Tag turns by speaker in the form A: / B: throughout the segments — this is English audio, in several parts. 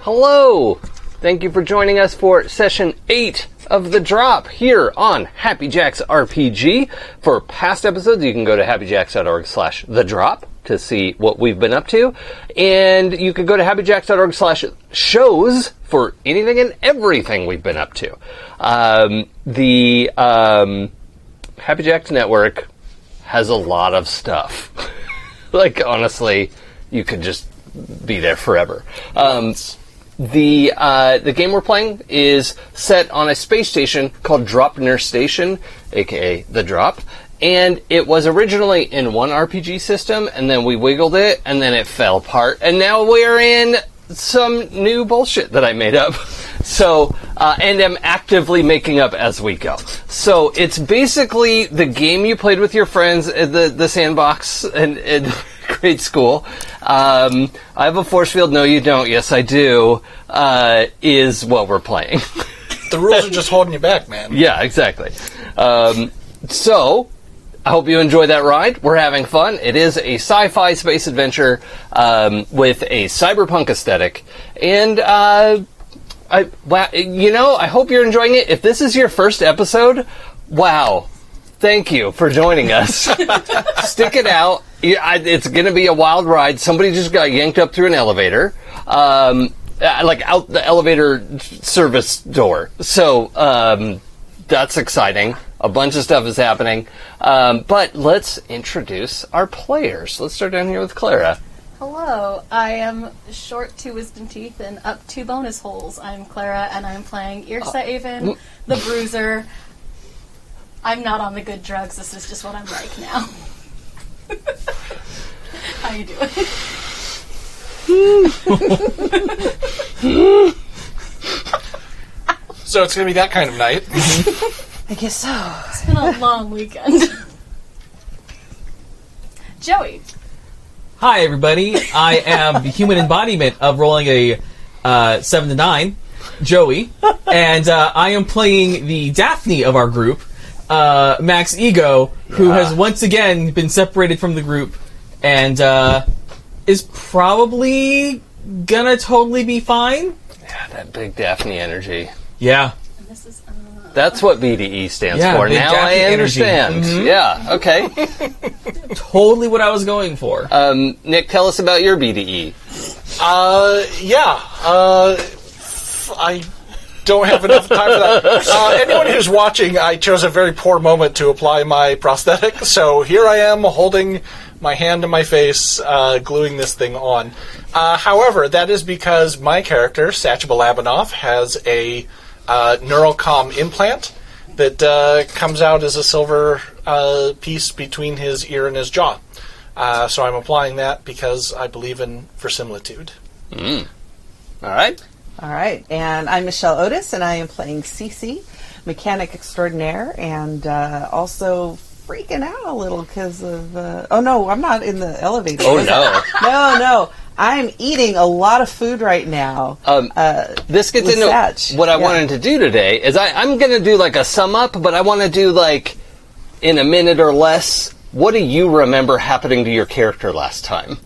A: Hello! Thank you for joining us for session 8 of The Drop here on Happy Jacks RPG. For past episodes, you can go to happyjacks.org slash The Drop to see what we've been up to. And you can go to happyjacks.org slash shows for anything and everything we've been up to. Um, the um, Happy Jacks Network has a lot of stuff. like, honestly, you could just be there forever. Um, the uh, the game we're playing is set on a space station called Dropner Station, aka the Drop, and it was originally in one RPG system, and then we wiggled it, and then it fell apart, and now we're in some new bullshit that I made up. So, uh, and am actively making up as we go. So it's basically the game you played with your friends at the the sandbox and. and grade school. Um, I have a force field. No, you don't. Yes, I do. Uh, is what we're playing.
B: The rules are just holding you back, man.
A: yeah, exactly. Um, so, I hope you enjoy that ride. We're having fun. It is a sci-fi space adventure um, with a cyberpunk aesthetic, and uh, I wow, you know, I hope you're enjoying it. If this is your first episode, wow. Thank you for joining us. Stick it out. Yeah, I- It's going to be a wild ride. Somebody just got yanked up through an elevator, um, uh, like out the elevator service door. So um, that's exciting. A bunch of stuff is happening. Um, but let's introduce our players. Let's start down here with Clara.
C: Hello, I am short two wisdom teeth and up two bonus holes. I'm Clara, and I'm playing Irsa Avon, the Bruiser. I'm not on the good drugs. This is just what I'm like now. How you doing?
B: So it's going to be that kind of night.
D: I guess so.
C: It's been a long weekend. Joey,
E: Hi, everybody. I am the human embodiment of rolling a uh, 7 to 9, Joey, and uh, I am playing the Daphne of our group, uh, Max Ego, who has once again been separated from the group and uh, is probably gonna totally be fine.
A: Yeah, that big Daphne energy.
E: Yeah.
C: and this is uh,
A: That's what BDE stands
E: Yeah,
A: for.
E: big
A: Now
E: Daphne
A: I
E: energy. Mm-hmm.
A: understand. Yeah, okay.
E: Totally what I was going for.
A: Um, Nick, tell us about your E. BDE.
B: Uh, yeah. Uh, f- I don't have enough time for that. Uh, anyone who's watching, I chose a very poor moment to apply my prosthetic, so here I am holding my hand to my face, uh, gluing this thing on. Uh, however, that is because my character, Satchel Labanov, has a uh, neurocom implant that uh, comes out as a silver uh, piece between his ear and his jaw. Uh, so I'm applying that because I believe in verisimilitude.
A: All right.
D: All right, and I'm Michelle Otis, and I am playing Cece, mechanic extraordinaire, and uh, also freaking out a little because of. Uh, oh no, I'm not in the elevator.
A: Oh no.
D: no, no, I'm eating a lot of food right now.
A: Um,
D: uh,
A: this gets
D: with
A: into
D: Satch.
A: what I
D: Yeah.
A: wanted to do today is I, I'm going to do like a sum up, but I want to do like in a minute or less. What do you remember happening to your character last time?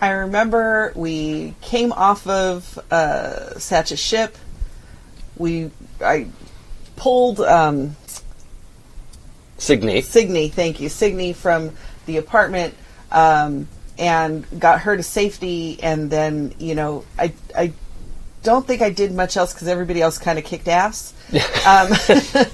D: I remember we came off of uh, Satch's ship. We I pulled um,
A: Signe.
D: Signe, thank you, Signe from the apartment, um, and got her to safety. And then, you know, I I don't think I did much else because everybody else kind of kicked ass. um,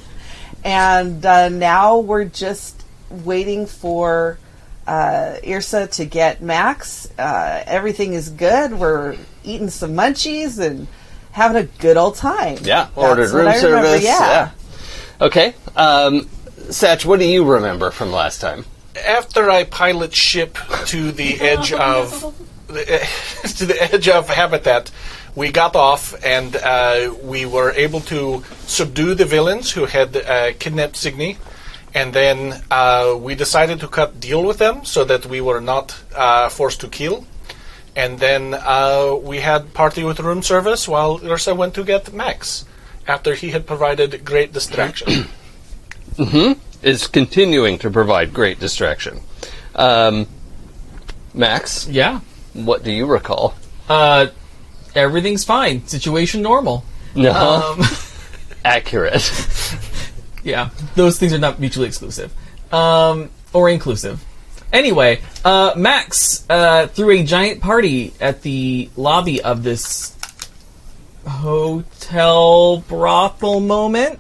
D: and uh, now we're just waiting for uh, Irsa to get Max. Uh, everything is good. We're eating some munchies and having a good old time.
A: Yeah.
D: That's
A: Ordered
D: what
A: room
D: I remember,
A: service.
D: yeah.
A: Okay. Um, Satch, what do you remember from last time?
B: After I pilot ship to the edge of to the edge of habitat, we got off and uh, we were able to subdue the villains who had uh, kidnapped Signy. And then uh, we decided to cut deal with them so that we were not uh, forced to kill. And then uh, we had party with room service while Ursa went to get Max after he had provided great distraction.
A: Is continuing to provide great distraction. Um, Max,
E: Yeah.
A: what do you recall?
E: Uh, everything's fine. Situation normal.
A: No,
E: Um,
A: accurate.
E: yeah, those things are not mutually exclusive um, or inclusive. Anyway, uh, Max uh, threw a giant party at the lobby of this hotel brothel moment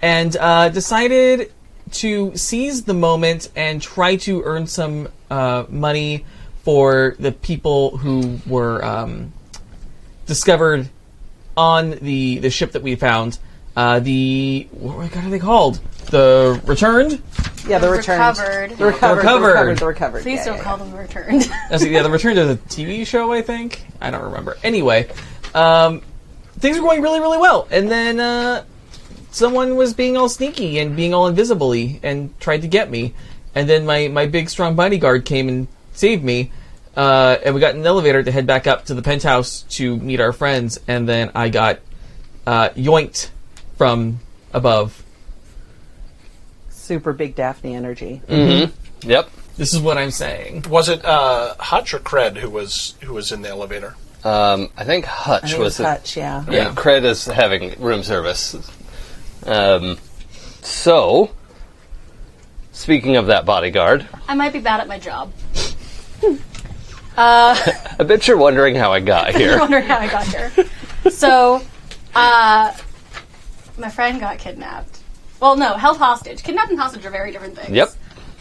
E: and uh, decided to seize the moment and try to earn some uh, money for the people who were um, discovered on the the ship that we found. Uh, the what are they called? The returned.
D: Yeah, the
C: The
D: returned.
C: recovered.
D: The recovered. The
E: Recovered.
D: recovered. The recovered.
C: Please
D: Yeah,
C: don't
D: yeah,
C: call them returned.
E: That's yeah, the returned is a TV show, I think. I don't remember. Anyway, um, things were going really, really well, and then uh, someone was being all sneaky and being all invisibly and tried to get me, and then my my big strong bodyguard came and saved me. Uh, and we got in an elevator to head back up to the penthouse to meet our friends, and then I got uh, yoinked from above.
D: yeah. Super big Daphne energy. Mm-hmm.
A: yep.
E: This is what I'm saying.
B: Was it uh, Hutch or Cred who was who was in the elevator?
A: Um, I think Hutch
D: I think
A: was
D: was
A: the-
D: touch, yeah.
A: Yeah,
E: Yeah.
A: Cred is having room service. Um, so, speaking of that bodyguard,
C: I might be bad at my job. Uh,
A: I bet you're wondering how I got
C: You're
A: here.
C: wondering how I got here. so, uh, my friend got kidnapped. Well, no, held hostage. Kidnapped and hostage are very different things.
A: yep.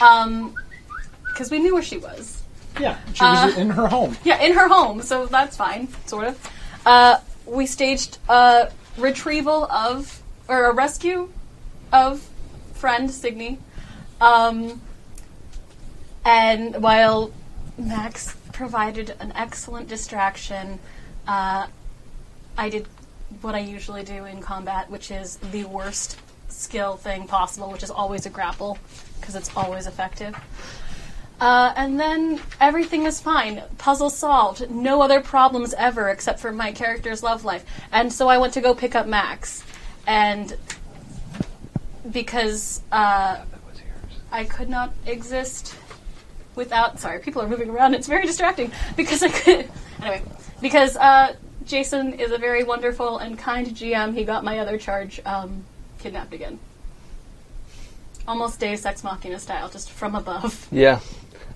C: Um, because we knew where she was. Uh,
B: Yeah, she was in her home.
C: Yeah, in her home, so that's fine, sort of. Uh, we staged a retrieval of, or a rescue of friend Signe. Um, and while Max provided an excellent distraction, uh, I did what I usually do in combat, which is the worst skill thing possible, which is always a grapple, because it's always effective. Uh, and then everything is fine. Puzzle solved. No other problems ever except for my character's love life. And so I went to go pick up Max. And because uh, I could not exist without. Sorry, people are moving around. It's very distracting. Because I could. Anyway, because uh, Jason is a very wonderful and kind GM. He got my other charge um, kidnapped again. Almost Deus Ex Machina style, just from above.
A: Yeah.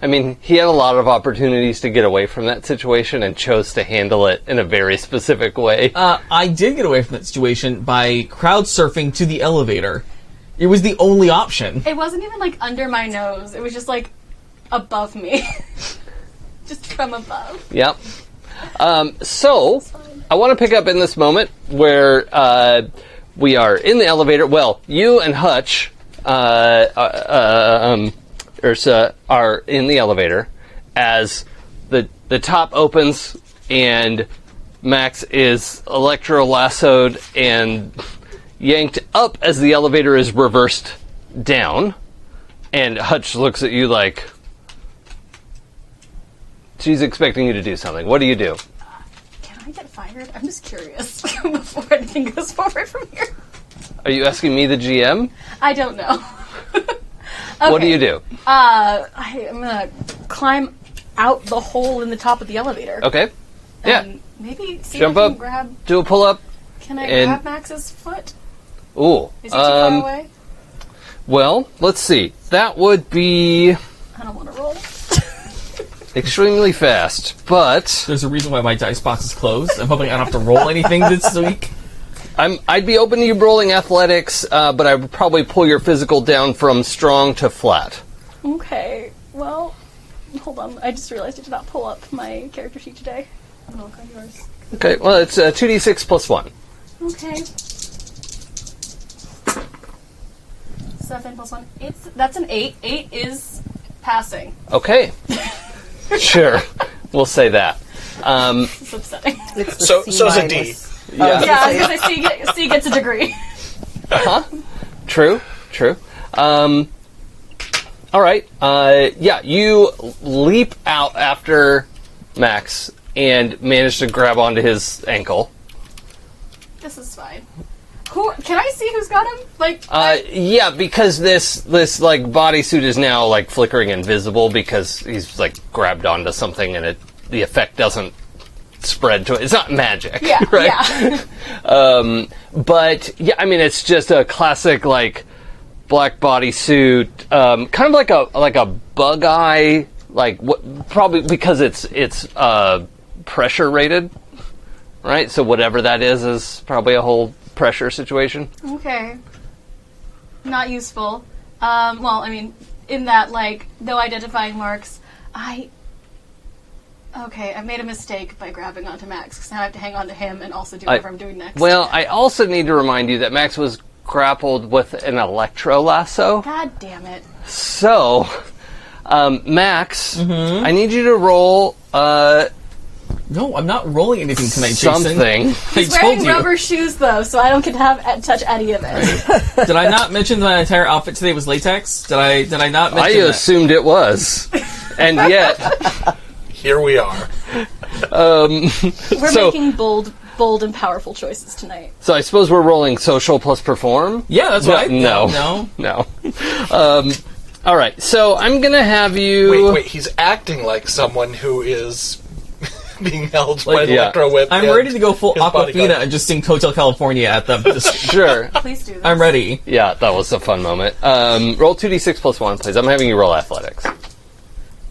A: I mean, he had a lot of opportunities to get away from that situation and chose to handle it in a very specific way.
E: Uh, I did get away from that situation by crowd surfing to the elevator. It was the only option.
C: It wasn't even like under my nose. It was just like above me. just from above.
A: Yep. Um, so, I want to pick up in this moment where uh, we are in the elevator. Well, you and Hutch, uh, uh, um, Ursa, are in the elevator as the the top opens and Max is electro lassoed and yanked up as the elevator is reversed down. And Hutch looks at you like, She's expecting you to do something. What do you do?
C: Can I get fired? I'm just curious before anything goes forward from here.
A: Are you asking me, the GM?
C: I don't know.
A: What do
C: Okay.
A: you do?
C: Uh, I, I'm gonna climb out the hole in the top of the elevator.
A: Okay. Oh, Yeah.
C: And maybe see
A: Jump
C: if I can
A: up.
C: grab.
A: Do a pull up.
C: Can I
A: And-
C: grab Max's foot?
A: Ooh.
C: Is he too far
A: Um,
C: away?
A: well, let's see. That would be
C: I don't want to roll.
A: extremely fast, but
E: There's a reason why my dice box is closed. I'm hoping I don't have to roll anything this week.
A: I'm I'd be open to you rolling athletics, uh, but I would probably pull your physical down from strong to flat.
C: Okay. Well, hold on. I just realized I did not pull up my character sheet today. I'm gonna look on yours.
A: Okay. Well, it's uh, 2d6 plus one.
C: Okay. Seven plus one. It's that's an eight. Eight is passing.
A: Okay. sure. We'll say that. Um,
C: This is upsetting.
D: It's the
B: So-
D: C
B: so is a D.
D: minus.
A: yeah.
C: yeah, I was gonna say C, get, C gets a degree.
A: True, true. Um, all right. Uh, yeah, you leap out after Max and manage to grab onto his ankle.
C: This is fine. Who can I see who's got him? Like
A: Uh, yeah, because this this like bodysuit is now like flickering invisible because he's like grabbed onto something and it the effect doesn't spread to it. It's not magic,
C: Yeah,
A: right?
C: yeah.
A: Um, but yeah, I mean, it's just a classic like black bodysuit, um, kind of like a like a bug eye, like what probably because it's it's uh, pressure rated, right? So whatever that is is probably a whole pressure situation.
C: Okay. Not useful. Um, well, I mean, in that, like, no identifying marks, I. Okay, I made a mistake by grabbing onto Max, because now I have to hang on to him and also do
A: I-
C: whatever I, am doing next.
A: Well, I also need to remind you that Max was grappled with an electro lasso.
C: God damn it.
A: So, um, Max, I need you to roll uh,
E: No, I'm not rolling anything tonight, Jason.
A: something.
E: I
C: He's wearing
E: told you.
C: rubber shoes, though, so I don't get to have uh, touch any of it.
E: Did I not mention that my entire outfit today was latex? Did I? Did I not
A: I
E: mention that?
A: assumed it was, and yet,
B: Here we are.
C: We're
A: So-
C: making bold, bold and powerful choices tonight.
A: so I suppose we're rolling social plus perform.
E: Yeah, that's
A: No,
E: right.
A: no.
E: no.
A: No. Um, all right. So I'm gonna have you.
B: Wait, wait. He's acting like someone who is being held by
E: Like,
B: an
E: yeah.
B: electro whip.
E: I'm
B: and
E: ready to go full
B: his bodyguard.
E: Aquafina and just sing Hotel California at them. Just-
A: Sure.
C: Please do this.
E: I'm ready.
A: Yeah, that was a fun moment. Um, roll two d six plus one, please. I'm having you roll athletics,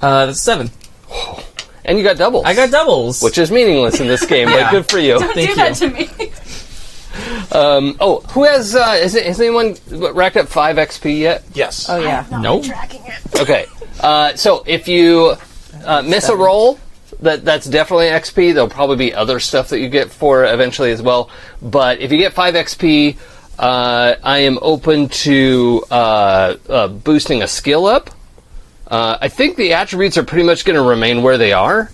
E: Uh, that's seven.
A: and you got doubles.
E: I got doubles.
A: which is meaningless in this game, but
E: Yeah.
A: good for you.
C: Don't
E: Thank
C: do that to me.
A: Um, oh, who has uh, has, has anyone racked up five XP yet?
B: Yes.
D: Oh yeah.
C: Not
E: Nope.
C: tracking it.
A: Okay, uh, so if you uh, miss a roll, that that's definitely XP. There'll probably be other stuff that you get for it eventually as well. But if you get five XP, uh, I am open to uh, uh, boosting a skill up. Uh, I think the attributes are pretty much going to remain where they are,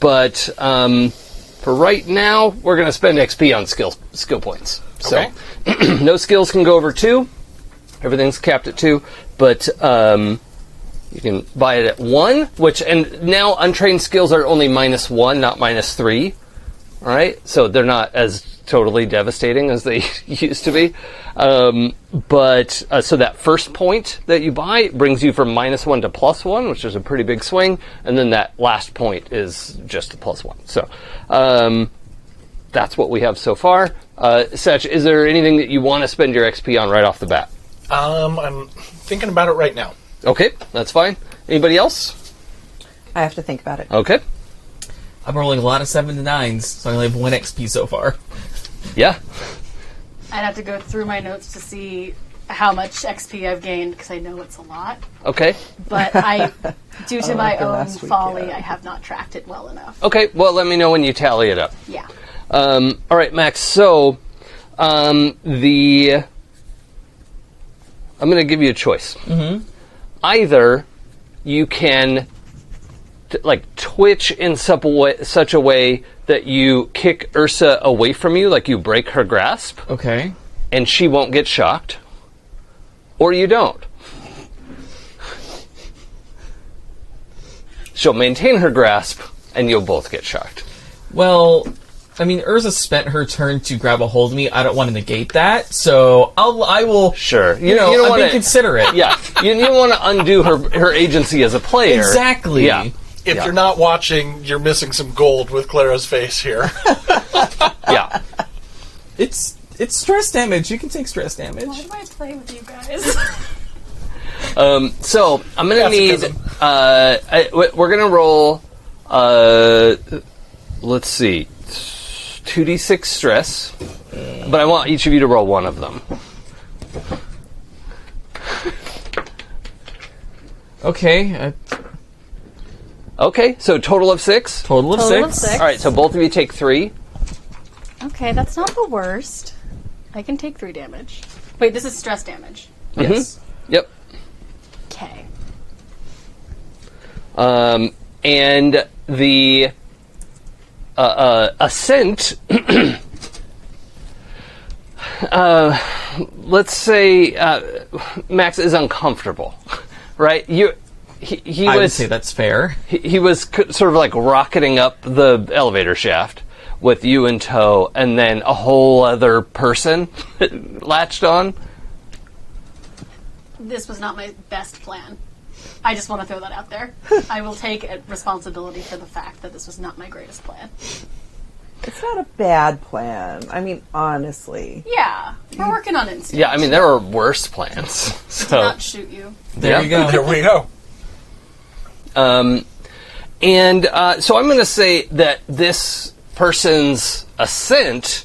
A: but um, for right now, we're going to spend XP on skill skill points. So
B: Okay.
A: no skills can go over two. Everything's capped at two, but um, you can buy it at one. Which and now untrained skills are only minus one, not minus three. All right, so they're not as totally devastating as they used to be. Um, but uh, so that first point that you buy brings you from minus one to plus one, which is a pretty big swing, and then that last point is just a plus one. So. Um, that's what we have so far. Uh, Satch, is there anything that you want to spend your XP on right off the bat?
B: Um, I'm thinking about it right now.
A: Okay, that's fine. Anybody else?
D: I have to think about it.
A: Okay.
E: I'm rolling a lot of seven to nines, so I only have one XP so far.
A: Yeah.
C: I'd have to go through my notes to see how much XP I've gained, because I know it's a lot.
A: Okay.
C: but I, due to my
D: after
C: own
D: last week,
C: folly,
D: yeah.
C: I have not tracked it well enough.
A: Okay. Well, let me know when you tally it up.
C: Yeah.
A: Um, all right, Max. So um, the I'm going to give you a choice. Mm-hmm. Either you can t- like twitch in sup- wa- such a way that you kick Ursa away from you, like you break her grasp.
E: Okay.
A: and she won't get shocked, or you don't. She'll maintain her grasp, and you'll both get shocked.
E: Well, I mean, Urza spent her turn to grab a hold of me. I don't want to negate that, so I'll I will.
A: Sure,
E: You know,
A: you don't
E: I'm
A: want
E: being
A: to.
E: considerate.
A: Yeah, you, you want to undo her her agency as a player.
E: Exactly.
A: Yeah.
B: If
A: Yeah.
B: you're not watching, you're missing some gold with Clara's face here.
A: Yeah.
E: It's it's stress damage. You can take stress damage.
C: Why do I play with you guys?
A: Um, so I'm gonna need.
B: Masochism.
A: Uh, I, we- we're gonna roll. Uh, let's see, two d six stress, but I want each of you to roll one of them.
E: Okay. A
A: Okay, so total of six.
E: total of
C: Total of
E: six.
C: six.
A: All right, so both of you take three.
C: okay, that's not the worst. I can take three damage. Wait, this is stress damage.
E: Yes.
A: Yep.
C: Okay.
A: Um, and the uh, uh, ascent. uh, uh, let's say uh, Max is uncomfortable, right? You, he, he
E: I would
A: was
E: say that's fair.
A: he, he was c- sort of like rocketing up the elevator shaft with you in tow, and then a whole other person latched on.
C: This was not my best plan. I just want to throw that out there. I will take uh, responsibility for the fact that this was not my greatest plan.
D: It's not a bad plan. I mean, honestly.
C: Yeah, we're working on it.
A: Yeah, I mean there are worse plans. So
C: Not shoot you.
E: There
A: Yeah.
E: you go.
B: Here we go.
A: Um, and uh, so I'm going to say that this person's ascent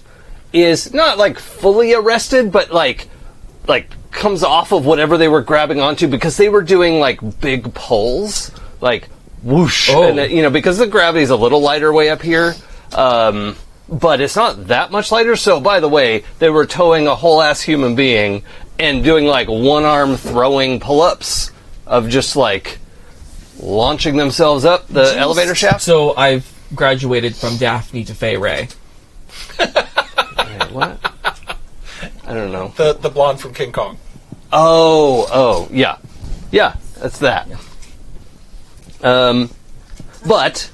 A: is not like fully arrested, but like like comes off of whatever they were grabbing onto because they were doing like big pulls, like whoosh,
E: Oh.
A: and it- you know because the gravity's a little lighter way up here. Um, but it's not that much lighter. So, by the way, they were towing a whole ass human being and doing like one arm throwing pull ups of just like launching themselves up the elevator shaft.
E: So I've graduated from Daphne to Fay Ray.
A: what? I don't know.
B: The the blonde from King Kong.
A: Oh, oh, yeah, yeah. That's that. Um, but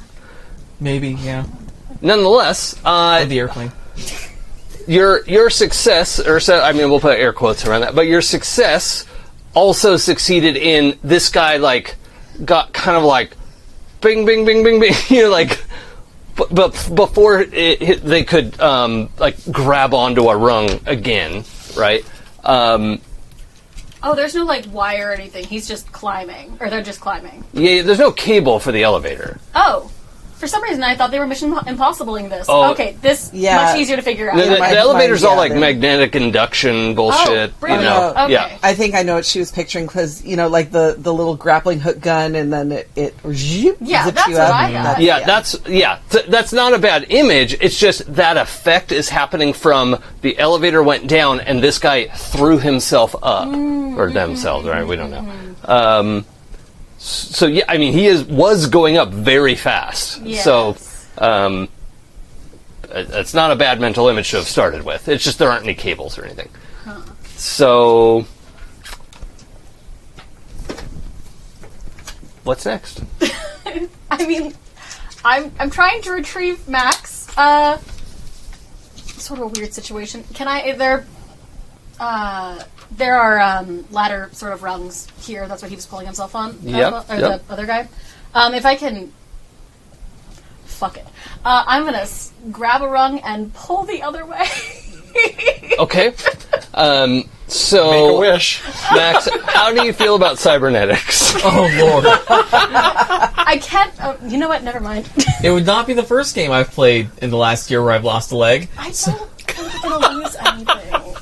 E: Maybe, yeah.
A: nonetheless, uh,
E: Of the airplane.
A: your your success, or so, I mean, we'll put air quotes around that, but your success also succeeded in this guy like got kind of like bing bing bing bing bing. you know, like, but, but before it, hit- they could um, like grab onto a rung again, right? Um,
C: Oh, there's no like wire or anything. He's just climbing, or they're just climbing.
A: yeah, there's no cable for the elevator.
C: Oh, for some reason I thought they were Mission Impossibleing this.
A: Oh.
C: okay, this
D: Yeah.
C: much easier to figure out.
A: The, the-
D: my-
A: the elevator's
D: my-
A: all
D: yeah,
A: like
D: they-
A: magnetic induction bullshit. you
C: brilliant.
A: know?
D: Oh,
C: okay.
A: Yeah.
D: I think I know what she was picturing because you know, like the the little grappling hook gun, and then it, it zoop,
C: Yeah,
D: zips
C: that's
D: you
C: what
D: up.
C: I got.
D: That's-
A: yeah, that's yeah. Th- that's not a bad image. It's just that effect is happening from the elevator went down and this guy threw himself up or themselves, right? We don't know. Um, s- so yeah, I mean, he is was going up very fast.
C: Yes.
A: So um, it- it's not a bad mental image to have started with. It's just there aren't any cables or anything. So what's next?
C: I mean, I'm I'm trying to retrieve Max. Uh, sort of a weird situation. Can I? There, uh, there are um, ladder sort of rungs here. That's what he was pulling himself on.
A: Yep,
C: Uh, or
A: yep.
C: the other guy. Um, if I can. Fuck it. Uh, I'm gonna s- grab a rung and pull the other way.
A: Okay. Um, so
B: Make a wish.
A: Max, how do you feel about cybernetics?
E: Oh lord.
C: I can't. Uh, you know what? Never mind.
E: it would not be the first game I've played in the last year where I've lost a leg.
C: I don't think we're gonna lose anything.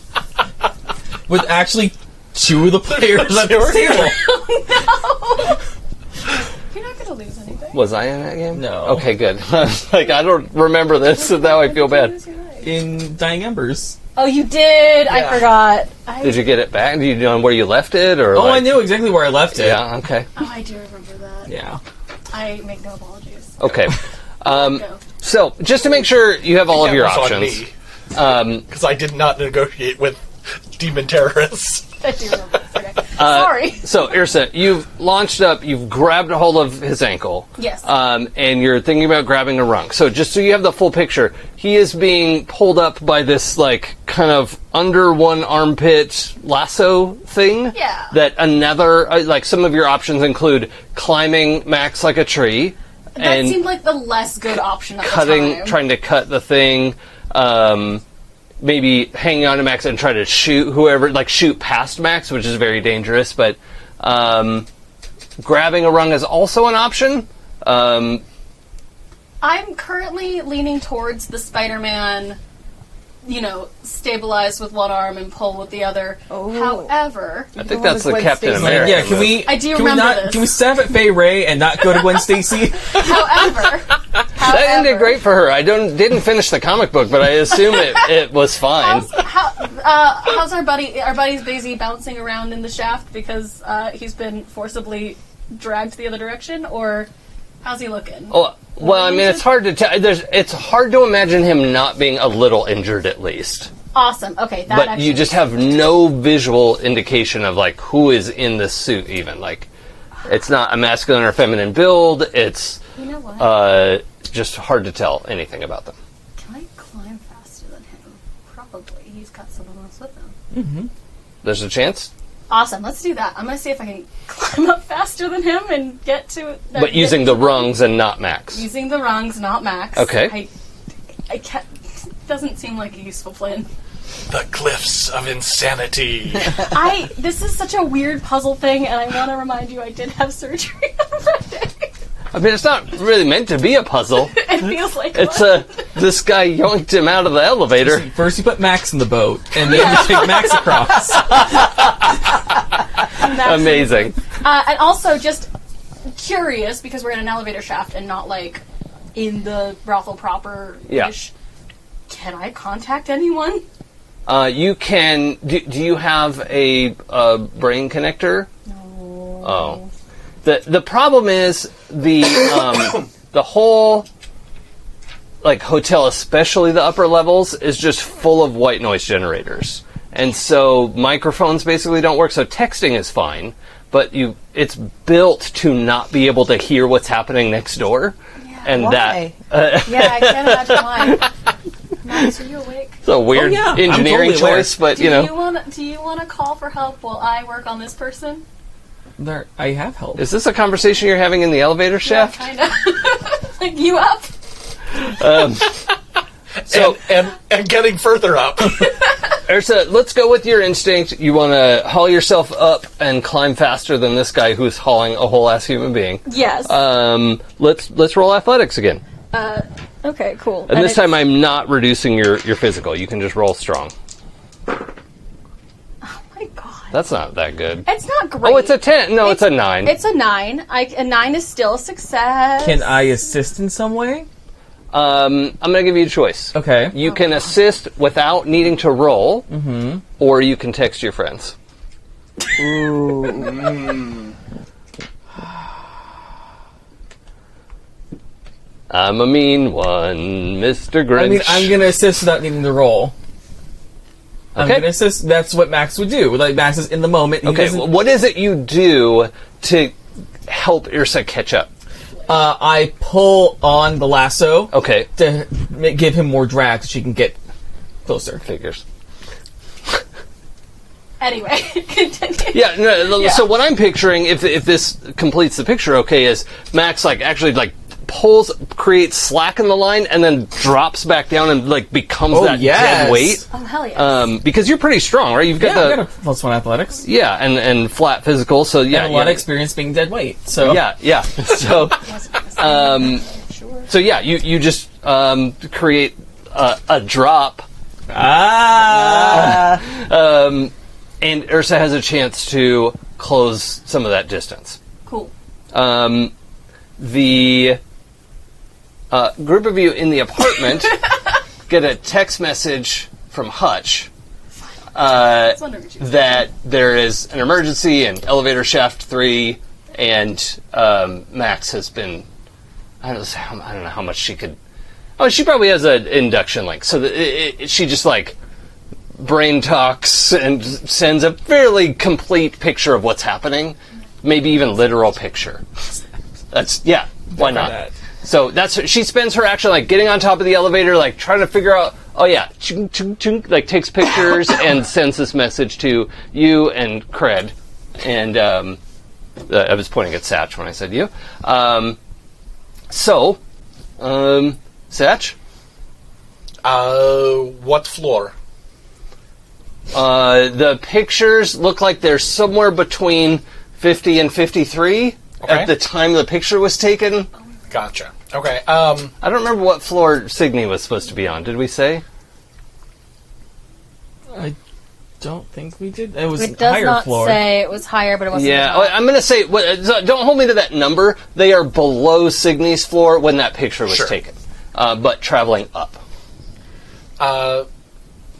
E: With actually two of the players at the table.
C: You're not gonna lose anything.
A: Was I in that game?
E: No.
A: Okay, good. I was like, I don't remember this, so now I feel bad.
C: Lose your life.
E: In Dying Embers.
C: Oh, you did. I forgot. I,
A: Did you get it back? Do you know where you left it, or?
E: Oh,
A: like-
E: I knew exactly where I left it.
A: Yeah. Okay.
C: Oh, I do remember that.
E: Yeah.
C: I make no apologies.
A: Okay. Um,
C: Go.
A: so, just to make sure you have all of
B: That
A: your
B: was on
A: options.
B: me,
A: Um,
B: 'cause I did not negotiate with demon terrorists.
C: I do remember. that.
A: uh,
C: Sorry.
A: so, Irsa, you've launched up. You've grabbed a hold of his ankle.
C: Yes.
A: Um, and you're thinking about grabbing a rung. So, just so you have the full picture, he is being pulled up by this like kind of under one armpit lasso thing.
C: Yeah.
A: That another uh, like some of your options include climbing Max like a tree
C: That
A: and
C: seemed like the less good option. At
A: cutting,
C: the time.
A: trying to cut the thing. Um, maybe hanging on to Max and try to shoot whoever, like shoot past Max, which is very dangerous. But um, grabbing a rung is also an option. Um,
C: I'm currently leaning towards the Spider-Man. You know, stabilize with one arm and pull with the other.
D: Oh.
C: However,
A: I think
D: one
A: that's
D: with
A: the
D: Gwen
A: Captain
D: Stacy.
A: America.
E: yeah, can we
C: I do
E: can
C: remember
E: we not
C: this.
E: can we stop at Bay Ray and not go to Gwen Stacy?
C: however,
A: That ended
C: however-
A: great for her. I don't didn't finish the comic book, but I assume it, it was fine.
C: How's, how, uh, how's our buddy? Our buddy's busy bouncing around in the shaft because uh, he's been forcibly dragged the other direction, or how's he looking?
A: Well, well, I mean, it's hard to tell. There's, it's hard to imagine him not being a little injured at least.
C: Awesome. Okay, that.
A: but
C: actually,
A: you just have no visual indication of like who is in the suit even like it's not a masculine or feminine build it's
C: You know what?
A: uh, just hard to tell anything about them
C: Can I climb faster than him? Probably. He's got someone else with him.
A: there's a chance
C: Awesome. Let's do that. I'm gonna see if I can climb up faster than him and get to.
A: but using the rungs and not max
C: using the rungs, not max.
A: Okay.
C: I I can't. Doesn't seem like a useful plan.
B: The cliffs of insanity.
C: I. This is such a weird puzzle thing, and I want to remind you, I did have surgery on Friday.
A: I mean, it's not really meant to be a puzzle.
C: It feels like
A: It's
C: one.
A: a this guy yoinked him out of the elevator.
E: First, you put Max in the boat, and then you take Max across.
C: That's-
A: Amazing.
C: Uh, and also just curious because we're in an elevator shaft and not like in the brothel proper. Can I contact anyone?
A: Uh, you can. Do, do you have a, uh brain connector?
C: No.
A: Oh. The the problem is the um, the whole like hotel, especially the upper levels, is just full of white noise generators, and so microphones basically don't work. So texting is fine, but you it's built to not be able to hear what's happening next door, and that
D: Why?
C: Yeah, I can't imagine why. Max, are you awake?
A: it's a weird
E: Oh, yeah, I'm
A: engineering
E: totally aware.
A: choice. But
C: Do
A: you know,
C: want do you want to call for help while I work on this person?
E: There, I have help.
A: is this a conversation you're having in the elevator shaft?
C: Kind of. like you up?
A: So-
B: and, and and getting further up.
A: Ursa, let's go with your instinct. You want to haul yourself up and climb faster than this guy who's hauling a whole ass human being.
C: Yes.
A: Um, let's let's roll athletics again.
C: okay. Cool.
A: And this time, I'm not reducing your your physical. You can just roll strong.
C: Oh my god.
A: That's not that good.
C: It's not great.
A: Oh, it's a ten. No, it's, a nine.
C: It's a nine. I, a nine is still a success.
E: Can I assist in some way?
A: um, I'm going to give you a choice.
E: Okay.
A: You can assist without needing to roll,
E: Mm-hmm.
A: or you can text your friends. I'm a mean one, Mr. Grinch.
E: I mean, I'm gonna assist without needing the roll. I'm
A: Okay.
E: gonna assist. That's what Max would do. Like Max is in the moment. He
A: okay,
E: doesn't-
A: well, what is it you do to help Irsa catch up?
E: uh, I pull on the lasso.
A: Okay,
E: To ma- give him more drag, so she can get closer.
A: figures.
C: Anyway, continue.
A: Yeah, no, no, so what I'm picturing, if, if this completes the picture okay, is Max, like, actually, like, pulls, creates slack in the line, and then drops back down and, like, becomes
E: Oh,
A: that
E: yes.
A: dead weight.
C: Oh hell yeah.
A: Um, because you're pretty strong, right? You've
E: Yeah,
A: got
E: I
A: the
E: got a plus one athletics.
A: yeah, and and flat physical. So yeah,
E: and a lot of
A: yeah.
E: experience being dead weight. So
A: yeah, yeah. So um,
C: sure.
A: so yeah, you you just um, create a, a drop,
E: Ah.
A: um, and Ursa has a chance to close some of that distance.
C: Cool.
A: Um, the uh, group of you in the apartment get a text message from Hutch. Uh,
C: It's under you.
A: that there is an emergency in elevator shaft three, and um, Max has been. I don't, know, I don't know how much she could. Oh, she probably has an induction link, so that it, it, she just like brain talks and sends a fairly complete picture of what's happening, maybe even literal picture. That's yeah. Why not?
E: that.
A: So that's she spends her action like getting on top of the elevator, like trying to figure out. Oh yeah, chung, chung, chung, like takes pictures and sends this message to you and Cred. And um, uh, I was pointing at Satch when I said you. Um, so, um, Satch,
B: Uh, what floor?
A: uh, the pictures look like they're somewhere between fifty and fifty-three
B: Okay.
A: at the time the picture was taken.
B: Gotcha. Okay. Um,
A: I don't remember what floor Signy was supposed to be on. Did we say?
E: I don't think we did. It was
C: It does
E: higher
C: not
E: floor.
C: say it was higher, but it wasn't.
A: Yeah,
C: the
A: I- I'm going to say, wh- uh, so don't hold me to that number. They are below Signy's floor when that picture was
B: Sure.
A: taken, uh, but traveling up.
B: uh,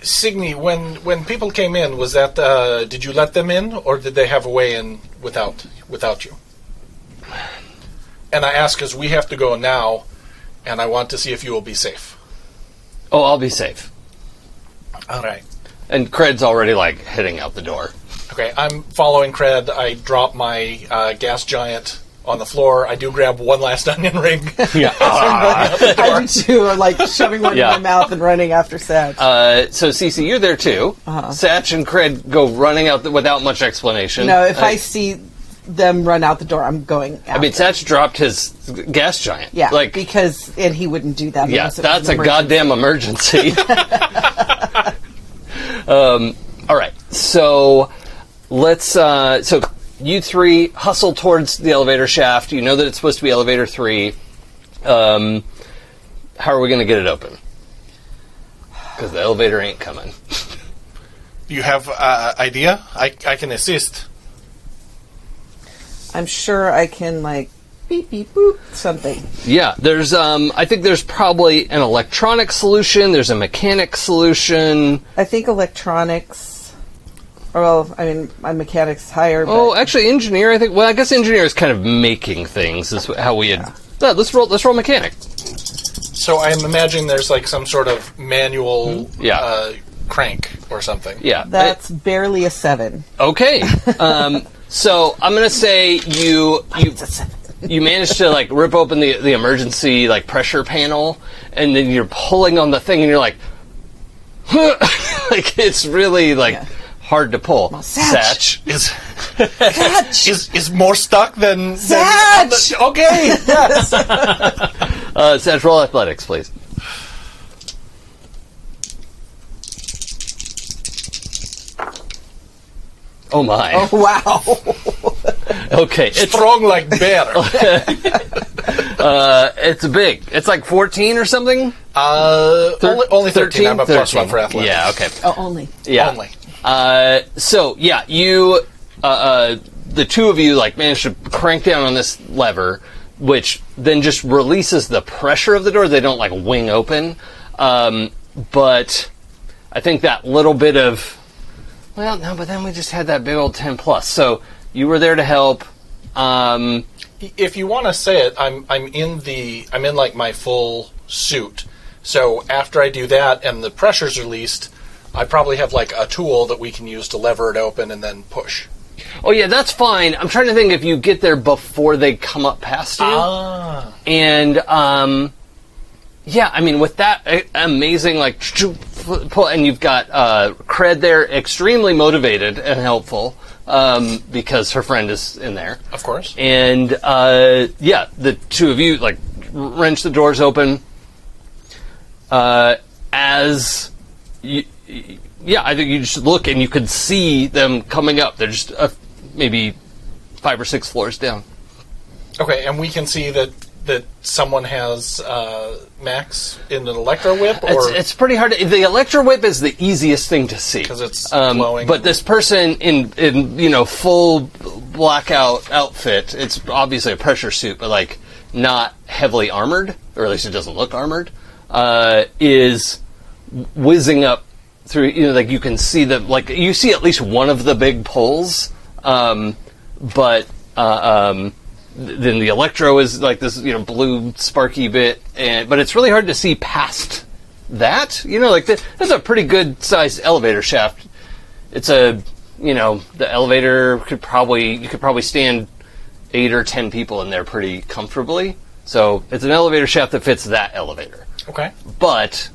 B: Signy, when when people came in, was that uh, did you let them in, or did they have a way in without without you? And I ask because we have to go now, and I want to see if you will be safe.
A: Oh, I'll be safe. Oh.
B: All right.
A: And Cred's already like heading out the door.
B: Okay, I'm following Cred. I drop my uh, gas giant on the floor. I do grab one last onion ring.
A: Yeah.
D: I do too, or like shoving one
A: Yeah.
D: in my mouth and running after Satch.
A: uh, so Cece, you're
D: Uh-huh.
A: there too. Satch and Cred go running out the, without much explanation.
D: no, if
A: Uh,
D: I see them run out the door, I'm going. After.
A: I mean, Satch dropped his gas giant.
D: yeah,
A: like
D: because and he wouldn't do that.
A: yeah,
D: unless it was
A: that's
D: an
A: a
D: emergency.
A: goddamn emergency. um, all right, so let's. Uh, so you three hustle towards the elevator shaft. You know that it's supposed to be elevator three. Um, how are we going to get it open? Because the elevator ain't coming.
B: You have uh, idea? I, I can assist.
D: I'm sure I can like beep beep boop something.
A: Yeah, there's. Um, I think there's probably an electronic solution. There's a mechanic solution.
D: I think electronics. or, Well, I mean, my mechanics higher. But
A: Oh, actually, engineer. I think. Well, I guess engineer is kind of making things. Is how we had. Yeah, let's roll. Let's roll mechanic.
B: So I'm imagining there's like some sort of manual
A: Hmm? Yeah.
B: uh, crank or something.
A: Yeah.
D: that's barely a seven.
A: Uh, okay. Um, so I'm gonna say you you you managed to like rip open the the emergency like pressure panel, and then you're pulling on the thing, and you're like, like it's really like
D: Yeah.
A: hard to pull.
D: Satch.
B: Is
D: Satch!
B: is is more stuck than, than
D: Satch!
B: okay? Yes.
A: Uh, Satch, roll athletics, please. Oh my.
D: Wow.
B: Oh.
A: Okay, it's
B: Strong like bear.
A: uh, it's big. It's like 14 or something.
B: Uh, only, only 13. I'm a plus
A: 13.
B: one for athletics.
A: Yeah, okay.
D: Oh, only.
A: Yeah.
B: Only.
A: Uh, so yeah, you, uh, uh, the two of you, like managed to crank down on this lever, which then just releases the pressure of the door. They don't like wing open, um, but I think that little bit of, well, no, but then we just had that big old ten plus. So you were there to help. Um,
B: If you want to say it, I'm I'm in the I'm in like my full suit. So after I do that and the pressure's released, I probably have like a tool that we can use to lever it open and then push.
A: oh yeah, that's fine. I'm trying to think if you get there before they come up past you.
B: Ah.
A: and um, yeah, I mean, with that uh, amazing like, pull, and you've got uh, Cred there, extremely motivated and helpful um, because her friend is in there,
B: Of course.
A: and uh, yeah, the two of you like wrench the doors open uh, as you, yeah, I think you just look and you can see them coming up. They're just uh, maybe five or six floors down.
B: Okay, and we can see that that someone has uh, Max in an electro whip, or
A: It's, it's pretty hard. To, the electro whip is the easiest thing to see
B: 'Cause it's
A: um,
B: glowing.
A: But this person in in you know full blackout outfit. It's obviously a pressure suit, but like not heavily armored, or at least it doesn't look armored. Uh, is whizzing up through. You know, like you can see the like you see at least one of the big poles, um, but. Uh, um, th- then the electro is like this, you know, blue sparky bit, and but it's really hard to see past that. You know, like th- that's a pretty good sized elevator shaft. It's a, you know, the elevator could probably you could probably stand eight or ten people in there pretty comfortably. So it's an elevator shaft that fits that elevator,
B: okay,
A: but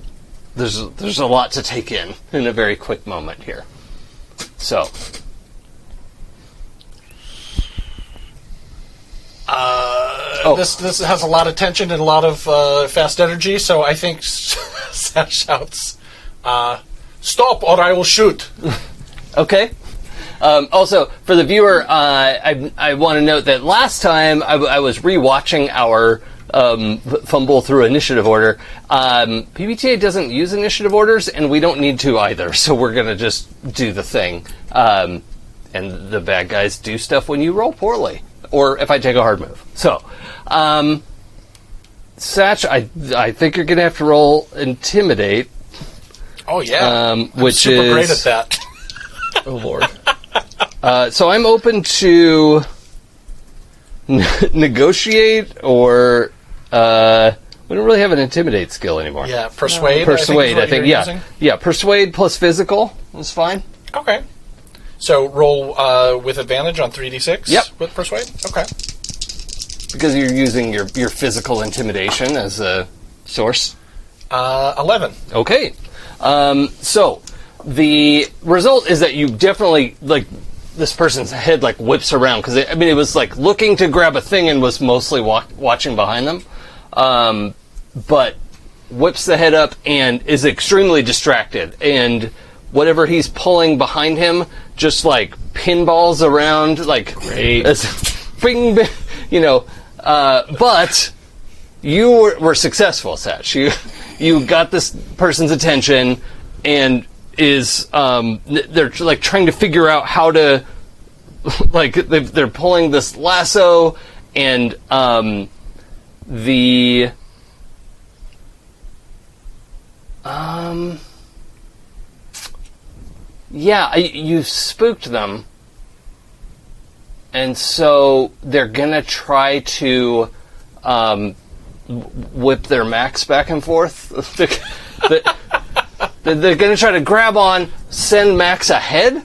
A: there's there's a lot to take in in a very quick moment here. So Oh.
B: this this has a lot of tension and a lot of uh, fast energy. So I think Seth shouts, uh, "Stop, or I will shoot!"
A: Okay. Um, also, for the viewer, uh, I, I want to note that last time I, w- I was rewatching our um, f- fumble through initiative order. Um, PBTA doesn't use initiative orders, and we don't need to either. So we're going to just do the thing. Um, and the bad guys do stuff when you roll poorly, or if I take a hard move. So, um, Satch, I I think you're going to have to roll intimidate.
B: Oh yeah,
A: Um, which
B: super
A: is
B: great at that.
E: Oh lord.
A: Uh, so I'm open to n- negotiate or uh, we don't really have an intimidate skill anymore.
B: yeah, persuade.
A: Persuade, I
B: I think,
A: think.
B: is what you're
A: yeah,
B: using.
A: yeah. Persuade plus physical is fine.
B: Okay. So roll uh, with advantage on three d six.
A: Yep.
B: With persuade. Okay.
A: because you're using your your physical intimidation as a source.
B: Uh, Eleven.
A: Okay. Um, so the result is that you definitely like this person's head like whips around because I mean it was like looking to grab a thing and was mostly wa- watching behind them, um, but whips the head up and is extremely distracted and whatever he's pulling behind him just like pinballs around like
E: Great.
A: as- bing, bing, you know, uh, but you were, were successful, Satch. You you got this person's attention, and is um, n- they're like trying to figure out how to like they've, they're pulling this lasso, and um, the um yeah I, you spooked them and so they're gonna try to um, w- whip their max back and forth. They- they- they're gonna try to grab on, send max ahead,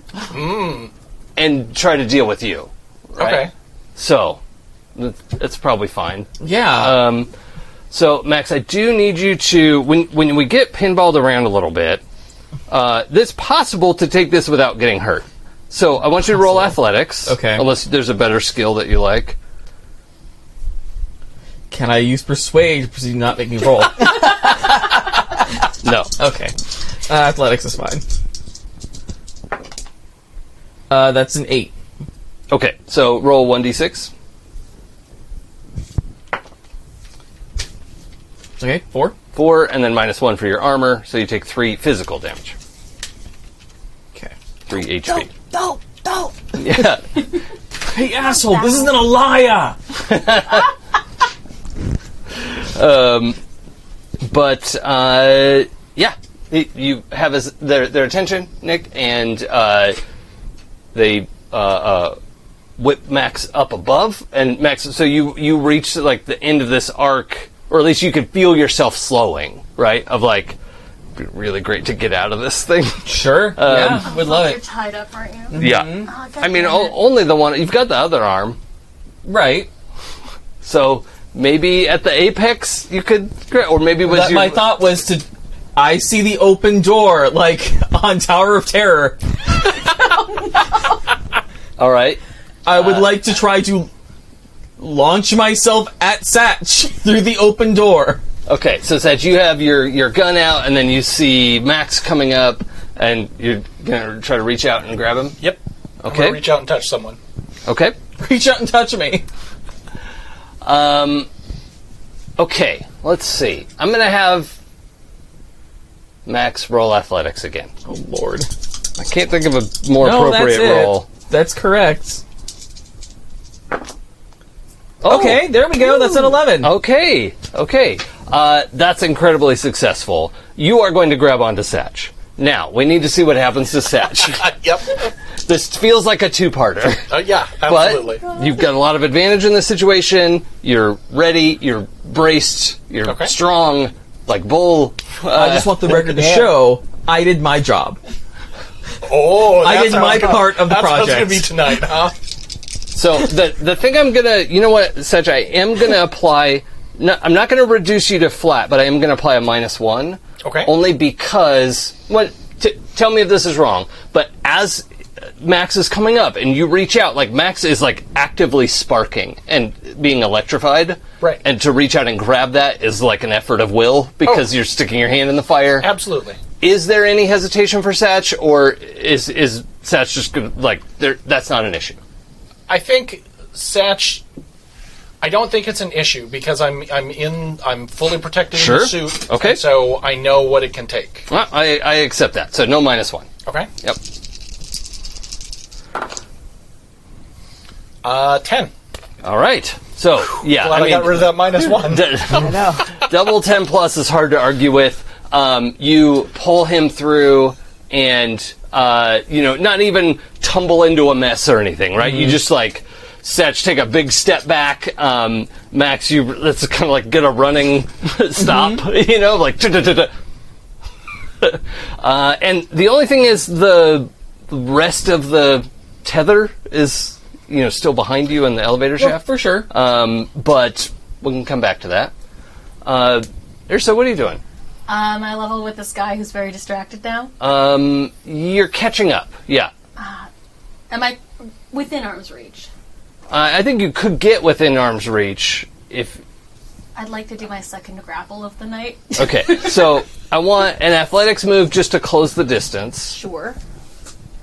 A: and try to deal with you. right?
B: Okay.
A: So th- that's probably fine.
E: Yeah.
A: Um, so Max, I do need you to when when we get pinballed around a little bit. Uh, it's possible to take this without getting hurt. So I want you to roll athletics.
E: Okay.
A: Unless there's a better skill that you like.
E: Can I use persuade? Because you not make me roll.
A: No.
E: okay. Uh, athletics is fine. Uh, that's an eight.
A: Okay. So roll one d six.
E: Okay, four.
A: Four and then minus one for your armor, so you take three physical damage.
E: Okay.
A: Three HP.
D: Dope, dope.
A: Yeah.
E: Hey, asshole! This isn't a liar.
A: But uh, yeah, y- you have his, their their attention, Nick, and uh, they uh, uh, whip Max up above, and Max. So you you reach like the end of this arc, or at least you can feel yourself slowing, right? Of like, be really great to get out of this thing.
E: Sure.
A: Um,
E: yeah, would love
C: You're
E: it.
C: tied up, aren't you?
A: yeah,
C: Oh, God
A: Mm-hmm. I mean
C: damn
A: o-
C: it.
A: only the one. You've got the other arm,
E: Right.
A: so. Maybe at the apex you could, gra- or maybe was
E: That,
A: your,
E: my thought was to. I see the open door, like on Tower of Terror.
A: all right.
E: I would like to try to launch myself at Satch through the open door.
A: Okay, so Seth, you have your, your gun out, and then you see Max coming up, and you're gonna try to reach out and grab him.
B: Yep. I'm
A: Okay.
B: gonna reach out and touch someone.
A: Okay.
E: Reach out and touch me.
A: Um. Okay. Let's see. I'm gonna have Max roll athletics again.
E: Oh lord.
A: I can't think of a more
E: No, that's
A: appropriate
E: it.
A: roll.
E: That's correct.
A: Oh,
E: Okay, there we go. That's an
A: Uh,
E: 11.
A: Okay. Okay. Uh, that's incredibly successful. You are going to grab onto Satch. Now we need to see what happens to Satch.
B: Uh, yep.
A: this feels like a two-parter.
B: Uh, yeah,
A: But
B: absolutely.
A: you've got a lot of advantage in this situation. You're ready. You're braced. You're
B: Okay.
A: strong, like bull.
E: I just want the record to
D: Yeah.
E: show I did my job.
B: Oh,
E: I
B: that's
E: did
B: how
E: my
B: it's gonna-
E: part of the
B: that's how it's
E: project.
B: gonna be tonight, huh?
A: So the the thing I'm gonna, you know what, Saj, I am gonna apply. No, I'm not gonna reduce you to flat, but I am gonna apply a minus one.
B: Okay.
A: Only because what? T- tell me if this is wrong. But as uh, Max is coming up and you reach out, like Max is like actively sparking and being electrified.
B: Right.
A: And to reach out and grab that is like an effort of will because
B: Oh.
A: you're sticking your hand in the fire.
B: Absolutely.
A: Is there any hesitation for Satch, or is is Satch just gonna, like there? That's not an issue.
B: I think Satch. I don't think it's an issue because I'm I'm in I'm fully protected in
A: Sure.
B: the suit.
A: Okay.
B: and So I know what it can take.
A: Well, I, I accept that. So no minus one.
B: Okay.
A: Yep.
B: Uh, ten.
A: All right. So yeah,
B: Glad I, got rid of that minus one.
D: I know.
A: double ten plus is hard to argue with. Um, you pull him through, and uh, you know, not even tumble into a mess or anything, right? You just like. Setch, take a big step back. Um, Max, you let's kind of like get a running stop, you know, like "Tut-tut-tut-tut." uh, and the only thing is the rest of the tether is you know still behind you in the elevator
E: Yeah,
A: shaft.
E: for sure.
A: Um, but we can come back to that. Uh, Irsa, what are you doing?
C: Um, I level with this guy who's
A: Uh.
C: very distracted now.
A: Um, you're catching up. Yeah.
C: Am I within arm's reach.
A: Uh, I think you could get within arm's reach if.
C: I'd like to do my second grapple of the night.
A: Okay, so I want an athletics move just to close the distance.
C: Sure.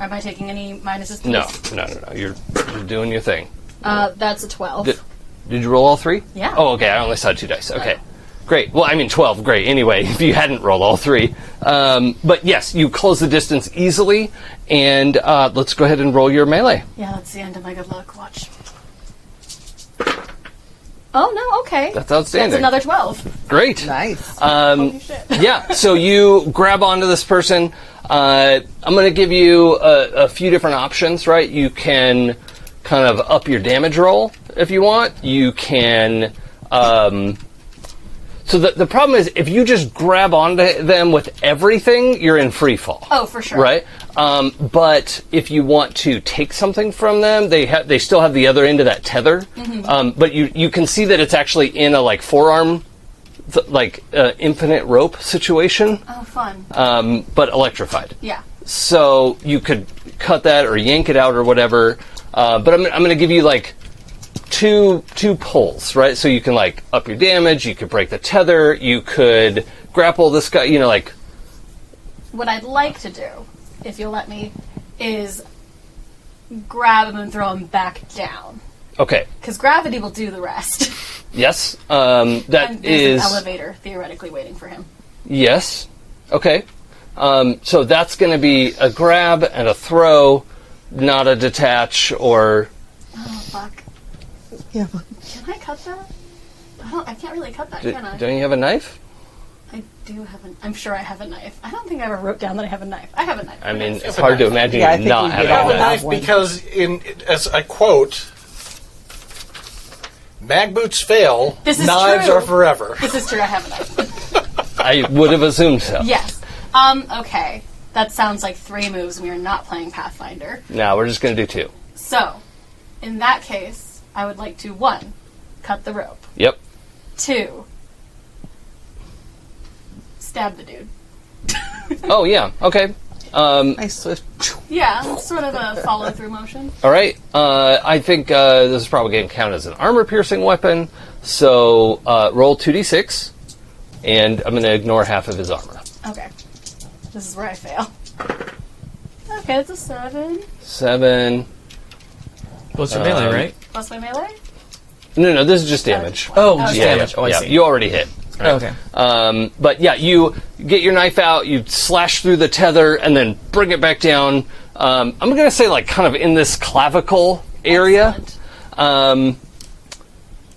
C: Am I taking any minuses? to
A: No,
C: this?
A: no, no, no. You're, you're doing your thing.
C: Uh, that's a 12.
A: Did, did you roll all three?
C: Yeah.
A: Oh, okay. I only saw two dice. Okay.
C: Oh.
A: Great. Well, I mean, 12. Great. Anyway, if you hadn't rolled all three. Um, but yes, you close the distance easily, and uh, let's go ahead and roll your melee.
C: yeah, that's the end of my good luck. Watch. Oh, no, okay.
A: That's outstanding.
C: That's another 12.
A: Great. Um,
D: Nice.
A: Uh,
C: Holy shit.
A: yeah. So you grab onto this person. Uh, I'm going to give you a, a few different options, right? You can kind of up your damage roll if you want. You can. Um, so the, the problem is if you just grab onto them with everything, you're in free fall.
C: Oh, for sure.
A: Right. Um, but if you want to take something from them, they ha- they still have the other end of that tether.
C: Mm-hmm.
A: Um, but you you can see that it's actually in a like forearm, th- like uh, infinite rope situation,
C: Oh, fun.
A: um, but electrified.
C: yeah.
A: So you could cut that or yank it out or whatever. Uh, but I'm I'm going to give you like two two pulls, right? So you can like up your damage. You could break the tether. You could grapple this guy. You know, like
C: What I'd like to do, if you'll let me, is grab him and throw him back down.
A: okay.
C: Because gravity will do the rest.
A: Yes, um,
C: and
A: that is
C: there's an elevator theoretically waiting for him.
A: yes. Okay, um, so that's going to be a grab and a throw, not a detach or
C: Oh, fuck.
D: Yeah.
C: Can I cut that? I don't. I can't really cut that,
A: d-
C: can I?
A: don't you have a knife?
C: I do have an. I'm sure I have a knife. I don't think I ever wrote down that I have a knife. I have a knife.
A: I mean, it's
B: a
A: hard to
B: knife.
A: imagine
D: Yeah, I
A: you
D: think
A: not
D: we'd
A: having
D: get
A: a
D: all
B: a
D: have
A: knife.
B: knife
D: one.
B: because in as I quote, mag boots fail,
C: This is
B: knives
C: true.
B: are forever.
C: this is true. I have a knife.
A: I would have assumed so.
C: yes. Um. Okay. That sounds like three moves. and We are not playing Pathfinder.
A: Now we're just going to do two.
C: So, in that case, I would like to one, cut the rope.
A: Yep.
C: Two, stab the dude.
A: Oh yeah. Okay. Um,
D: Nice swift.
C: Yeah, sort of a follow through motion.
A: all right. Uh, I think uh, this is probably going to count as an armor-piercing weapon. So uh, roll two d six, and I'm going to ignore half of his armor.
C: Okay. This is where I fail. Okay, that's a seven.
A: Seven.
E: Plus your melee,
A: Um,
E: right?
C: Plus my melee?
A: No, no, this is just damage.
E: Oh, just
A: Yeah,
E: damage.
A: yeah,
E: Oh, I
A: yeah.
E: see.
A: You already hit.
E: Oh, okay.
A: Um, but yeah, you get your knife out, you slash through the tether, and then bring it back down. Um, I'm going to say, like, kind of in this clavicle area.
C: Excellent.
A: Um,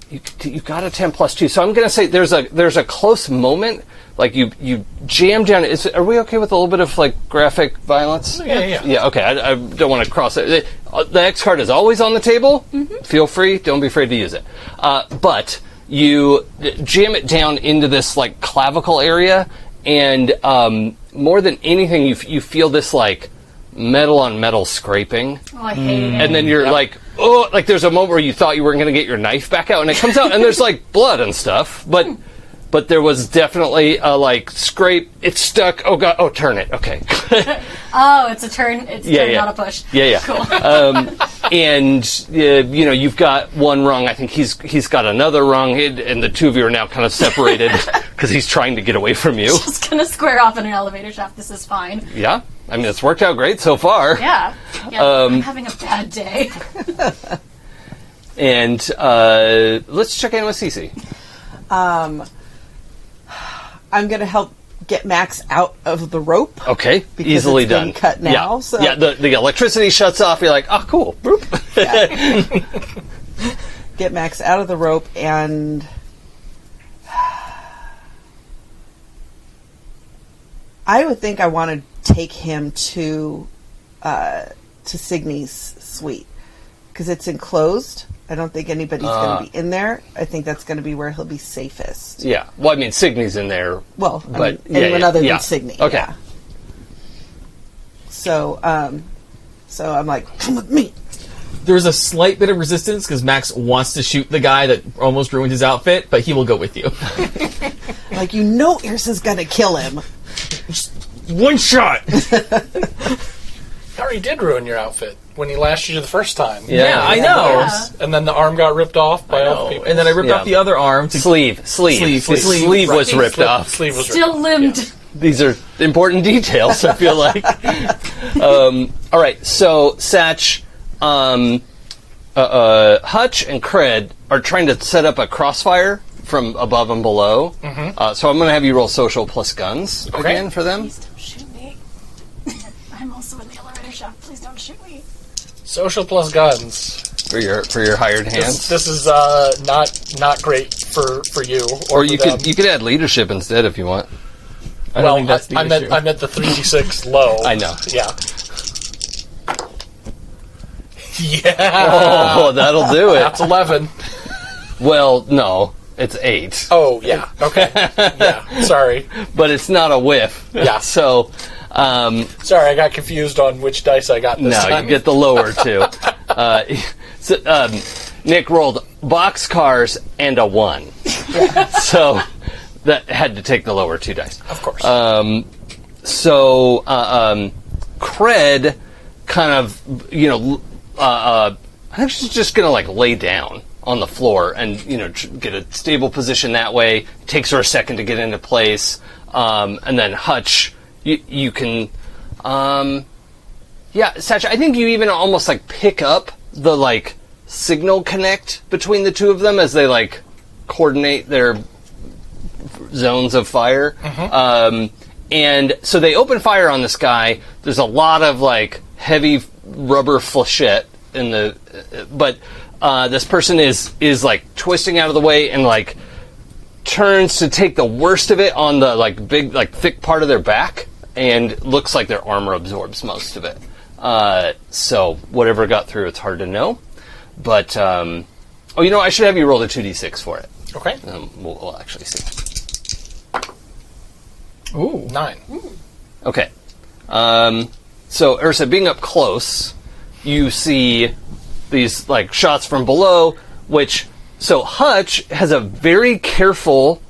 A: you, you got a 10 plus 2. So I'm going to say there's a there's a close moment. Like, you, you jam down. Is, are we okay with a little bit of, like, graphic violence?
B: Yeah, yeah.
A: Yeah, okay. I, I don't want to cross it. Uh, The X card is always on the table.
B: Mm-hmm.
A: Feel free. Don't be afraid to use it. Uh, but you uh, jam it down into this like clavicle area, and um, more than anything, you, f- you feel this like metal on metal scraping,
C: Oh, I hate it.
A: Mm. and then you're like, oh, like there's a moment where you thought you weren't going to get your knife back out, and it comes out, and there's like blood and stuff, but. But there was definitely a like scrape. It's stuck. Oh god. Oh, turn it. Okay.
C: Oh, it's a turn. It's
A: Yeah,
C: turn,
A: yeah.
C: not a push.
A: Yeah, yeah.
C: Cool.
A: um, and uh, you know you've got one rung. I think he's he's got another rung, and and the two of you are now kind of separated because he's trying to get away from you.
C: Just gonna square off in an elevator shaft. This is fine.
A: Yeah, I mean it's worked out great so far.
C: Yeah. yeah
A: Um,
C: I'm having a bad day.
A: And uh, let's check in with Cece.
D: I'm going to help get Max out of the rope.
A: Okay,
D: Because
A: easily
D: it's
A: done.
D: been cut now,
A: yeah,
D: so-
A: yeah. The, the electricity shuts off. You're like, oh, cool. Boop.
D: Get Max out of the rope and. I would think I want to take him to uh, to Signy's suite because it's enclosed. I don't think anybody's going to be in there. I think that's going to be where he'll be safest.
A: Uh. Yeah. Well, I mean, Signy's in there.
D: Well, I
A: But,
D: mean,
A: yeah,
D: anyone
A: yeah,
D: other
A: yeah.
D: than Signy.
A: Okay.
D: yeah. So, um, so I'm like, come with me.
E: There's a slight bit of resistance because Max wants to shoot the guy that almost ruined his outfit, but he will go with you.
D: Like, you know, Earson's gonna kill him.
E: One shot.
B: He already did ruin your outfit when he lashed you the first time.
E: Yeah, I know.
C: Yeah.
B: And then the arm got ripped off by
E: I
B: other
E: know.
B: people.
E: And then I ripped
A: Yeah.
E: off the other arm to
A: Sleeve, sleeve,
E: Sleeve,
A: His
E: sleeve.
A: sleeve was
B: Right.
A: ripped
B: Sleeve-
A: off.
B: Sleeve was ripped
C: Still limbed.
A: These are important details. I feel like. um, all right, so Satch, um, uh, uh, Hutch, and Cred are trying to set up a crossfire from above and below.
E: Mm-hmm.
A: Uh, so I'm going to have you roll social plus guns
B: Okay.
A: again for them.
C: Please don't shoot me. I'm also in the elevator shaft. Please don't shoot me.
B: Social plus guns.
A: for your for your hired
B: This,
A: hands.
B: this is uh, not not great for, for you. Or,
A: or
B: for
A: you
B: them.
A: could you could add leadership instead if you want.
E: I don't
B: well,
E: think that's the
B: I, I
E: issue.
B: meant I meant the three d six low.
A: I know.
B: Yeah. Yeah.
A: Oh, that'll do
B: That's
A: it.
B: eleven.
A: Well, no, it's eight,
B: Oh yeah. Okay. Yeah. Sorry.
A: but it's not a whiff.
B: Yeah.
A: So, um,
B: Sorry, I got confused on which dice I got this
A: no,
B: time.
A: you get the lower two. Uh, so, um, Nick rolled box cars and a one, so that had to take the lower two dice.
B: of course.
A: Um, so uh, um, Cred kind of you know uh, uh, I think she's just gonna like lay down on the floor and you know tr- get a stable position that way. It takes her a second to get into place, um, and then Hutch, you, you can. Um, yeah, Satch, I think you even almost like pick up the like signal connect between the two of them as they like coordinate their zones of fire. Um, and so they open fire on this guy. There's a lot of like heavy rubber flechette in the, uh, but uh, this person is is like twisting out of the way and like turns to take the worst of it on the like big like thick part of their back and looks like their armor absorbs most of it. Uh, so whatever got through, it's hard to know. But um, oh, you know, I should have you roll the two d six for it.
B: okay.
A: Um, we'll, we'll actually see.
E: Ooh.
B: Nine.
A: Okay. Um, so, Ursa, being up close, you see these like shots from below, which so Hutch has a very careful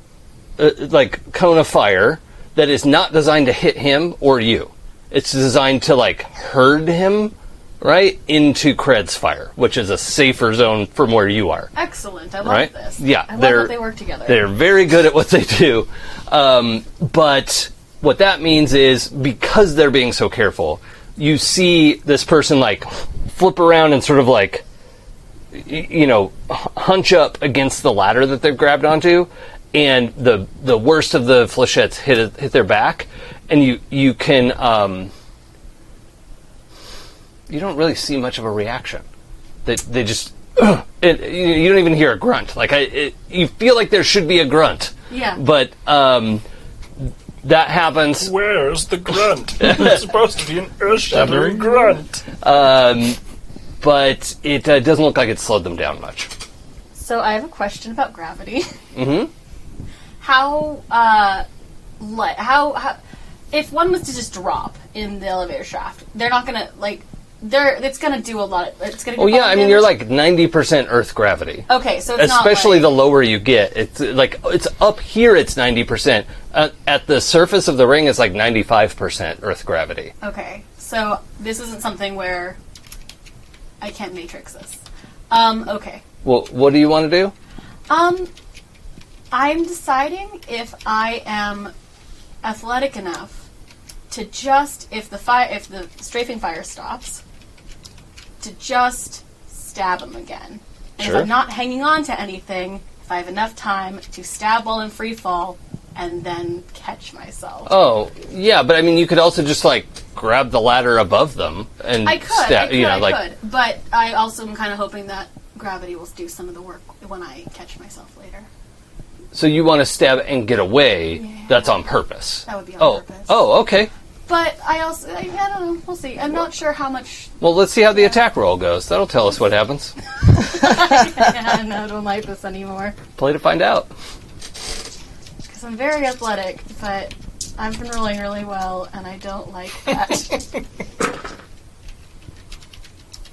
A: uh, like cone of fire that is not designed to hit him or you. It's designed to like herd him right into Cred's fire, which is a safer zone from where you are
C: Excellent. I love
A: right?
C: this.
A: Yeah,
C: I love
A: they're
C: that they work together.
A: They're very good at what they do. Um, but what that means is because they're being so careful, you see this person like flip around and sort of like y- you know h- hunch up against the ladder that they've grabbed onto, and the the worst of the flechettes hit hit their back, and you you can. Um, you don't really see much of a reaction. They, they just, it, you, you don't even hear a grunt. Like I, it, you feel like there should be a grunt.
C: Yeah.
A: But um, that happens.
B: Where's the grunt? It's supposed to be an earth-shattering grunt.
A: Um, but it uh, doesn't look like it slowed them down much.
C: So I have a question about gravity. Mm-hmm. How, uh, li- how, how, if one was to just drop in the elevator shaft, they're not gonna like, they're it's gonna do a lot. Of, it's gonna. do
A: Well, Oh, yeah.
C: body
A: I mean, you're
C: damage.
A: like 90% Earth gravity.
C: Okay, so it's
A: Especially the
C: not like,
A: lower you get, it's uh, like it's up here. It's ninety percent uh, at the surface of the ring. It's like ninety-five percent Earth gravity.
C: the. Okay, so this isn't something where I can't matrix this. Um. Okay.
A: Well, what do you want to do?
C: Um, I'm deciding if I am athletic enough to just if the fire if the strafing fire stops to just stab him again. And
A: Sure.
C: if I'm not hanging on to anything, if I have enough time to stab while in free fall and then catch myself.
A: Oh, yeah, but I mean, you could also just like grab the ladder above them and
C: I could, I
A: stab-
C: could,
A: you know,
C: I
A: like
C: could, but I also am kind of hoping that gravity will do some of the work when I catch myself later.
A: so you want to stab and get away. That's on purpose.
C: That would be on
A: oh,
C: purpose.
A: oh, okay.
C: But I also, I, I don't know. We'll see. I'm not sure how much.
A: Well, let's see how the attack roll goes. That'll tell us what happens.
C: I know, I don't like this anymore
A: Play to find out.
C: because I'm very athletic, but I've been rolling really well, and I don't like that.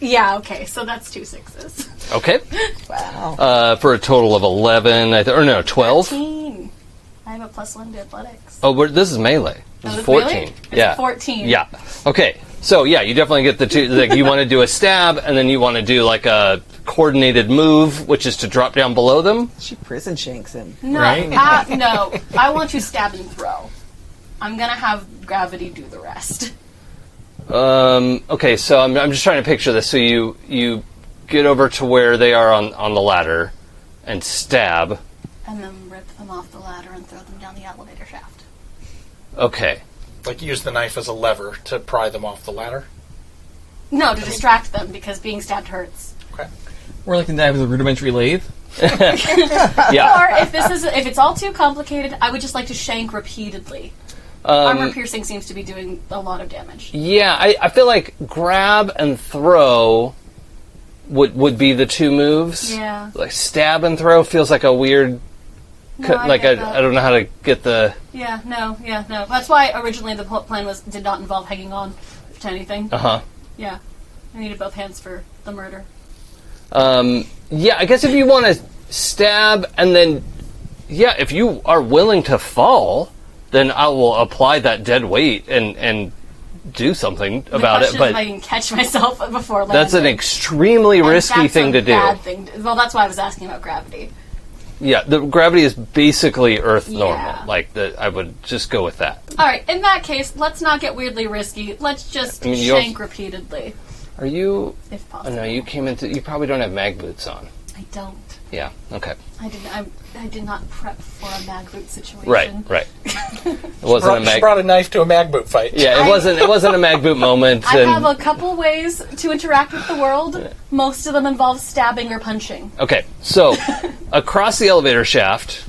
C: yeah. Okay. So that's two sixes.
A: Okay,
D: Wow.
A: uh, for a total of eleven, I th- or no, twelve.
C: Teen. I have a plus one to athletics.
A: Oh, we're, this is melee. This
C: Oh,
A: is
C: this
A: fourteen.
C: melee? It's
A: Yeah,
C: 14.
A: Yeah. Okay, So yeah, you definitely get the two. Like you want to do a stab, and then you want to do like a coordinated move, which is to drop down below them.
D: She prison shanks him.
C: No,
E: Right?
C: uh, no. I want you stab and throw. I'm gonna have gravity do the rest.
A: Um, okay, so I'm, I'm just trying to picture this. So you you get over to where they are on on the ladder, and stab.
C: And then rip them off the ladder and throw them down the elevator shaft.
A: Okay.
B: Like, use the knife as a lever to pry them off the ladder.
C: No, to distract them because being stabbed hurts.
B: Okay.
E: We're looking at that with a rudimentary lathe.
A: Yeah.
C: Or if this is if it's all too complicated, I would just like to shank repeatedly.
A: Um,
C: Armor piercing seems to be doing a lot of damage.
A: Yeah. I, I feel like grab and throw would would be the two moves.
C: Yeah.
A: Like stab and throw feels like a weird.
C: No, I
A: like
C: get
A: I,
C: that.
A: I don't know how to get the.
C: Yeah, no, yeah, no. That's why originally the pl- plan was did not involve hanging on to anything.
A: Uh huh.
C: Yeah, I needed both hands for the murder.
A: Um, yeah, I guess if you want to stab and then, yeah, if you are willing to fall, then I will apply that dead weight and and do something about
C: the
A: it.
C: question is if I
A: But
C: can catch myself before landing.
A: that's an extremely
C: And
A: risky
C: that's
A: thing
C: a
A: to do.
C: Bad thing. To, well, that's why I was asking about gravity.
A: Yeah, the gravity is basically Earth
C: Yeah.
A: normal. Like the, I would just go with that.
C: All right, in that case, let's not get weirdly risky. Let's just
A: I mean, you
C: shank
A: also-
C: repeatedly,
A: Are you?
C: if
A: Oh
C: possible.
A: no, you came into. You probably don't have mag boots on.
C: I don't.
A: Yeah. Okay.
C: I did. I, I did not prep for a mag boot situation.
A: Right. Right. It wasn't a
B: Brought, she
A: mag.
B: brought a knife to a mag boot fight.
A: Yeah, it
C: I-
A: wasn't. It wasn't a mag boot moment.
C: I
A: and,
C: have a couple ways to interact with the world. Most of them involve stabbing or punching.
A: Okay, so across the elevator shaft,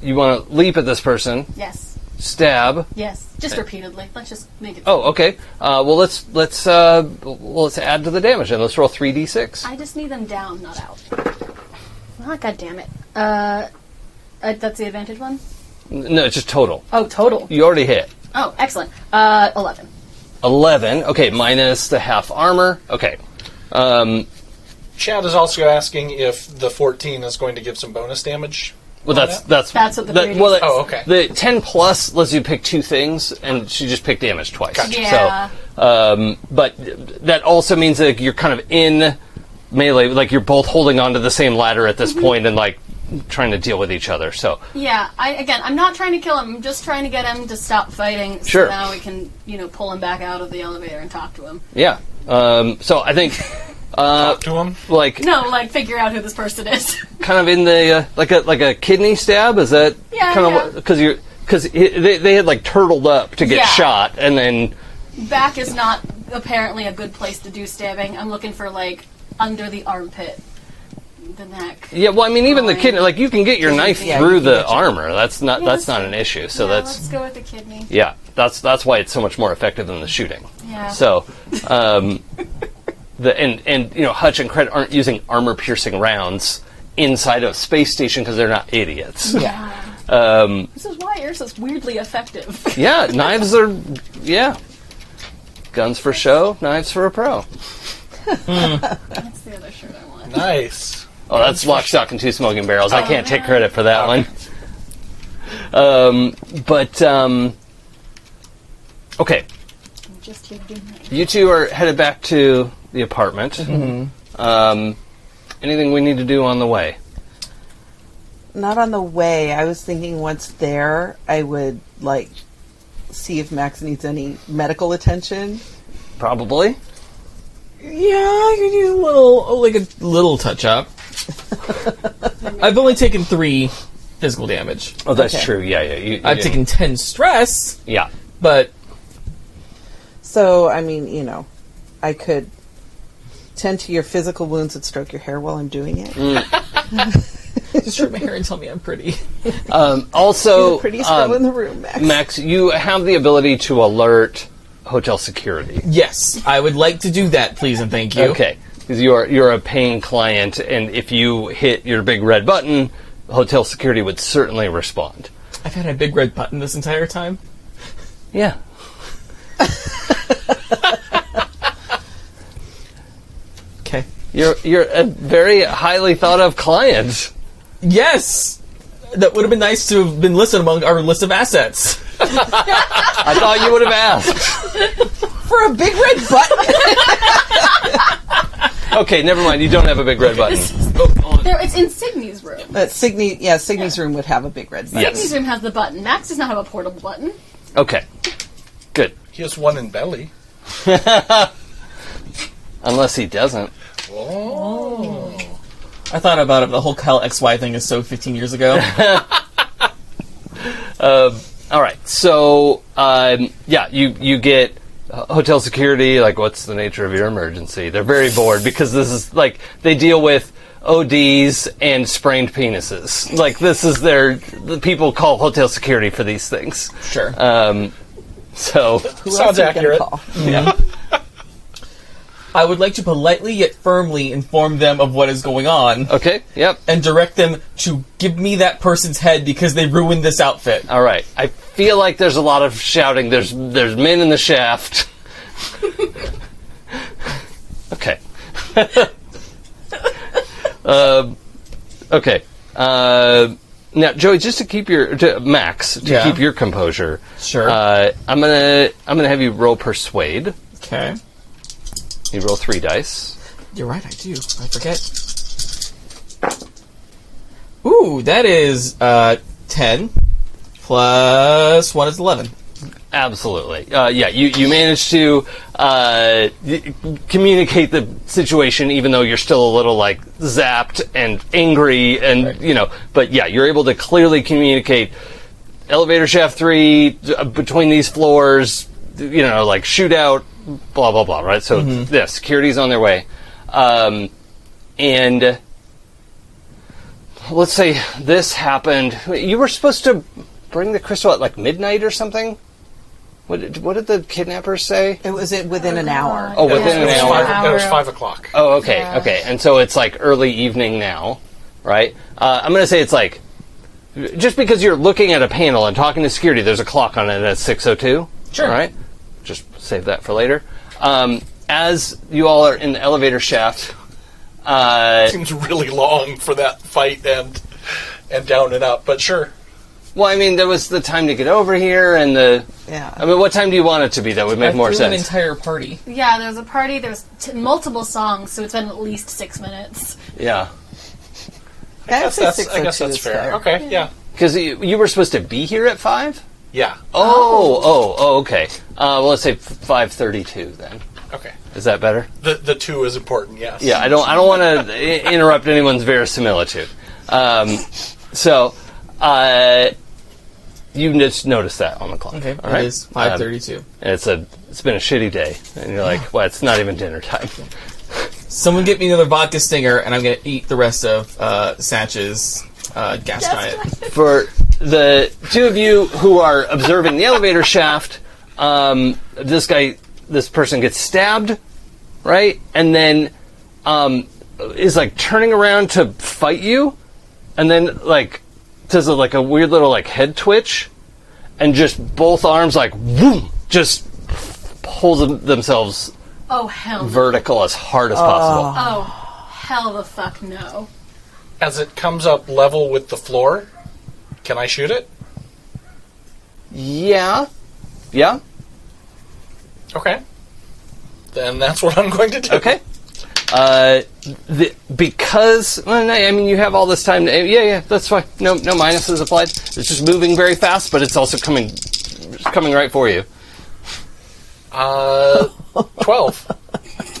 A: you want to leap at this person,
C: Yes.
A: stab.
C: Yes. Just repeatedly. Let's just make it.
A: Oh, okay. Uh, well, let's let's uh, well, let's add to the damage and let's roll three d six.
C: I just need them down, not out. Ah, God damn it. Uh, uh, that's the advantage one.
A: No, it's just total.
C: Oh, total.
A: You already hit
C: Oh, excellent. Uh, eleven.
A: eleven. Okay, minus the half armor. Okay. Um,
B: Chad is also asking if the 14 is going to give some bonus damage.
A: well, that's that's
C: Oh, That's what the three
A: well,
C: d6
B: Oh, okay.
A: The ten plus lets you pick two things, and she just picked damage twice.
C: Yeah.
A: So, um, but that also means that you're kind of in melee, like you're both holding onto the same ladder at this
C: Mm-hmm.
A: point and like trying to deal with each other. So,
C: Yeah. I again, I'm not trying to kill him. I'm just trying to get him to stop fighting. So
A: Sure.
C: Now we can, you know, pull him back out of the elevator and talk to him.
A: yeah. Um, so I think, uh,
B: to him?
A: like
C: No, like figure out who this person is.
A: kind of in the uh, like a like a kidney stab. Is that
C: Yeah,
A: kind
C: yeah.
A: of because you're because they they had like turtled up to get
C: Yeah.
A: shot and then.
C: back is not apparently a good place to do stabbing. I'm looking for like under the armpit, the neck.
A: Yeah, well, I mean, even the
C: Fine.
A: kidney, like you can get your knife
D: yeah, you
A: through
D: can
A: the
D: get your-
A: armor. That's not
C: Yeah,
A: that's
C: that's
A: not an issue. So
C: Yeah,
A: that's
C: let's go with the kidney.
A: yeah, that's that's why it's so much more effective than the shooting.
C: Yeah.
A: So, um, the and and you know, Hutch and Cred aren't using armor piercing rounds inside of space station because they're not idiots.
D: Yeah.
A: Um,
C: This is why yours is weirdly effective.
A: yeah, knives are yeah, guns for show, knives for a pro.
C: That's the other shirt I want.
B: Nice.
A: Oh, that's lock, stock, and two smoking barrels. I can't take
C: man.
A: credit for that one. Um, but um, okay,
C: I'm just here doing that.
A: you two are headed back to the apartment. Um, anything we need to do on the way?
D: Not on the way. I was thinking once there, I would like see if Max needs any medical attention.
A: Probably.
E: Yeah, I could use a little, oh, like a little touch up. I've only taken three physical damage.
A: Oh, that's
D: Okay.
A: true. Yeah, yeah. You, you
E: I've
A: didn't-
E: taken ten stress,
A: Yeah.
E: but
D: So, I mean, you know, I could tend to your physical wounds and stroke your hair while I'm doing
B: Mm.
D: it.
E: just rip my hair and tell me I'm pretty.
A: Um, also,
D: You're the prettiest
A: um,
D: girl in the room, Max.
A: Max, you have the ability to alert hotel security.
E: Yes, I would like to do that, please and thank you.
A: Okay, because you're you're a paying client, and if you hit your big red button, hotel security would certainly respond.
E: I've had a big red button this entire time.
A: Yeah.
E: Okay.
A: You're you're a very highly thought of client.
E: Yes! That would have been nice to have been listed among our list of assets.
A: I thought you would have asked.
D: For a big red button?
A: Okay, never mind. You don't have a big red button.
E: Oh,
C: There, it's in Signy's room.
D: but Signy, yeah, Signy's room would have a big red button.
A: Yes.
C: Signy's room has the button. Max does not have a portable button.
A: Okay, good.
B: He has one in belly.
A: Unless he doesn't.
E: I thought about it. but The whole Kyle XY thing is so 15 years ago.
A: All right. So, um, yeah, you you get uh, hotel security. Like, what's the nature of your emergency? They're very bored because this is like they deal with ODs and sprained penises. Like, this is their the people call hotel security for these things.
E: sure.
A: Um, so,
D: Who
B: Sounds
D: else are you gonna
B: accurate.
D: call?
E: I would like to politely yet firmly inform them of what is going on
A: okay, yep.
E: and direct them to give me that person's head because they ruined this outfit.
A: All right. I feel like there's a lot of shouting. There's there's men in the shaft. okay. Um okay. Uh, now, Joey, just to keep your to, Max to
E: Yeah.
A: keep your composure.
E: Sure.
A: Uh, I'm gonna I'm gonna have you roll persuade.
E: Okay.
A: You roll three dice.
E: You're right, I do. I forget. Ooh, that is uh, 10 plus 1 is 11.
A: Absolutely. Uh, yeah, you, you managed to uh, y- communicate the situation, even though you're still a little like zapped and angry, and you know. But yeah, you're able to clearly communicate elevator shaft three uh, between these floors. You know, like shootout, blah blah blah. Right. So yeah, security's on their way, um, and let's say this happened. You were supposed to bring the crystal at like midnight or something. What did, what did the kidnappers say?
D: It was it within an
C: Uh,
D: hour.
A: Oh, within
B: It
A: an
B: was,
A: hour.
B: five, it was five o'clock.
A: Oh, okay,
C: Yeah.
A: okay. And so it's like early evening now, right? Uh, I'm going to say it's like just because you're looking at a panel and talking to security, there's a clock on it and it's 6:02. Sure. All right. Just save that for later. Um, as you all are in the elevator shaft, uh,
B: Seems really long for that fight and and down and up, but sure.
A: well, I mean, there was the time to get over here and the.
D: Yeah.
A: I mean, what time do you want it to be? That would make
E: I
A: more
E: threw
A: sense.
E: an entire party.
C: Yeah, there was a party. There was t- multiple songs, so it's been at least six minutes.
A: yeah.
D: I would
B: That's,
D: say
B: that's, I
D: 602
B: guess that's
D: is
B: fair. Okay, yeah.
A: Because you, you were supposed to be here at five.
B: Yeah.
A: Oh, oh, oh, okay. Uh, well, let's say five thirty-two then.
B: Oh, Okay.
A: Is that better?
B: The the two is important, yes.
A: Yeah, I don't. I don't want to I- interrupt anyone's verisimilitude. Um, so, uh, you just noticed that on the clock.
E: Okay, Um,
A: all right? Um,
E: it is 532.
A: And it's a. It's been a shitty day, and you're like, well, it's not even dinner time.
E: Someone get me another vodka stinger, and I'm gonna eat the rest of uh, Satch's uh, gas diet.
A: for the two of you who are observing the elevator shaft, um, this guy, this person gets stabbed, right? And then um, is like turning around to fight you, and then like does a, like a weird little like head twitch, and just both arms like whoom, just pulls them- themselves
C: Oh hell. no.
A: vertical as hard as possible.
C: oh hell the fuck no.
B: As it comes up level with the floor, can I shoot it?
A: Yeah, yeah,
B: Okay. Then that's what I'm going to do.
A: Okay. Uh, the, because well, no, I mean, you have all this time. To, yeah, yeah, that's fine. No, no minuses applied. It's just moving very fast, but it's also coming, it's coming right for you.
B: Uh, 12.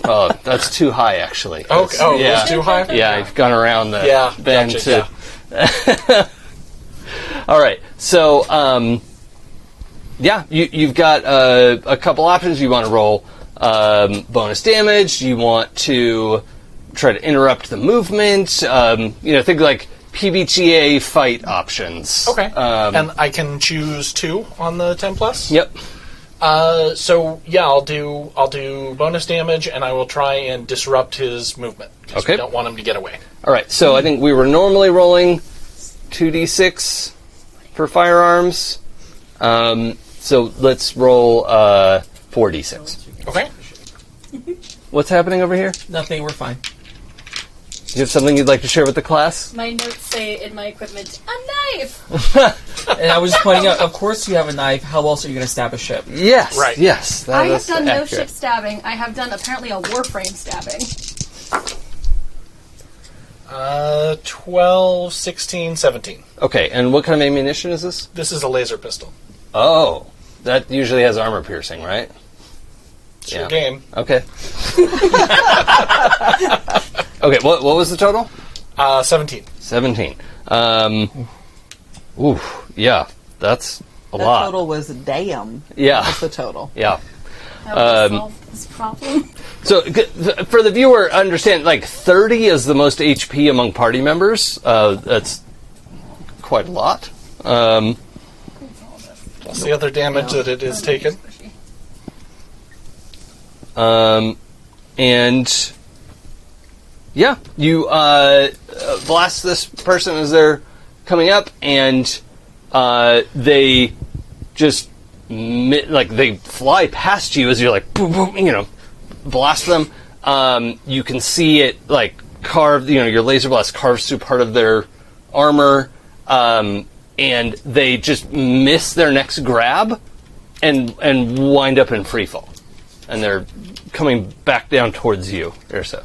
A: Oh, that's too high, actually.
B: Okay. Oh, it
A: yeah.
B: was too high?
A: Yeah, I've gone around the
B: Yeah,
A: bend
B: gotcha,
A: to. all right, so um, yeah, you, you've got uh, a couple options. You want to roll um, bonus damage. You want to try to interrupt the movement. Um, you know, think like PBTA fight options.
B: Okay.
A: Um,
B: and I can choose two on the 10 plus?
A: yep.
B: Uh, so yeah, I'll do I'll do bonus damage, and I will try and disrupt his movement. 'cause
A: Okay.
B: we don't want him to get away.
A: All right, so I think we were normally rolling 2d6 for firearms. Um, so let's roll uh, 4d6.
B: Okay.
A: What's happening over here?
E: Nothing, we're fine.
A: you have something you'd like to share with the class?
C: My notes say in my equipment, a knife.
E: And I was just pointing out, of course you have a knife. How else are you going to stab a ship?
A: Yes.
B: Right.
A: Yes. that
C: I have
A: is
C: done no
A: accurate.
C: ship stabbing. I have done apparently a warframe stabbing.
B: Uh, 12, 16, 17.
A: Okay, and what kind of ammunition is this?
B: This is a laser pistol.
A: Oh, that usually has armor piercing, right?
B: It's your
A: Yeah.
B: game.
A: Okay. okay, what, what was the total?
B: Uh, 17.
A: 17. Um, oof, yeah, that's a
D: The
A: lot.
D: total was damn.
A: yeah,
D: That's the total.
A: yeah.
C: That would
A: Um,
C: solve this problem.
A: So, g- th- for the viewer, understand like 30 is the most HP among party members. Uh, that's quite a lot. Um,
B: Plus the other damage that it is taken.
A: Um, and yeah, you uh, uh, blast this person as they're coming up, and uh, they just mi- like they fly past you as you're like, boom, boom, you know, blast them. Um, you can see it like carved, you know, your laser blast carves through part of their armor, um, and they just miss their next grab and and wind up in free fall and they're coming back down towards you, Ursa.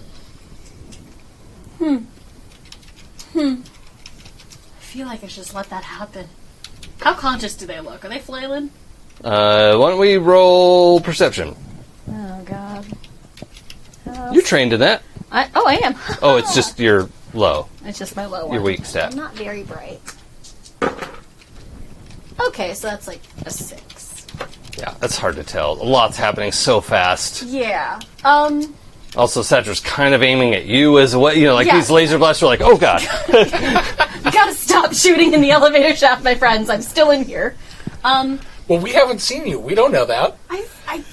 C: I feel like I should just let that happen. How conscious do they look? Are they flailing?
A: Uh, why don't we roll perception?
C: Oh god.
A: You're trained in that.
C: I, oh, I am.
A: Oh, it's just your low,
C: it's just my low one.
A: your weak stat.
C: I'm not very bright. Okay, so that's like a six.
A: Yeah, that's hard to tell. A lot's happening so fast.
C: Yeah. Um.
A: Also, Satra's kind of aiming at you as well. You know, like
C: Yeah.
A: these laser blasts are like, oh god.
C: I gotta stop shooting in the elevator shaft, my friends. I'm still in here. Um.
B: Well, we haven't seen you. We don't know that.
C: I. I.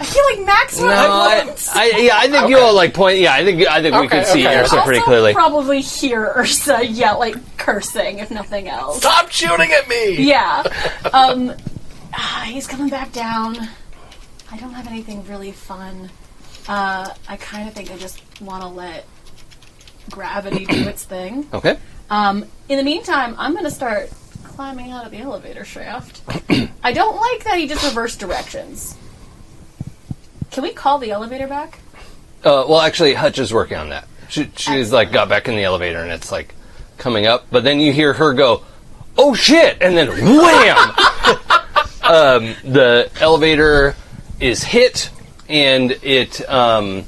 C: I feel like Max would
A: no, I,
C: have
A: I, yeah, I think you all like point. Yeah, I think I think we can
B: Okay,
A: see
B: okay.
A: Ursa
C: also
A: pretty clearly.
C: probably hear Ursa yell like cursing, if nothing else.
B: Stop shooting at me!
C: Yeah. Um, ah, he's coming back down. I don't have anything really fun. Uh, I kind of think I just want to let gravity do its thing.
A: okay.
C: Um, in the meantime, I'm going to start climbing out of the elevator shaft. I don't like that he just reversed directions. Can we call the elevator back?
A: Uh, well, actually, Hutch is working on that. She, she's like got back in the elevator and it's like coming up, but then you hear her go, "Oh shit!" and then wham! um, the elevator is hit, and it, um,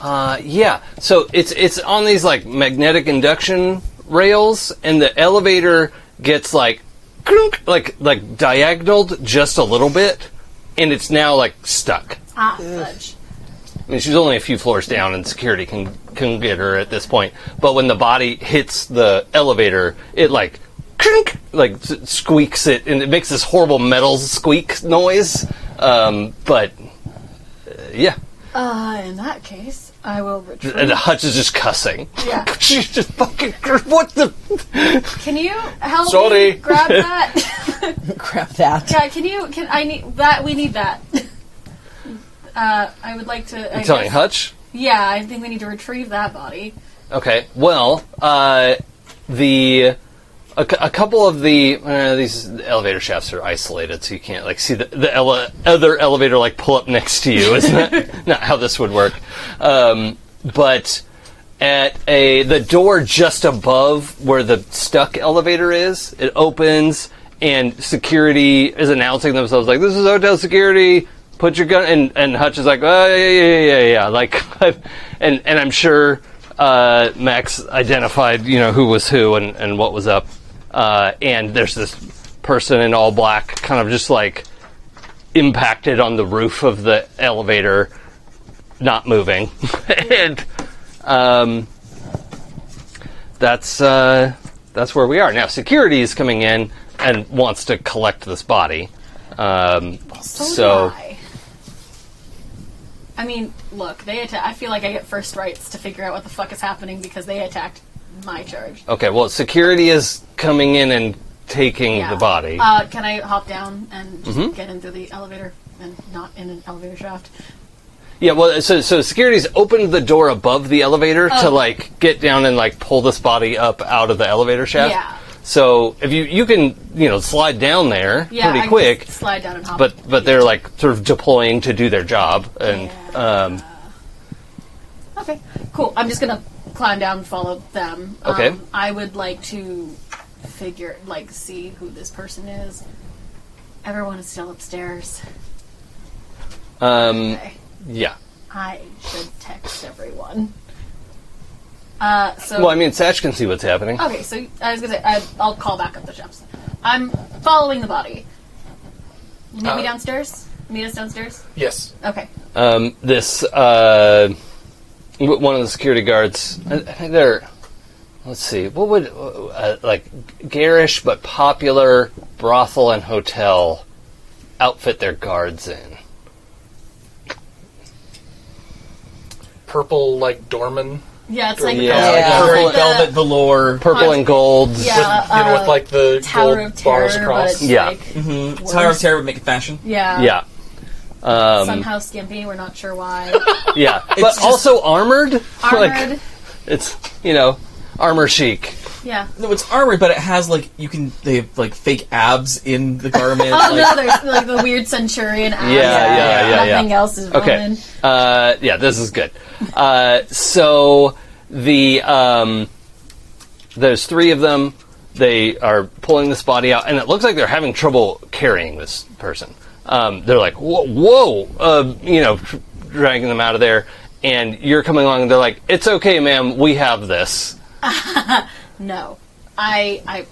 A: uh, yeah. So it's it's on these like magnetic induction rails, and the elevator gets like, clunk, like like diagonaled just a little bit, and it's now like stuck.
C: Ah, fudge.
A: I mean, she's only a few floors down, and security can can get her at this point. But when the body hits the elevator, it like crink, like s- squeaks it, and it makes this horrible metal squeak noise. Um, but uh, yeah,
C: Uh, in that case, I will retreat.
A: and Hutch is just cussing.
C: Yeah.
A: she's just fucking. cr- What the?
C: Can you help
B: Sorry.
C: me grab that?
D: Grab that.
C: Yeah, can you? Can I need that? We need that. Uh, I would like to. I
A: You're telling
C: guess-
A: Hutch.
C: Yeah, I think we need to retrieve that body.
A: Okay. Well, uh, the a, cou- a couple of the uh, these elevator shafts are isolated, so you can't like see the, the ele- other elevator like pull up next to you. Isn't that not how this would work? Um, but at a the door just above where the stuck elevator is, it opens and security is announcing themselves like this is hotel security. Put your gun and and Hutch is like oh yeah yeah yeah yeah, yeah. like and and I'm sure uh, Max identified you know who was who and and what was up uh, and there's this person in all black kind of just like impacted on the roof of the elevator not moving and um, that's uh, that's where we are now. Security is coming in and wants to collect this body. Um,
C: So,
A: So-
C: do I. I mean, look, they attack. I feel like I get first rights to figure out what the fuck is happening because they attacked my charge.
A: okay, well, security is coming in and taking
C: Yeah.
A: the body. Mm-hmm.
C: Uh, can I hop down and just get in through the elevator and not in an elevator shaft?
A: Yeah, well, so so security's opened the door above the elevator to
C: Oh.
A: like get down and like pull this body up out of the elevator shaft.
C: Yeah.
A: So if you you can you know slide down there
C: Yeah, I
A: pretty
C: can
A: quick,
C: just slide down and hop.
A: but but they're like sort of deploying to do their job and
C: Yeah.
A: um,
C: Okay, cool. I'm just gonna climb down and follow them. Um,
A: Okay.
C: I would like to figure, like, see who this person is. Everyone is still upstairs.
A: um
C: Okay.
A: yeah.
C: I should text everyone. Uh, so.
A: Well, I mean, Satch can see what's happening.
C: okay, so I was gonna say, I, I'll call back up the shops. I'm following the body. You meet me downstairs? Meet us downstairs?
B: Yes.
C: Okay.
A: um, this uh, w- one of the security guards. I I think they're. Let's see. What would uh, like garish but popular brothel and hotel outfit their guards in?
B: Purple like Dorman.
C: Yeah, it's like.
A: Yeah,
C: uh,
A: like
D: Yeah.
E: Very
A: Purple-
E: velvet velour.
A: Purple and golds.
C: Yeah,
B: you know, with
C: uh,
B: like the
C: Tower
B: gold
C: of Terror,
B: bars
C: but
B: across.
C: it's
A: Yeah.
C: like.
E: Mm-hmm. Tower of Terror would make it fashion.
C: Yeah.
A: Yeah. Um,
C: somehow skimpy. We're not sure why.
A: yeah, but
E: just-
A: also armored.
C: Armored.
A: Like it's you know armor chic.
C: yeah.
E: No, it's armored, but it has like you can they have like fake abs in the garment.
C: Oh
E: like,
C: no, there's like the weird centurion. Abs.
A: Yeah, yeah, yeah, yeah.
C: Nothing else is
A: Okay.
C: Roman.
A: Uh, yeah, this is good. Uh, so the um, there's three of them. They are pulling this body out, and it looks like they're having trouble carrying this person. Um, they're like, whoa, whoa uh, you know, tr- dragging them out of there. And you're coming along, and they're like, "It's okay, ma'am. We have this."
C: No, I, I,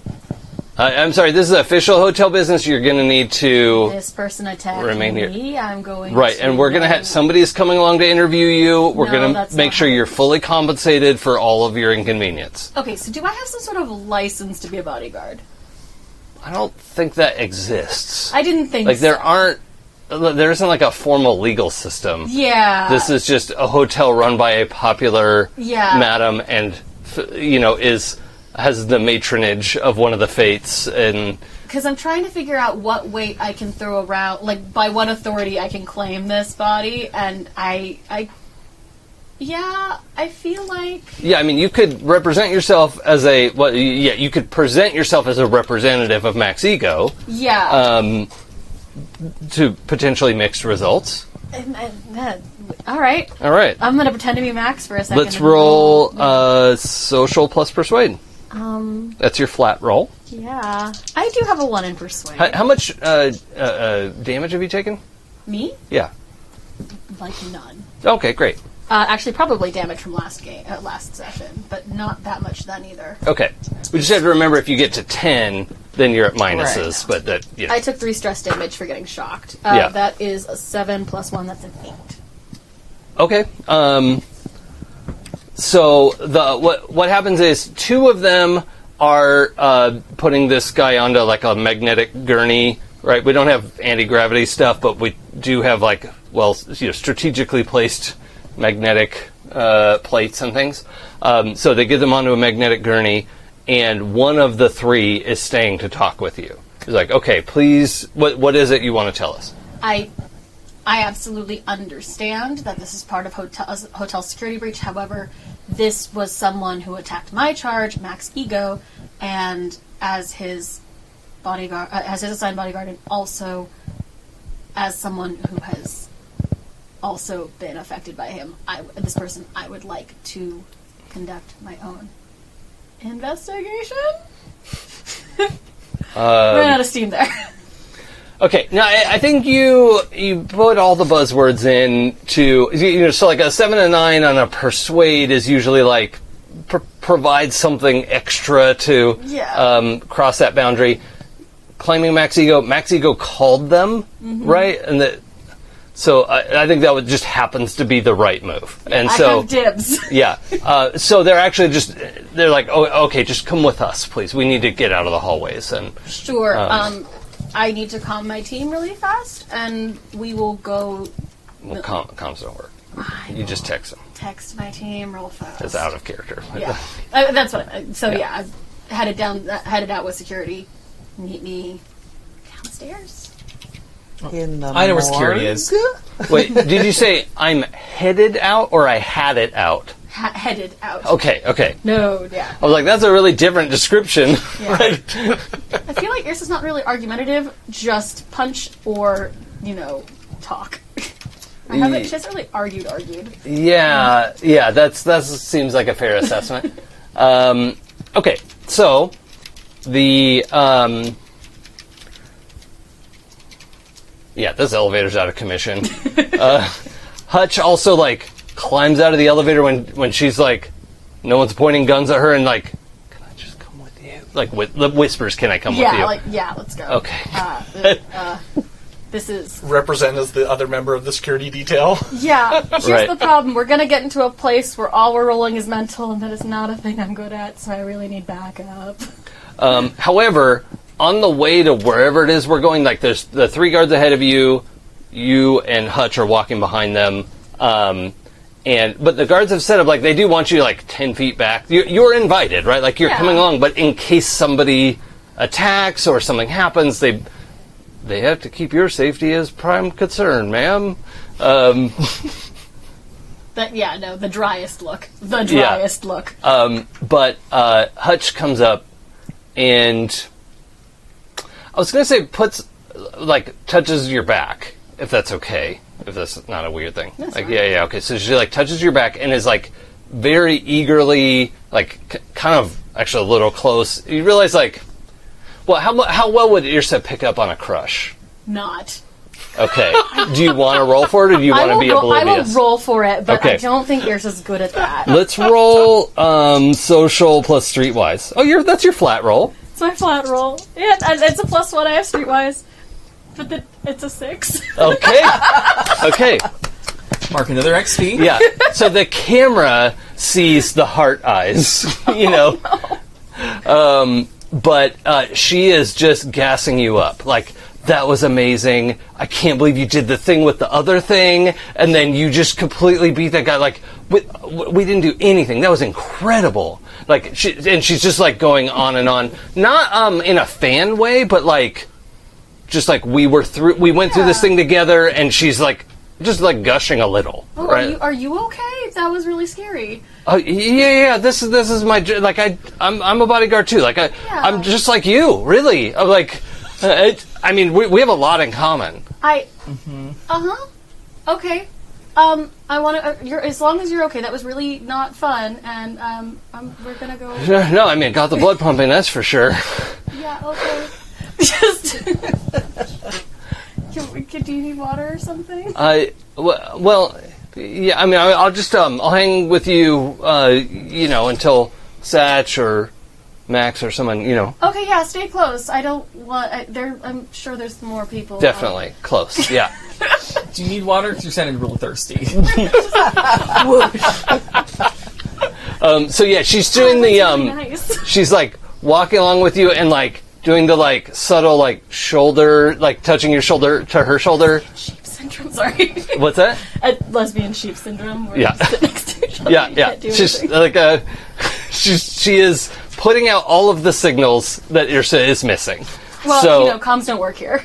A: Uh, I'm sorry. This is official hotel business. You're going to need to
C: this person attacked
A: Remain here.
C: me. I'm going
A: right,
C: to
A: and we're going to have somebody's coming along to interview you. We're
C: No,
A: going
C: that's
A: to make
C: not
A: sure
C: how it
A: you're fully compensated for all of your inconvenience.
C: Okay, so do I have some sort of license to be a bodyguard?
A: I don't think that exists.
C: I didn't think
A: like there
C: so.
A: aren't there isn't like a formal legal system.
C: Yeah.
A: This is just a hotel run by a popular
C: Yeah.
A: madam and f- you know is has the matronage of one of the fates and
C: because I'm trying to figure out what weight I can throw around, like by what authority I can claim this body, and I, I, yeah, I feel like
A: yeah, I mean you could represent yourself as a well yeah, you could present yourself as a representative of Max Ego
C: yeah.
A: um to potentially mixed results.
C: Um, uh, uh, All right.
A: All right.
C: I'm going to pretend to be Max for a Oh, second.
A: Let's roll uh, social plus persuade.
C: Um,
A: That's your flat roll.
C: yeah. I do have a one in persuade.
A: How, how much uh, uh, uh, damage have you taken?
C: Me?
A: Yeah.
C: Like none.
A: Okay, great.
C: Uh, actually, probably damage from last game, uh, last session, but not that much then either.
A: Okay. We just have to remember if you get to 10, then you're at minuses,
C: Right.
A: but that, you know.
C: I took three stress damage for getting shocked. Uh,
A: Yeah.
C: That is a seven plus one. That's an eight.
A: Okay. Um, so the what what happens is two of them are uh, putting this guy onto like a magnetic gurney. Right. We don't have anti gravity stuff, but we do have like well, s- you know, strategically placed magnetic uh, plates and things. Um, so they get them onto a magnetic gurney, and one of the three is staying to talk with you. He's like, okay, please, what what is it you want to tell us?
C: I I absolutely understand that this is part of hotel hotel security breach. However, this was someone who attacked my charge, Max Ego, and as his bodyguard, uh, as his assigned bodyguard, and also as someone who has also been affected by him. I, this person, I would like to conduct my own investigation. Ran out of steam there.
A: Okay, now I, I think you you put all the buzzwords in to you you know so like a seven and nine on a persuade is usually like pr- provide something extra to
C: Yeah.
A: um, cross that boundary. Claiming Max Ego, Max Ego called them
C: Mm-hmm.
A: right, and that so I, I think that would just happens to be the right move, and
C: I
A: so
C: have dibs.
A: yeah. Uh, so they're actually just they're like oh okay just come with us please we need to get out of the hallways and
C: Sure.
A: Uh,
C: Um, I need to calm my team really fast, and we will go
A: well, com- comms don't work. You just text them.
C: text my team real fast.
A: It's out of character.
C: Yeah, uh, that's what. I, so
A: Yeah.
C: yeah, I've headed down, uh, headed out with security. Meet me downstairs.
D: in the
E: I know where security is.
D: morgue?
A: Wait, did you say I'm headed out or I had it out?
C: Ha- headed out.
A: Okay, okay.
C: No, yeah.
A: I was like, that's a really different description.
C: yeah. I feel like yours is not really argumentative, just punch or, you know, talk. I haven't, she hasn't really argued, argued.
A: Yeah, yeah, that's that seems like a fair assessment. um, okay, so the um, yeah, this elevator's out of commission. uh, Hutch also like climbs out of the elevator when when she's like, no one's pointing guns at her, and like, can I just come with you? Like, with the whispers, can I come with
C: Yeah,
A: you?
C: like, yeah, let's go.
A: Okay.
C: Uh, uh, uh, this is
B: Represent as the other member of the security detail.
C: Yeah, here's
A: Right.
C: the problem. We're gonna get into a place where all we're rolling is mental, and that is not a thing I'm good at, so I really need backup.
A: Um, however, on the way to wherever it is we're going, like there's the three guards ahead of you, you and Hutch are walking behind them. Um, and but the guards have set up like they do want you like ten feet back. You, you're invited, right? Like you're
C: Yeah.
A: coming along, but in case somebody attacks or something happens, they they have to keep your safety as prime concern, ma'am. Um,
C: But yeah, no, the driest look. The
A: Yeah.
C: driest look.
A: Um, but uh, Hutch comes up and I was going to say puts like touches your back if that's okay if that's not a weird thing like yeah yeah okay so she like touches your back and is like very eagerly like c- kind of actually a little close you realize like well how mu- how well would Irsa pick up on a crush
C: Not.
A: okay do you want to roll for it or do you
C: I
A: want to
C: will,
A: be
C: roll, I will
A: oblivious
C: roll for it, but
A: Okay.
C: I don't think yours is good at that.
A: let's roll um, social plus streetwise oh you're that's your flat roll
C: It's my flat roll. Yeah, and it's a plus one. I have streetwise, but the, it's a six.
A: Okay. Okay.
E: Mark another XP.
A: Yeah. So the camera sees the heart eyes, you know. Um, but uh, she is just gassing you up. Like, that was amazing. I can't believe you did the thing with the other thing. And then you just completely beat that guy. Like, we, we didn't do anything. That was incredible. Like, she, and she's just like going on and on. Not um, in a fan way, but like, just like we were through we went through this thing together and she's like just like gushing a little
C: Oh,
A: right
C: are, you, are you okay? That was really scary.
A: Oh, yeah yeah this is this is my j- like i i'm, I'm a bodyguard too like i i'm just like you really i'm like uh, it, i mean we, we have a lot in common
C: I.
A: Mm-hmm.
C: Uh huh. Okay. Um, I want to. Uh, you're as long as you're okay. That was really not fun, and um, I'm, we're gonna go.
A: no i mean got the blood pumping that's for sure
C: Yeah. Okay. Just. can, we- can, do you need water or something?
A: I w- well, yeah. I mean, I, I'll just um, I'll hang with you, uh, you know, until Satch or Max or someone, you know,
C: Okay. Yeah. Stay close. I don't want. I, there. I'm sure there's more
A: Oh,
C: people.
A: definitely close. Yeah.
E: Do you need water? 'Cause You're sounding real thirsty.
A: Um, so yeah, she's doing
C: Uh,
A: the um,
C: nice.
A: she's like walking along with you and like doing the like subtle like shoulder like touching your shoulder to her shoulder
C: sheep syndrome. Sorry.
A: what's that
C: Uh, lesbian sheep syndrome. Where
A: Yeah.
C: You sit next to each other.
A: yeah
C: Oh, you
A: yeah
C: can't do
A: she's
C: anything.
A: like uh she's she is putting out all of the signals that Irsa is missing
C: Well,
A: so
C: you know, comms don't work here.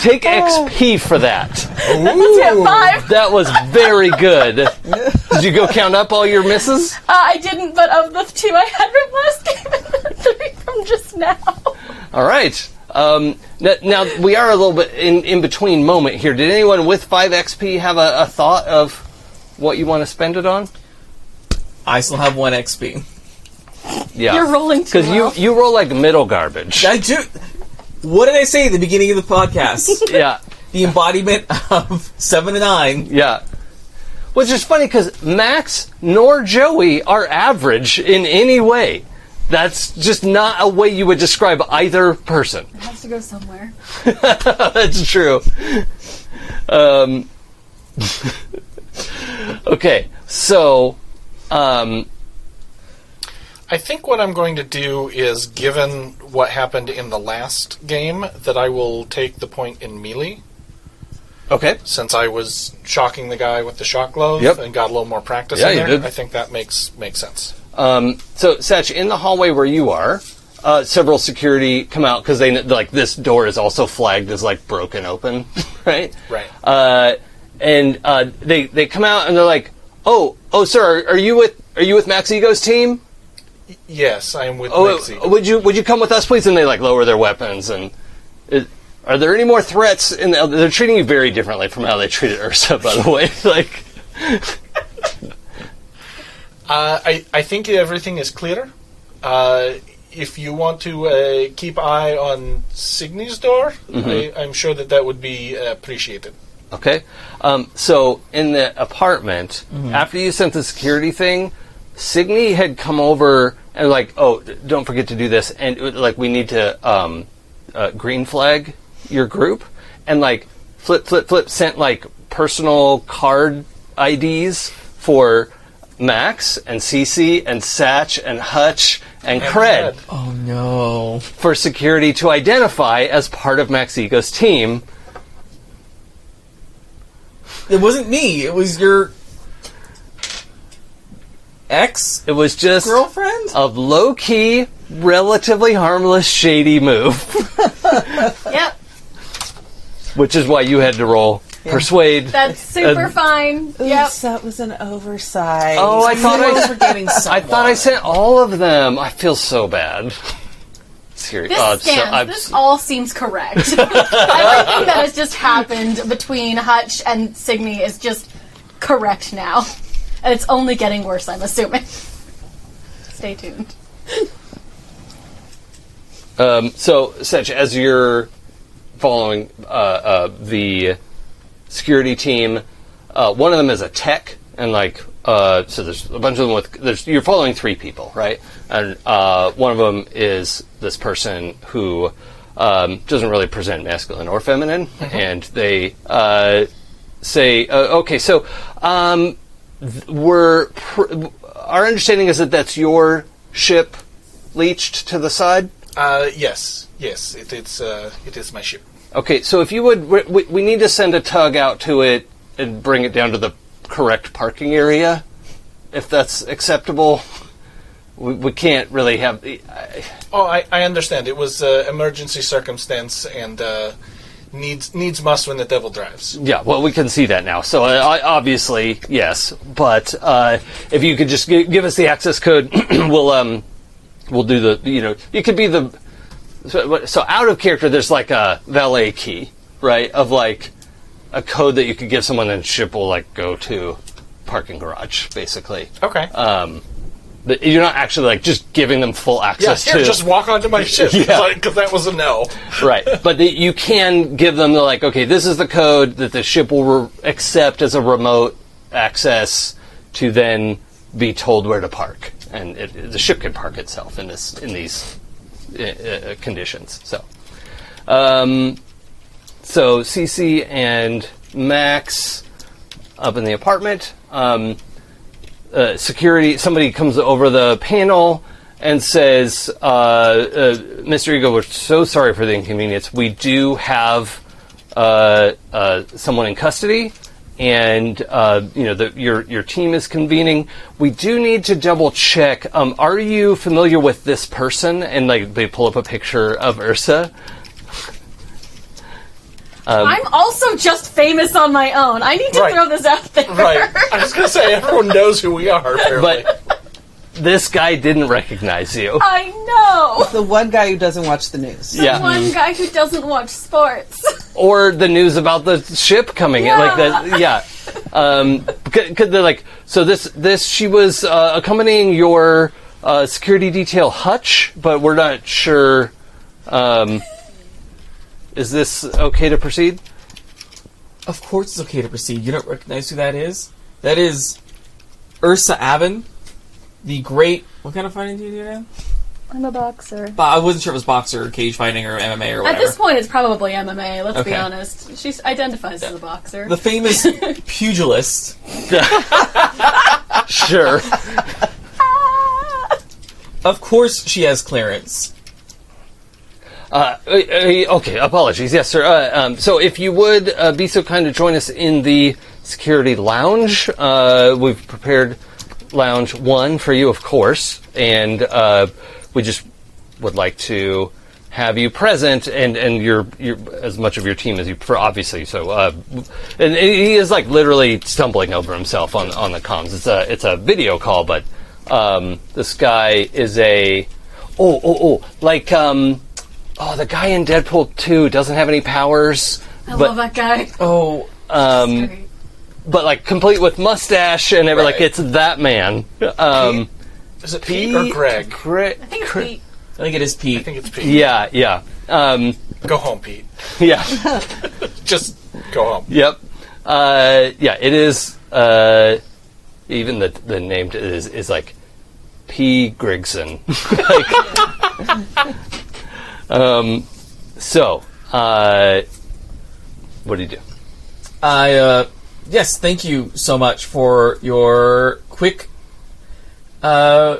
A: take xp for that
C: Yeah, five.
A: that was very good did you go count up all your misses
C: Uh, I didn't, but of the two I had from last game, and the three from just now.
A: all right um, n- now we are a little bit in, in between moment here did anyone with 5 xp have a, a thought of what you want to spend it on
E: I still have one XP.
A: Yeah.
C: You're rolling too
A: Because you,
C: well.
A: you roll like middle garbage.
E: I do. What did I say at the beginning of the podcast?
A: yeah,
E: the embodiment of seven to nine.
A: yeah. Which is funny because Max nor Joey are average in any way. That's just not a way you would describe either person.
C: It has to go somewhere.
A: That's true. Um, okay, so um,
B: I think what I'm going to do is, given what happened in the last game, that I will take the point in melee
A: okay,
B: since I was shocking the guy with the shock glove
A: Yep.
B: and got a little more practice.
A: Yeah,
B: in
A: you
B: there.
A: did.
B: I think that makes makes sense.
A: Um, so, Satch, in the hallway where you are, Uh, several security come out because they kn- like this door is also flagged as like broken open, right?
B: Right.
A: Uh, and uh, they they come out and they're like, "Oh, oh, sir, are, are you with are you with Max Ego's team?
B: Yes, I am with
A: Oh,
B: Lexi.
A: uh, would you would you come with us, please?" And they like lower their weapons and. It, are there any more threats? And they're treating you very differently from how they treated Ursa, by the way. like,
B: Uh, I, I think everything is clear. Uh, if you want to uh, keep eye on Signy's door,
A: Mm-hmm.
B: I, I'm sure that that would be uh, appreciated.
A: Okay. Um, so in the apartment, after you sent the security thing, Signy had come over and like, oh, d- don't forget to do this, and uh, like we need to um, uh, green flag your group, and like flip, flip, flip sent like personal card IDs for Max and Cece and Satch and Hutch and, Cred
B: Cred.
E: Oh no.
A: for security to identify as part of Max Ego's team.
E: It wasn't me. It was your ex
A: It was just
E: girlfriend.
A: of low key, relatively harmless, shady move,
C: Yep,
A: which is why you had to roll persuade.
C: that's super
A: Uh,
C: fine. Yep.
D: Oops, that was an oversight.
A: Oh, I thought
E: We're
A: I,
E: forgetting
A: I
E: someone.
A: thought I sent all of them. I feel so bad. Uh, Seriously,
C: This
B: Oh,
C: scans. this all seems correct. Everything that has just happened between Hutch and Signy is just correct now. And it's only getting worse, I'm assuming. Stay tuned.
A: um, so such as you're following uh, uh, the security team. Uh, one of them is a tech, and like uh, so, there's a bunch of them with. There's you're following three people, right? And uh, one of them is this person who um, doesn't really present masculine or feminine, and they uh, say, uh, "Okay, so um, th- we're pr- our understanding is that that's your ship leached to the side."
B: Uh, yes, yes, it, it's uh, it is my ship.
A: Okay, so if you would, we- we, we need to send a tug out to it and bring it down to the correct parking area, if that's acceptable. We, we can't really have. I-
B: Oh, I, I understand. It was uh, emergency circumstance and uh, needs needs must when the devil drives.
A: Yeah, well, we can see that now. So uh, I- obviously, yes. But uh, if you could just gi- give us the access code, we'll um, we'll do the. You know, it could be the. So, what- so out of character, there's like a valet key, right? Of like a code that you could give someone, and ship will like go to parking garage, basically.
B: Okay.
A: Um, but you're not actually like just giving them full
B: yeah,
A: access
B: here,
A: to
B: just walk onto my ship.
A: Yeah.
B: Because that was a no.
A: right. But the, you can give them the like, okay, this is the code that the ship will re- accept as a remote access to then be told where to park, and it, it- the ship can park itself in this in these uh, uh, conditions. So, um, so CC and Max up in the apartment. Um, uh, security, somebody comes over the panel and says, uh, uh, "Mr. Eagle, we're so sorry for the inconvenience. We do have uh, uh, someone in custody, and uh, you know the, your your team is convening. We do need to double check. Um, are you familiar with this person?" And like they pull up a picture of Ursa.
C: I'm also just famous on my own. I need to
B: Um, Right.
C: throw this out there.
B: Right. I was going to say, everyone knows who we are, apparently.
A: But this guy didn't recognize you.
C: I know.
D: the one guy who doesn't watch the news.
A: Yeah.
C: One guy who doesn't watch sports.
A: or the news about the ship coming in, like that. Yeah, um, because they're like, so this this she was uh, accompanying your uh, security detail Hutch, but we're not sure. Um, is this okay to proceed?
E: Of course it's okay to proceed. You don't recognize who that is? That is Ursa Avon, the great. What kind of fighting do you do again?
C: I'm a boxer.
E: Bo- I wasn't sure if it was boxer or cage fighting or MMA or
C: At
E: whatever.
C: this point, it's probably MMA. Let's be
E: Okay.
C: honest. She identifies as a boxer.
E: the famous pugilist.
A: Sure.
E: Of course she has clearance.
A: Uh, uh, okay, apologies. Yes, sir. Uh, um, so, if you would uh, be so kind to join us in the security lounge, uh, we've prepared lounge one for you, of course, and uh, we just would like to have you present and and your your as much of your team as you for obviously so uh and he is like literally stumbling over himself on on the comms it's a it's a video call but um this guy is a oh oh oh like um oh the guy in Deadpool 2 doesn't have any powers
C: I
A: but
C: love that guy.
E: Oh,
A: um
C: Great.
A: but like complete with mustache and everything like
E: Right.
A: it's that man um
B: Is it Pete, or Greg?
A: Gre-
C: I think it's
A: Gre-
C: Pete.
E: I think it is
B: I
E: Pete.
B: think it's Pete.
A: yeah yeah um
B: Go home, Pete.
A: yeah
B: Just go home.
A: Yep. Uh, yeah, it is. Uh, even the the name is is like P. Grigson. Like, um, so, uh, what do you do?
E: I uh, yes, thank you so much for your quick uh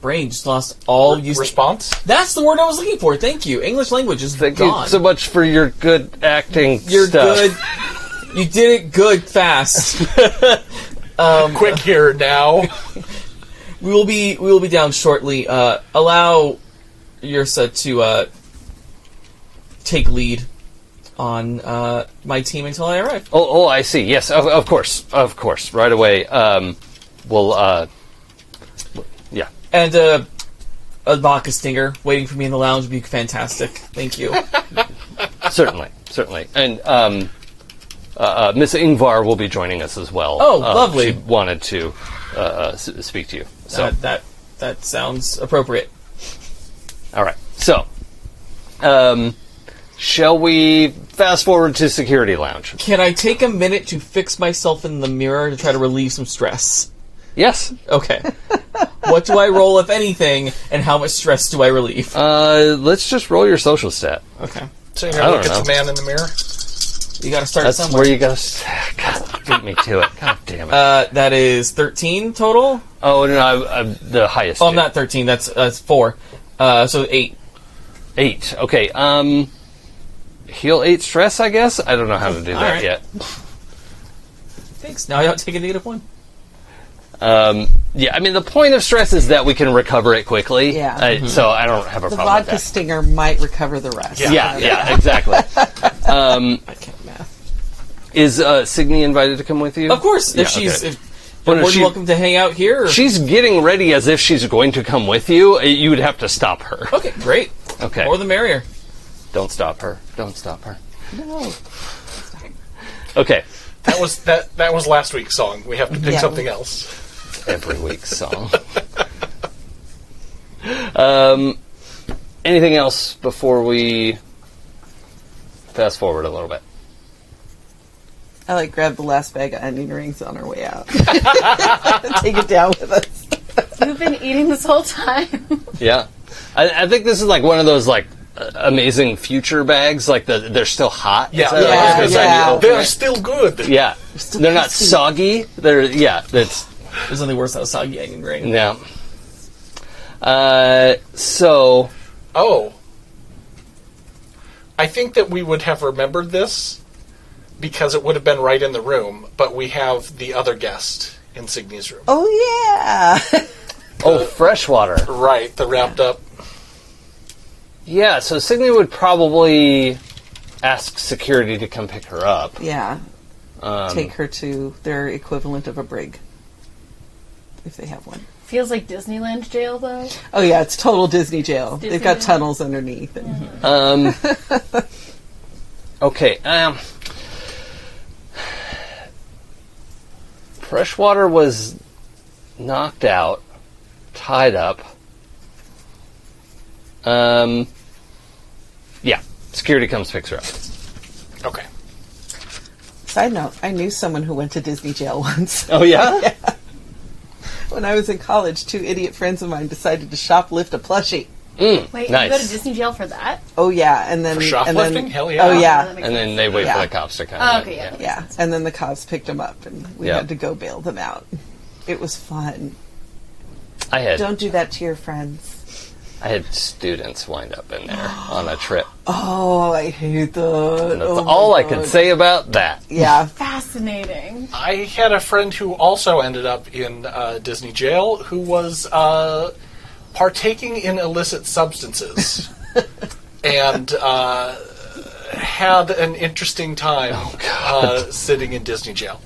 E: brain just lost all use.
B: Response?
E: That's the word I was looking for. Thank you. English language is
A: Thank
E: gone.
A: you so much for your good acting.
E: You're
A: stuff.
E: good. You did it good fast.
A: Um,
B: Quick here now.
E: we will be we will be down shortly. Uh, allow Yursa to uh, take lead on uh, my team until I arrive.
A: Oh, oh, I see. Yes, of, of course, of course. Right away. Um, we'll. Uh, yeah.
E: And uh, a vodka stinger waiting for me in the lounge would be fantastic. Thank you.
A: certainly, certainly. And um, uh, uh, Miss Ingvar will be joining us as well.
E: Oh,
A: Um,
E: lovely.
A: She wanted to uh, uh, s- speak to you. So,
E: that, that that sounds appropriate.
A: all right. So, um, shall we fast forward to security lounge?
E: Can I take a minute to fix myself in the mirror to try to relieve some stress?
A: Yes.
E: Okay. what do I roll, if anything, and how much stress do I relieve?
A: Uh, let's just roll your social stat.
E: Okay.
B: So you're
A: I
B: gonna
A: don't
B: look at
A: know.
B: the man in the mirror.
E: You gotta start
A: That's
E: somewhere.
A: where you go. God, beat me to it. God damn it.
E: uh, that is 13 total?
A: oh no, I, I, the highest.
E: Oh, I'm
A: dude.
E: not 13. That's, that's 4. Uh, so 8.
A: Eight. Okay. Um, heal eight stress. I guess. I don't know how to do
E: All
A: that
E: right.
A: yet.
E: Thanks. Now I don't take a negative 1.
A: Um, yeah, I mean the point of stress is that we can recover it quickly.
D: Yeah. Mm-hmm.
A: Uh, So I don't have a
D: The
A: problem
D: vodka
A: with
D: stinger might recover the rest.
A: that. Yeah, yeah, exactly.
E: I can't math.
A: is uh, Signy invited to come with you?
E: Of course,
A: Yeah,
E: if she's
A: okay.
E: if
A: Well,
E: you're
A: no,
E: more than
A: she-
E: welcome to hang out here. or-
A: she's getting ready as if she's going to come with you. Uh, You would have to stop her.
E: okay, great.
A: Okay.
E: Oh, More the merrier.
A: Don't stop her. Don't stop her. No. Okay.
B: That was that that was last week's song. We have to pick
D: Yeah.
B: something else.
A: Every week's song. um, anything else before we fast forward a little bit?
D: I like grabbed the last bag of onion rings on our way out. Take it down with us.
C: You've been eating this whole time.
A: Yeah, I, I think this is like one of those like uh, amazing future bags. Like the, they're still hot.
B: Yeah,
A: Is that
D: Yeah,
A: like- is that-
D: yeah.
B: They are still good.
A: yeah. They're not soggy. They're yeah. That's
E: There's nothing worse than a soggy onion ring.
A: yeah. Uh, so
B: Oh. I think that we would have remembered this because it would have been right in the room, but we have the other guest in Signy's room.
D: Oh yeah.
A: oh, freshwater.
B: Right, the wrapped up.
A: Yeah. So Signe would probably ask security to come pick her up.
D: Yeah.
A: Um,
D: Take her to their equivalent of a brig. If they have one.
C: Feels like Disneyland jail though.
D: Oh yeah, it's total Disney jail. Mm-hmm. They've got
C: Disneyland.
D: tunnels underneath. And,
A: Um, okay. Um, Freshwater was knocked out, tied up. Um, yeah, security comes picks her up.
B: Okay.
D: Side note, I knew someone who went to Disney jail once.
A: Oh yeah,
D: When I was in college, two idiot friends of mine decided to shoplift a plushie.
C: Wait,
A: Nice.
C: you go to Disney jail for that?
D: Oh yeah, and then
B: For
D: and then-
B: shoplifting? Hell yeah.
D: Oh
C: Oh, that
D: yeah,
C: makes
A: and then they wait
D: Yeah.
A: for the cops to come.
C: Oh,
A: in,
C: okay, yeah.
D: yeah. And then the cops picked them up, and we
A: Yeah.
D: had to go bail them out. It was fun.
A: I had
D: Don't do that to your friends.
A: I had students wind up in there on a trip.
D: Oh, I hate that.
A: And
D: oh
A: that's all I could
D: could
A: say about that.
D: Yeah,
C: Fascinating.
B: I had a friend who also ended up in uh, Disney jail who was uh, partaking in illicit substances, and uh, had an interesting time
A: Oh,
B: uh, sitting in Disney jail.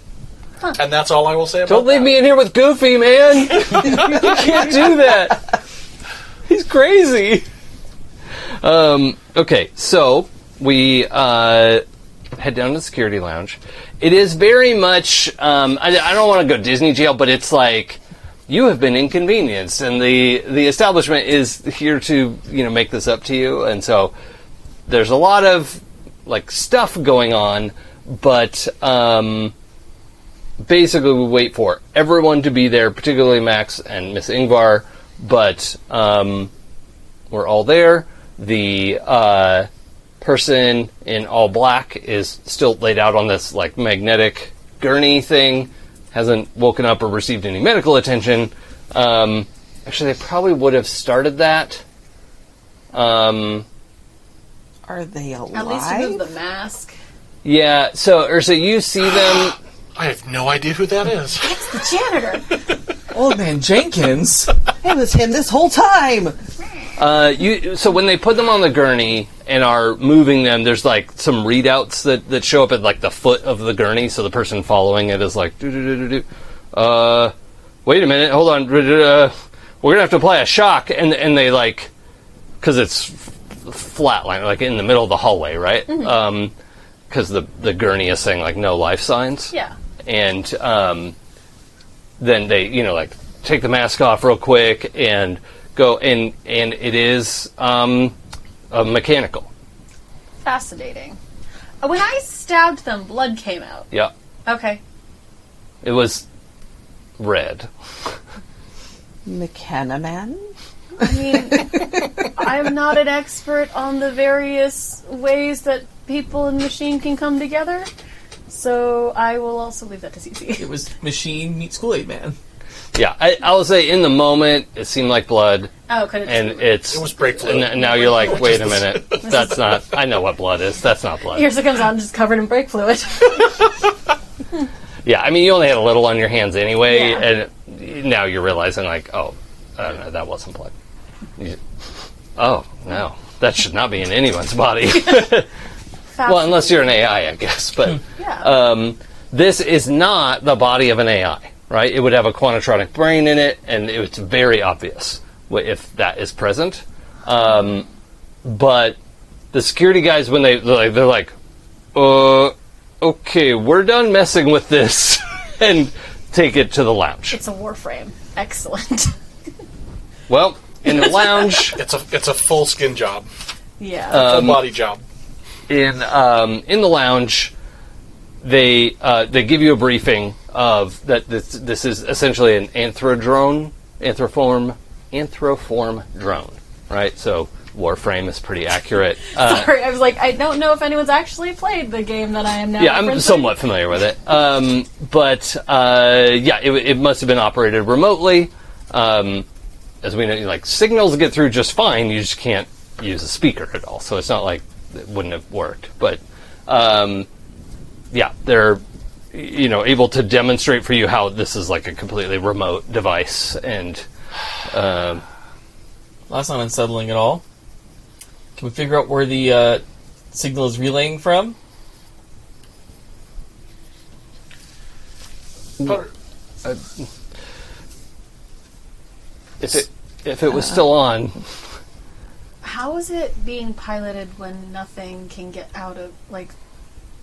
B: And that's all I will say about
A: Don't leave
B: that.
A: me in here with Goofy, man. you can't do that. He's crazy. Um, okay, so we uh, head down to the security lounge. It is very much. Um, I, I don't want to go Disney jail, but it's like you have been inconvenienced, and the the establishment is here to you know make this up to you, and so there's a lot of like stuff going on, but. Um, basically we wait for everyone to be there, particularly Max and Miss Ingvar, but um, we're all there. The uh, person in all black is still laid out on this like magnetic gurney thing, hasn't woken up or received any medical attention. Um, actually, they probably would have started that. Um,
D: Are they alive?
C: At least remove the mask.
A: yeah, so Ursa, you see them
B: I have no idea who that is.
C: It's the janitor.
E: Old man Jenkins.
D: It was him this whole time.
A: Uh, you so when they put them on the gurney and are moving them, there's like some readouts that, that show up at like the foot of the gurney, so the person following it is like, doo doo doo doo doo. Uh, wait a minute, hold on, uh, we're gonna have to apply a shock, and and they like, because it's f- flatline, like in the middle of the hallway, right? Um, because the the gurney is saying like no life signs
C: yeah.
A: and um, then they you know like take the mask off real quick and go and and it is um, a mechanical
C: Fascinating. Uh, When I stabbed them, blood came out.
A: yeah
C: Okay.
A: it was red
D: McKenna man?
C: I mean, I'm not an expert on the various ways that people and machine can come together, so I will also leave that to CC.
E: It was machine meets Kool Aid Man.
A: yeah I, I will say in the moment it seemed like blood
C: Oh, could it
A: and it's
B: It was break fluid.
A: and now you're like wait a minute that's not I know what blood is that's not blood
C: Here's it comes out and just covered in brake fluid.
A: yeah I mean you only had a little on your hands anyway
C: Yeah.
A: and now you're realizing like oh I don't know that wasn't blood You- oh no that should not be in anyone's body. Well, unless you're an AI, I guess. But
C: yeah.
A: um, this is not the body of an AI, right? It would have a quantitronic brain in it, and it's very obvious wh- if that is present. Um, but the security guys, when they they're like, they're like uh, okay, we're done messing with this, and take it to the lounge.
C: it's a Warframe. Excellent.
A: Well, in the lounge.
B: It's a it's a full skin job,
C: yeah.
B: full
A: Um,
B: body job.
A: in um, in the lounge, they uh, they give you a briefing of that this, this is essentially an anthrodrone, anthroform, anthroform drone, right? So Warframe is pretty accurate. Uh,
C: Sorry, I was like, I don't know if anyone's actually played the game that I am now.
A: yeah, I'm
C: referencing.
A: somewhat familiar with it, um, but uh, yeah, it, it must have been operated remotely. Um, as we know, like signals get through just fine. You just can't use a speaker at all, so it's not like it wouldn't have worked. But um, yeah, they're you know able to demonstrate for you how this is like a completely remote device, and um,
E: That's not unsettling at all. Can we figure out where the uh, signal is relaying from?
B: But
A: if it if it was still on,
C: How is it being piloted when nothing can get out of like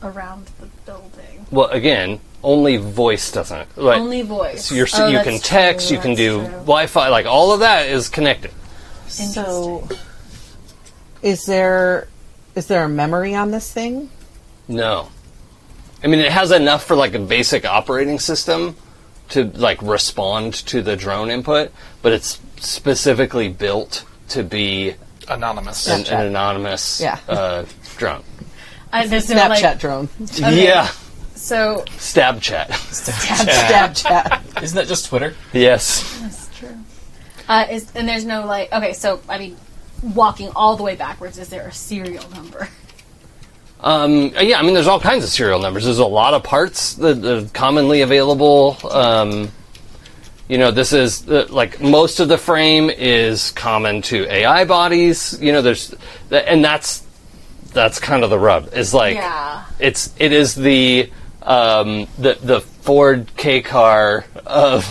C: around the building?
A: well, again, only voice doesn't. Like,
C: Only voice.
A: So you're,
C: Oh,
A: you
C: that's
A: can text,
C: true,
A: you can
C: that's
A: do
C: true.
A: Wi-Fi, like all of that is connected.
D: So is there is there a memory on this thing?
A: No, I mean it has enough for like a basic operating system to like respond to the drone input, but it's specifically built to be
B: anonymous.
A: an,
D: Snapchat.
A: an anonymous
D: Yeah.
A: uh, drone.
C: I, there's no,
D: Snapchat
C: like,
D: drone.
A: Yeah,
C: so
A: stab chat.
D: Stab chat.
E: Isn't that just Twitter?
A: yes,
C: that's true. Uh, is, and there's no like okay, so I mean, walking all the way backwards, is there a serial number?
A: um, yeah. I mean, there's all kinds of serial numbers. There's a lot of parts that are commonly available. Um, You know, this is uh, like most of the frame is common to AI bodies. You know, there's and that's that's kind of the rub. Is like
C: Yeah.
A: it's it is the um, the the Ford K car of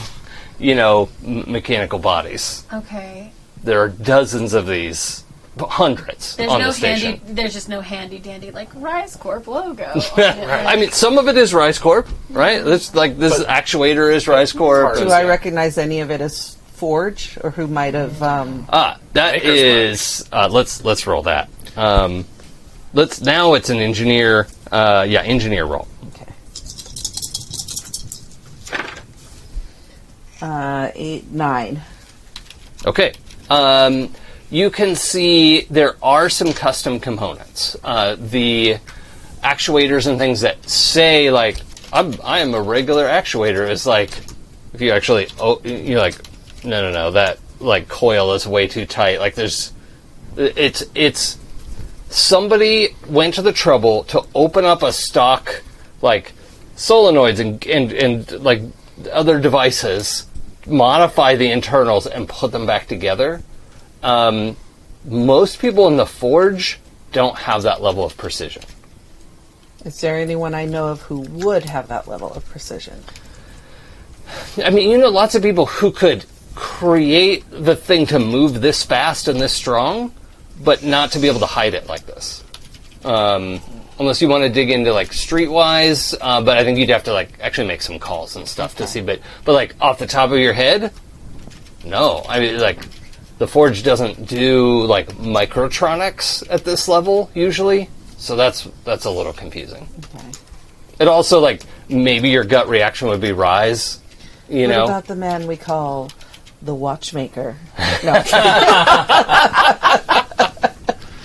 A: you know m- mechanical bodies.
C: Okay.
A: There are dozens of these, hundreds
C: There's
A: on
C: no
A: the station.
C: handy. There's just no handy dandy like Rise Corp logo. Oh,
A: I mean, some of it is Rice Corp, right? This like this actuator is Rice Corp.
D: Do
B: Do
D: I recognize any of it as Forge or who might have? Um,
A: Ah, that
B: Maker's
A: is. Uh, let's let's roll that. Um, let's now it's an engineer. Uh, yeah, engineer roll.
D: okay. Uh, eight nine.
A: Okay. Um, you can see there are some custom components. Uh, the actuators and things that say like I'm, I am a regular actuator is like if you actually oh you're like no no no that like coil is way too tight like there's it's it's somebody went to the trouble to open up a stock like solenoids and and, and like other devices modify the internals and put them back together um, most people in the forge don't have that level of precision
D: Is there anyone I know of who would have that level of precision?
A: I mean, you know, lots of people who could create the thing to move this fast and this strong, but not to be able to hide it like this. Um, unless you want to dig into like streetwise, uh, but I think you'd have to like actually make some calls and stuff to see. But but like off the top of your head, no. I mean, like the forge doesn't do like microtronics at this level usually, so that's that's a little confusing.
D: Okay.
A: It also like maybe your gut reaction would be rise. You
D: What
A: know,
D: about the man we call the watchmaker? No, I'm kidding.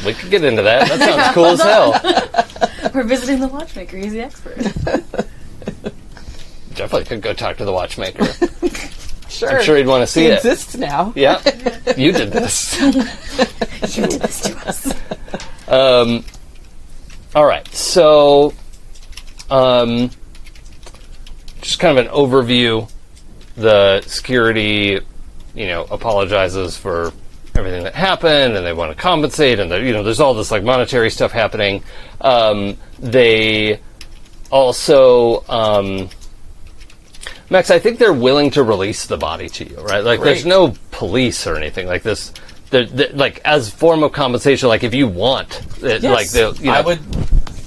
A: We could get into that. That sounds cool as hell.
C: We're visiting the watchmaker. He's the expert.
A: Definitely could go talk to the watchmaker.
D: sure.
A: I'm sure he'd want to see
D: he
A: it.
D: exists now.
A: Yeah, you did this.
C: you did this to us.
A: Um, all right, so um, just kind of an overview. The security, you know, apologizes for everything that happened, and they want to compensate, and the- you know, there's all this like monetary stuff happening. Um, they also. Um, Max, I think they're willing to release the body to you, right? Like, there's
E: Great.
A: no police or anything like this. They're, they like, as form of compensation, like if you want, it, like they'll, you know,
E: I would.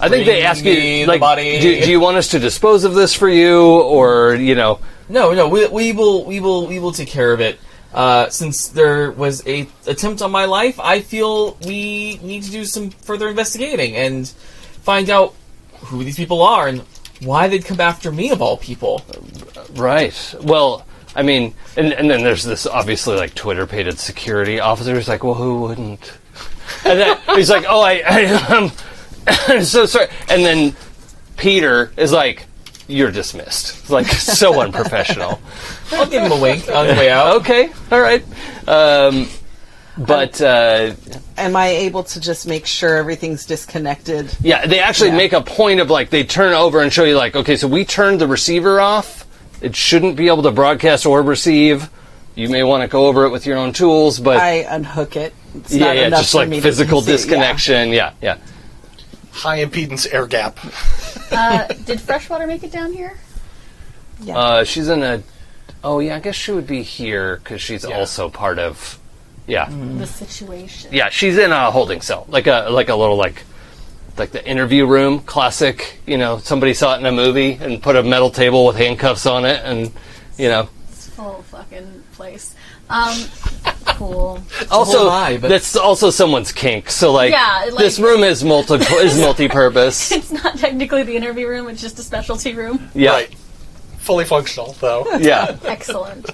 A: I think they ask
E: bring
A: you,
E: the
A: like,
E: body.
A: Do, do you want us to dispose of this for you, or you know,
E: No, no, we, we will, we will, we will take care of it. Uh, since there was a attempt on my life, I feel we need to do some further investigating and find out who these people are and why they'd come after me of all people.
A: right? Well, I mean, and and then there's this obviously like Twitter pated security officer who's like, well, who wouldn't? And then he's like, oh, I, I um, I'm so sorry. And then Peter is like, you're dismissed. It's, Like, so unprofessional.
E: I'll give them a wink on the way out.
A: okay, all right. Um, but uh,
D: Am I able to just make sure everything's disconnected?
A: yeah, they actually
D: Yeah.
A: make a point of like they turn over and show you like, okay, so we turned the receiver off. It shouldn't be able to broadcast or receive. You may want to go over it with your own tools, but
D: I unhook it. It's
A: yeah,
D: not
A: yeah,
D: enough
A: just
D: for
A: like
D: me to
A: physical
D: see it, yeah.
A: disconnection. Yeah, yeah.
B: High impedance air gap.
C: Uh, did freshwater make it down here?
D: Yeah.
A: Uh, she's in a. Oh yeah, I guess she would be here because she's
B: Yeah.
A: also part of. Yeah,
D: Mm-hmm.
C: The situation.
A: yeah, she's in a holding cell, like a like a little like like the interview room, classic. You know, somebody saw it in a movie and put a metal table with handcuffs on it, and you know,
C: This whole fucking place. Um, cool.
A: also
E: lie, but-
A: that's also someone's kink. So like,
C: Yeah, like-
A: this room is multi is multi purpose.
C: It's not technically the interview room. It's just a specialty room.
A: Yeah,
B: Right. Fully functional, though.
A: yeah.
C: Excellent.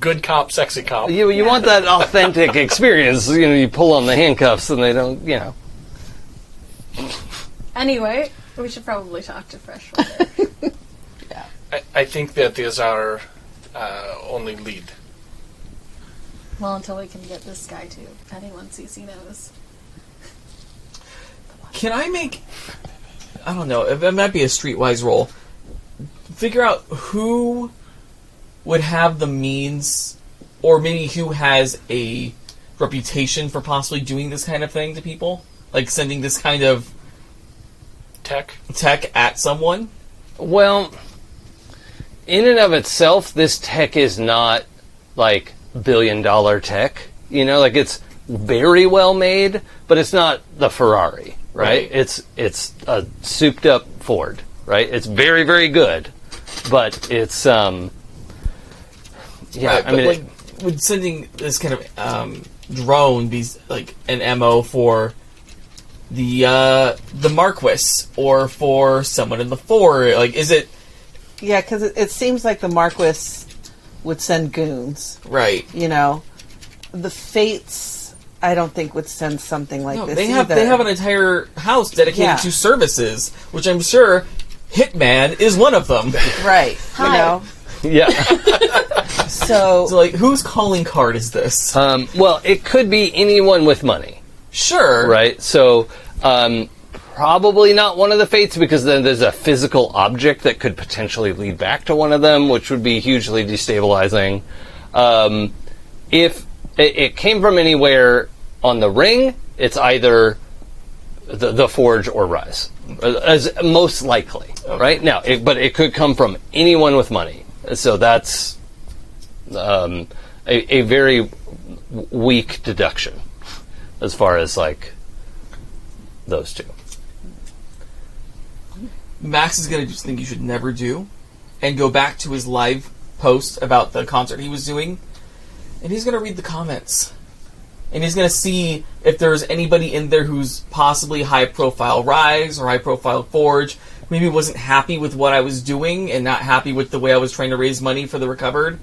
B: Good cop, sexy cop.
A: You you want that authentic experience? You know, you pull on the handcuffs and they don't. You know,
C: Anyway, we should probably talk to freshwater.
B: I, I think that is our uh, only lead.
C: well, until we can get this guy to anyone CC knows.
E: Can I make? I don't know. It it might be a streetwise roll. Figure out who would have the means, or maybe who has a reputation for possibly doing this kind of thing to people, like sending this kind of
B: Tech.
E: tech at someone.
A: Well, in and of itself, this tech is not like billion dollar tech. You know, like it's very well made, but it's not the Ferrari, right?
E: Right.
A: It's it's a souped up Ford, right? It's very very good, but it's um yeah,
E: Right,
A: I
E: but,
A: mean
E: Uh, like would sending this kind of um, drone be s- like an mo for the uh, the Marquis or for someone in the four? Like, is it
D: Yeah, because it, it seems like the Marquis would send goons.
E: right?
D: You know, the Fates. I don't think would send something like
E: No,
D: this.
E: they have
D: either.
E: they have an entire house dedicated
D: Yeah.
E: to services, which I'm sure Hitman is one of them.
D: right. You
C: Hi.
D: know,
A: yeah.
E: so
D: so
E: like, whose calling card is this?
A: Um, well, it could be anyone with money,
E: sure,
A: right? So, um, probably not one of the fates because then there's a physical object that could potentially lead back to one of them, which would be hugely destabilizing. Um, if it, it came from anywhere on the ring, it's either the, the forge or rise, Uh, as most likely, right? Now, it, but it could come from anyone with money, so that's um, a, a very w- weak deduction as far as like those two.
E: Max is going to do something you should never do and go back to his live post about the concert he was doing. And he's going to read the comments. And he's going to see if there's anybody in there who's possibly high profile Rise or high profile Forge, maybe wasn't happy with what I was doing and not happy with the way I was trying to raise money for the recovered.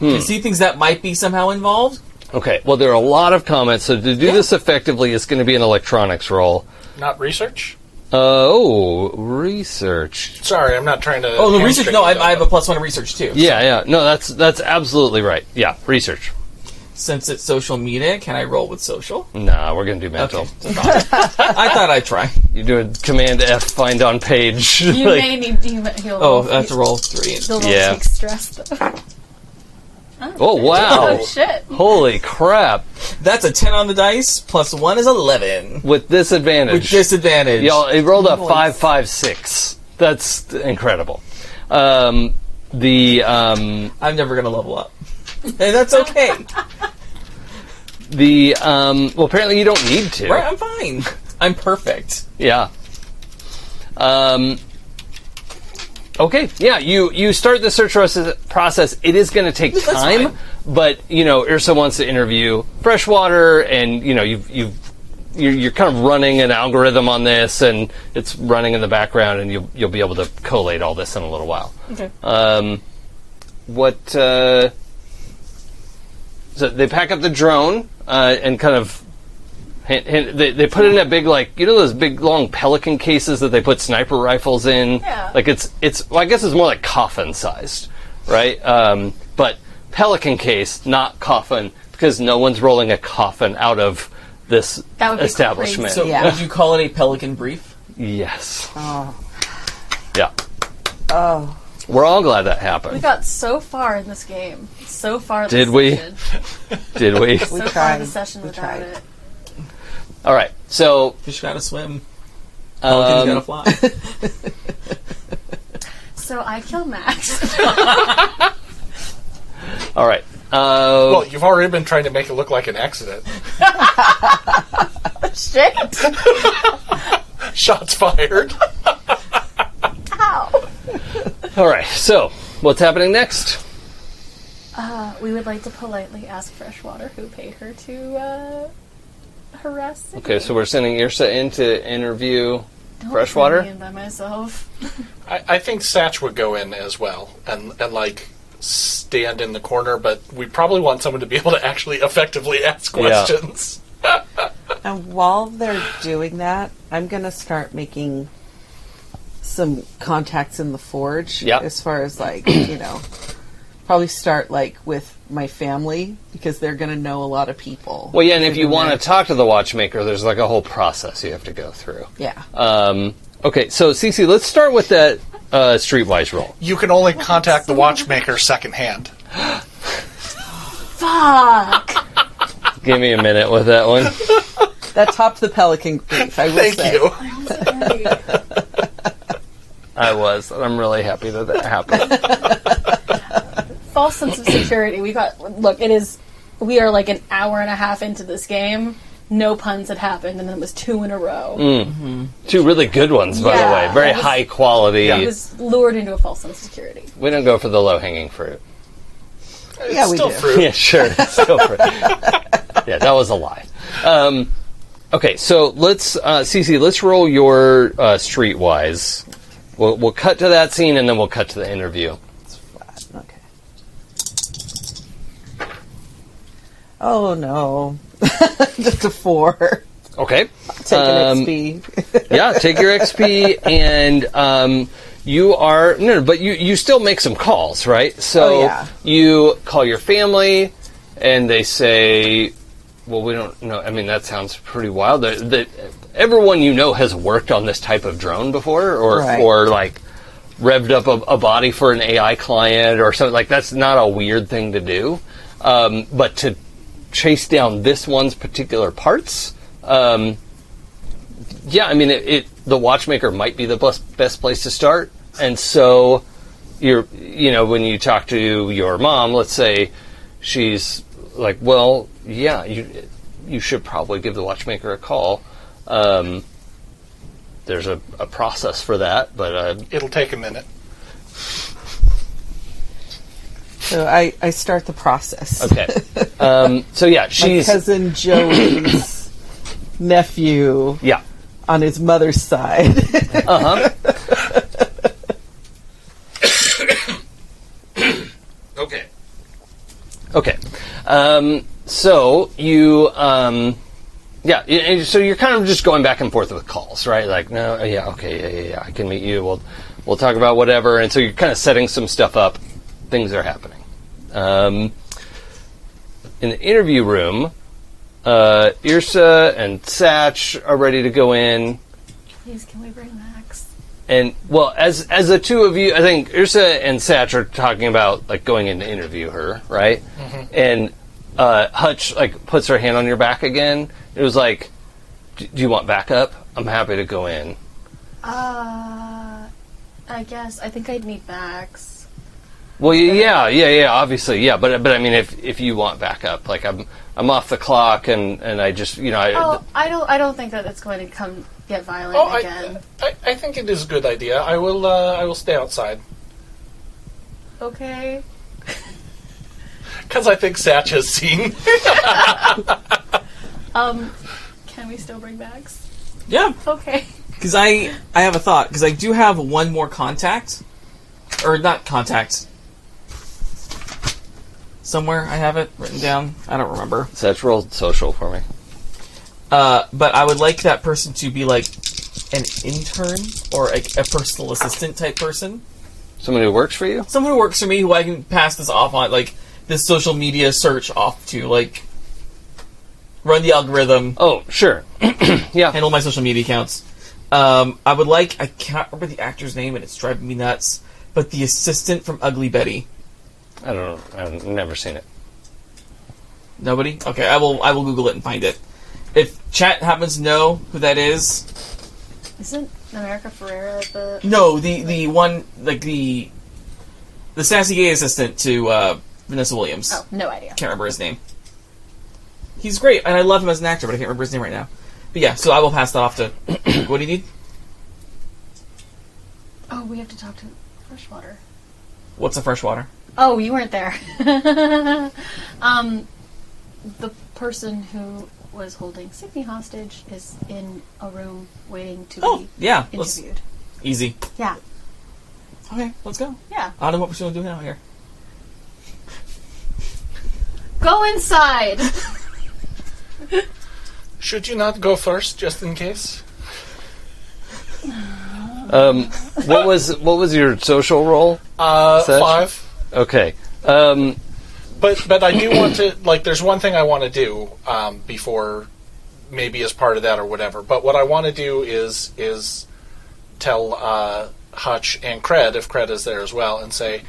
E: To see things that might be somehow involved.
A: Okay, well, there are a lot of comments, so to do this effectively, it's going to be an electronics roll.
B: Not research?
A: Uh, oh, research.
B: Sorry, I'm not trying to.
E: Oh, the research.
B: hamstring
E: No,
B: you,
E: I,
B: though,
E: I have a
B: but-
E: plus one research too.
A: Yeah, yeah. No, that's that's absolutely right. Yeah, research.
E: Since it's social media, can I roll with social?
A: Nah, we're going to do mental.
E: I thought I'd try.
A: You do a command F, find on page.
C: You
A: like-
C: may need to heal.
E: Oh, I have to roll three.
C: The roll
A: Yeah.
C: takes stress. Though.
A: oh wow!
C: Oh shit!
A: Holy crap!
E: That's a 10 on the dice, plus 1 is 11.
A: With this
E: With
A: advantage,
E: disadvantage.
A: Y'all, it rolled a five, five, six. That's incredible. Um, the um,
E: I'm never going to level up. And that's okay.
A: the um, well, apparently you don't need to.
E: right? I'm fine. I'm perfect.
A: Yeah. Um, okay. Yeah. You you start the search process. process. It is going to take
E: That's
A: time,
E: fine.
A: but you know, Ursa wants to interview Freshwater, and you know, you've you've you're, you're kind of running an algorithm on this, and it's running in the background, and you'll you'll be able to collate all this in a little while.
E: Okay.
A: Um, what? Uh, so they pack up the drone uh, and kind of. hand- hand- they, they put it in a big like you know those big long pelican cases that they put sniper rifles in.
C: Yeah.
A: Like it's it's well, I guess it's more like coffin sized, right? Um, but pelican case, not coffin, because no one's rolling a coffin out of this
C: That would be
A: establishment.
E: So,
D: Yeah.
E: would you call it a Pelican Brief?
A: yes.
D: Oh.
A: Yeah.
D: oh,
A: We're all glad that
C: We
A: happened.
C: got so far in this game. So far. This
A: Did we?
C: Session.
A: Did we?
C: So
D: We
C: far
D: tried.
C: the session
D: We
C: without
D: tried.
C: it.
A: All right. So
E: Fish gotta swim. Pelican's
A: um,
E: gotta fly.
C: So I kill Max.
A: all right. Uh,
B: Well, you've already been trying to make it look like an accident.
C: Shit!
B: Shots fired.
C: Ow!
A: All right. So, what's happening next?
C: Uh, we would like to politely ask Freshwater who paid her to uh, harass. Sydney.
A: Okay, so we're sending Irsa in to interview.
C: Don't
A: Freshwater?
C: send me in by myself.
B: I, I think Satch would go in as well and, and like stand in the corner, but we probably want someone to be able to actually effectively ask
A: Yeah.
B: questions.
D: and while they're doing that, I'm gonna start making some contacts in the forge.
A: Yep.
D: As far as like you know, probably start like with my family because they're gonna know a lot of people.
A: Well, yeah, and if you
D: They're
A: want
D: gonna-
A: to talk to the watchmaker, there's like a whole process you have to go through.
D: yeah.
A: Um, okay, so Cece, let's start with that uh, streetwise roll.
B: You can only contact the watchmaker secondhand.
C: Fuck.
A: Give me a minute with that one.
D: That topped the Pelican Grief, I will
B: Thank
D: say.
B: you.
A: I was. and I'm really happy that that happened.
C: False sense of security. We got. Look, it is. We are like an hour and a half into this game. No puns had happened, and then it was two in a row.
A: Two really good ones, by the
C: Yeah,
A: way. Very
C: that was-
A: high quality.
C: I was lured into a false sense of security.
A: We don't go for the low hanging fruit.
D: Yeah, we
B: Still
D: do.
B: fruit.
A: Yeah, sure. It's still for- yeah, that was a lie. Um, okay, so let's, uh, Cece, let's roll your uh, streetwise. We'll, we'll cut to that scene and then we'll cut to the interview.
D: Okay. Oh no. Just a four.
A: Okay.
D: Take an
A: Um,
D: XP.
A: yeah, take your XP and um, you are no, no, but you you still make some calls, right? So
D: Oh, yeah.
A: you call your family, and they say, "Well, we don't know." I mean, that sounds pretty wild. That, that everyone you know has worked on this type of drone before, or
D: Right.
A: or like revved up a, a body for an AI client or something. Like that's not a weird thing to do, um, but to chase down this one's particular parts. Um, yeah, I mean, it, it the watchmaker might be the best, best place to start, and so you're you know when you talk to your mom, let's say she's like, well, yeah, you you should probably give the watchmaker a call. Um, there's a, a process for that, but uh,
B: It'll take a minute.
D: So I, I start the process.
A: okay. um, so yeah,
D: My
A: she's
D: cousin Joey's nephew
A: yeah.
D: on his mother's side.
A: Okay. Okay. Um, so you, um, yeah. y- and So you're kind of just going back and forth with calls, right? Like, no, uh, yeah, okay, yeah, yeah, yeah. I can meet you. We'll we'll talk about whatever. And so you're kind of setting some stuff up. Things are happening. Um, in the interview room, uh, Irsa and Satch are ready to go in.
C: Please, can we bring Max?
A: And well, as as the two of you, I think Ursa and Satch are talking about like going in to interview her, right? And uh, Hutch like puts her hand on your back again. It was like, "D- "Do you want backup? I'm happy to go in."
C: Uh, I guess I think I'd need Max.
A: Well, y- yeah, yeah, yeah. Obviously, yeah. But but I mean, if if you want backup, like I'm I'm off the clock, and and I just you know I,
C: Oh, I don't. I don't think that it's going to come get violent
B: Oh, I,
C: again.
B: I, I think it is a good idea. I will. Uh, I will stay outside
C: okay.
B: because I think Satch has seen.
C: Um, can we still bring Max?
E: Yeah,
C: Okay.
E: because I I have a thought because I do have one more contact, or not contact. Somewhere I have it written down. I don't remember.
A: Satch rolled social for me.
E: Uh, but I would like that person to be like an intern or like a personal assistant type person.
A: Somebody who works for you.
E: Someone who works for me who I can pass this off on, like this social media search off to, like run the algorithm,
A: Oh, sure. yeah.
E: handle my social media accounts. Um, I would like I can't remember the actor's name and it's driving me nuts, but the assistant from Ugly Betty.
A: I don't. know. I've never seen it.
E: Nobody? Okay, I will I will Google it and find it. If chat happens to know who that is,
C: Isn't America Ferrera the?
E: No, the the one like the the sassy gay assistant to uh, Vanessa Williams.
C: Oh, no idea.
E: Can't remember his name. He's great, and I love him as an actor, but I can't remember his name right now. But yeah, so I will pass that off to. what do you need?
C: Oh, we have to talk to Freshwater.
E: What's a freshwater?
C: Oh, you weren't there. um, the person who was holding Sydney hostage is in a room waiting to
E: Oh,
C: be
E: yeah, let's-
C: interviewed.
E: Easy.
C: Yeah,
E: Okay, let's go.
C: yeah.
E: I don't know what we're going to do now here.
C: Go inside.
B: Should you not go first, just in case?
A: Um, what was what was your social role?
B: Uh,
A: Satch?
B: Five.
A: Okay. Um,
B: But but I do want to like. There's one thing I want to do um, before, maybe as part of that or whatever. But what I want to do is is tell uh, Hutch and Cred if Cred is there as well, and say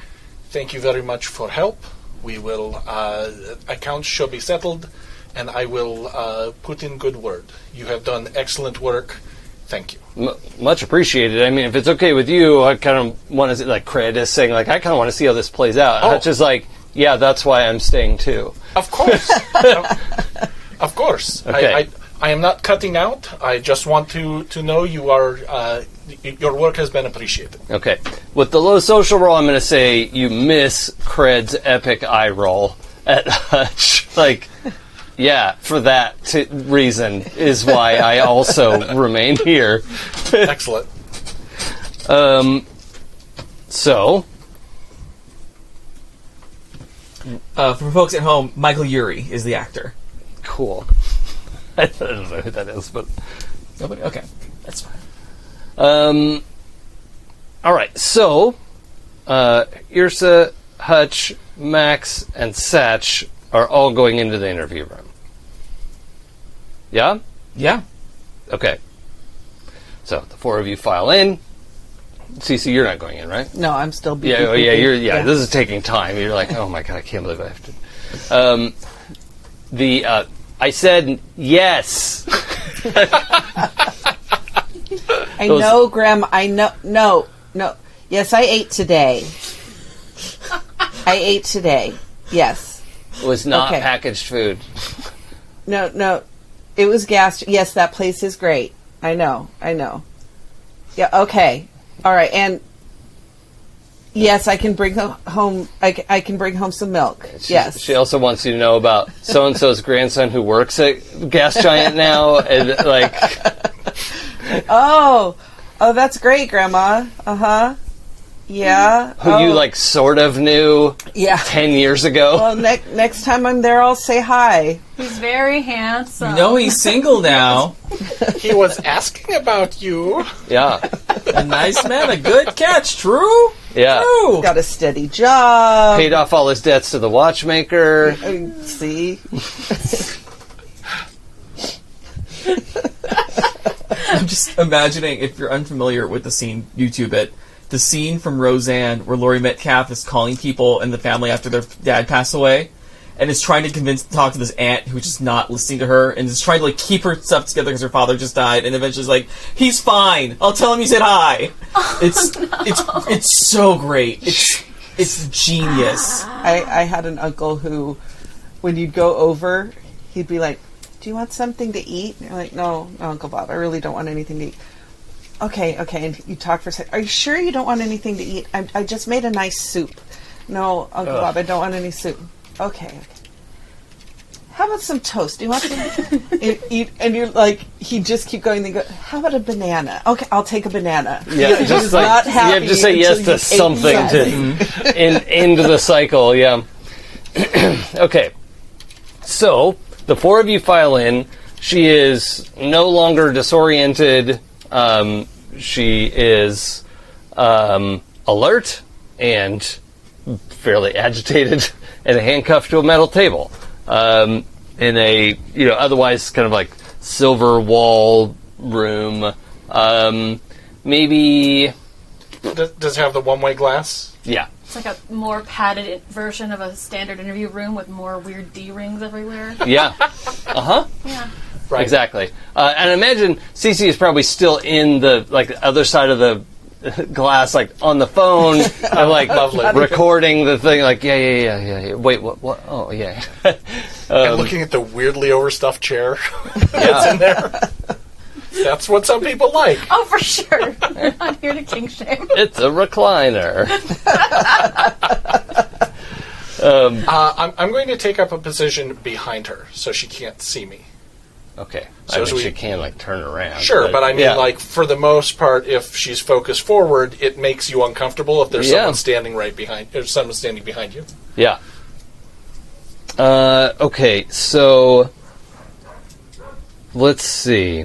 B: thank you very much for help. We will uh, accounts shall be settled, and I will uh, put in good word. You have done excellent work. Thank you.
A: M- much appreciated. I mean, if it's okay with you, I kind of want to like Cred is saying like I kind of want to see how this plays out. And
B: Oh.
A: Hutch is like, yeah, that's why I'm staying too.
B: Of course. of, of course.
A: Okay.
B: I, I, I am not cutting out. I just want to, to know you are uh, y- your work has been appreciated.
A: Okay, with the low social roll, I'm going to say you miss Cred's epic eye roll at Hutch. Like, yeah, for that t- reason is why I also remain here.
B: Excellent.
A: Um, so
E: Uh, for folks at home, Michael Yuri is the actor.
A: cool. I don't know who that is, but
E: Nobody? Okay. That's fine.
A: Um, all right, so uh, Irsa, Hutch, Max, and Satch are all going into the interview room. Yeah?
E: Yeah.
A: Okay. So the four of you file in. Cece, you're not going in, right?
D: No, I'm still. beep,
A: Yeah,
D: beep,
A: oh,
D: beep,
A: yeah,
D: beep.
A: you're, yeah, This is taking time. You're like, oh my god, I can't believe I have to. Um, the uh, I said yes.
D: I
A: those-
D: know, Graham. I know. No, no. Yes, I ate today. I ate today. Yes.
A: was not
D: Okay.
A: packaged food.
D: No, no. It was gas. Yes, that place is great. I know. I know. Yeah. Okay. All right. And yes, I can bring ho- home. I, c- I can bring home some milk.
A: She-
D: yes.
A: She also wants you to know about so and so's grandson who works at Gas Giant now, and like,
D: oh. Oh, that's great, Grandma. Uh huh. Yeah.
A: who
D: oh.
A: you like sort of knew
D: Yeah.
A: ten years ago.
D: Well, ne- next time I'm there, I'll say hi.
C: He's very handsome.
E: You know he's single now.
B: He was asking about you.
A: Yeah,
E: a nice man. A good catch. True.
A: yeah.
E: True.
D: Got a steady job.
A: Paid off all his debts to the watchmaker.
D: Uh, See,
E: I'm just imagining if you're unfamiliar with the scene, YouTube it. The scene from Roseanne where Laurie Metcalf is calling people in the family after their dad passed away, and is trying to convince talk to this aunt who's just not listening to her, and is trying to like keep her stuff together because her father just died, and eventually is like, "He's fine. I'll tell him you said hi." it's it's it's so great. It's it's genius.
D: I, I had an uncle who, when you'd go over, he'd be like, "Do you want something to eat?" And you're like, "No, no, Uncle Bob, I really don't want anything to eat." Okay, okay, and you talk for a second. Are you sure you don't want anything to eat? I, I just made a nice soup. No, Uncle Bob, I don't want any soup. Okay, okay. How about some toast? Do you want some? and, eat, and you're like, he just keep going. They go, how about a banana? Okay, I'll take a banana.
A: Yeah,
D: He
A: just
D: was
A: like
D: not
A: you have
D: happy
A: to say
D: until
A: yes
D: you
A: to
D: ate
A: something
D: something.
A: to in, end the cycle. Yeah. okay. So the four of you file in. She is no longer disoriented. Um, she is um, alert and fairly agitated and handcuffed to a metal table um, in a you know otherwise kind of like silver wall room. Um, maybe
B: Does, does it have the one-way glass?
A: yeah.
C: It's like a more padded i- version of a standard interview room with more weird D rings everywhere.
A: Yeah,
C: Yeah.
B: Right.
A: exactly. Uh, and I imagine Cece is probably still in the like the other side of the glass, like on the phone, I'm like recording the thing. Like yeah, yeah, yeah, yeah. yeah. Wait, what? What? Oh, yeah.
B: and looking at the weirdly overstuffed chair that's in there. That's what some people like.
C: Oh, for sure. We're not here to king shame.
A: it's a recliner.
B: Uh, I'm, I'm going to take up a position behind her so she can't see me.
A: Okay,
B: So
A: I mean
B: should we-
A: she can like turn around.
B: Sure, but I mean,
A: yeah.
B: like, for the most part, if she's focused forward, it makes you uncomfortable if there's
A: Yeah.
B: someone standing right behind, if someone standing behind you.
A: yeah. Uh, okay, so let's see.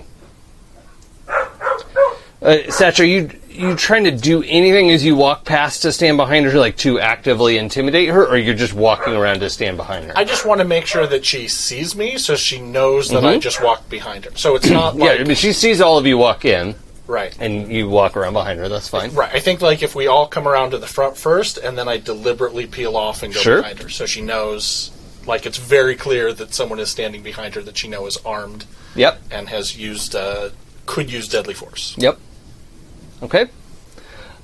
A: Uh, Satch, are you you trying to do anything as you walk past to stand behind her, like to actively intimidate her, or you're just walking around to stand behind her?
B: I just want to make sure that she sees me so she knows that I just walked behind her. So it's not
A: Mm-hmm. yeah,
B: like,
A: I mean, she sees all of you walk in.
B: Right.
A: and you walk around behind her. That's fine.
B: Right. I think like if we all come around to the front first, and then I deliberately peel off and go
A: Sure.
B: behind her, so she knows. Like it's very clear that someone is standing behind her that she know is armed
A: Yep.
B: and has used uh, could use deadly force.
A: Yep. Okay.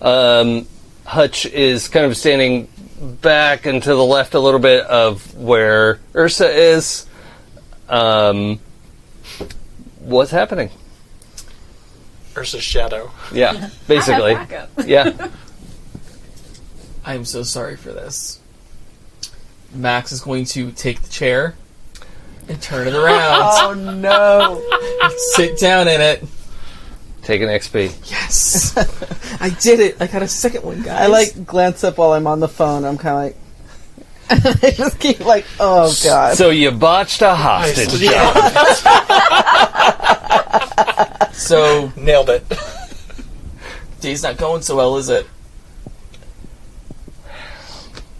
A: Um, Hutch is kind of standing back and to the left a little bit of where Ursa is. Um, what's happening?
B: Ursa's shadow.
A: Yeah, basically.
C: I have backup.
A: yeah.
E: I'm so sorry for this. Max is going to take the chair and turn it around,
D: Oh no!
E: sit down in it.
A: Take an XP.
E: Yes, I did it. I got a second one, guys.
D: I like glance up while I'm on the phone. I'm kind of like, I just keep like, oh god.
A: So you botched a hostage.
B: Yeah.
E: so.
B: Nailed it.
E: Day's not going so well, is it?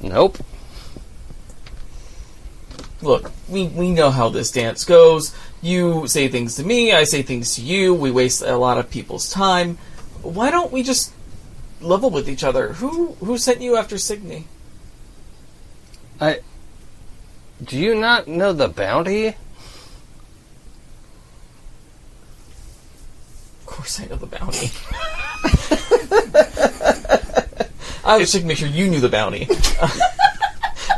A: Nope.
E: Look, we we know how this dance goes. You say things to me, I say things to you. We waste a lot of people's time. Why don't we just level with each other? Who who sent you after Signy?
A: I. Do you not know the bounty?
E: Of course, I know the bounty. I was just making sure you knew the bounty.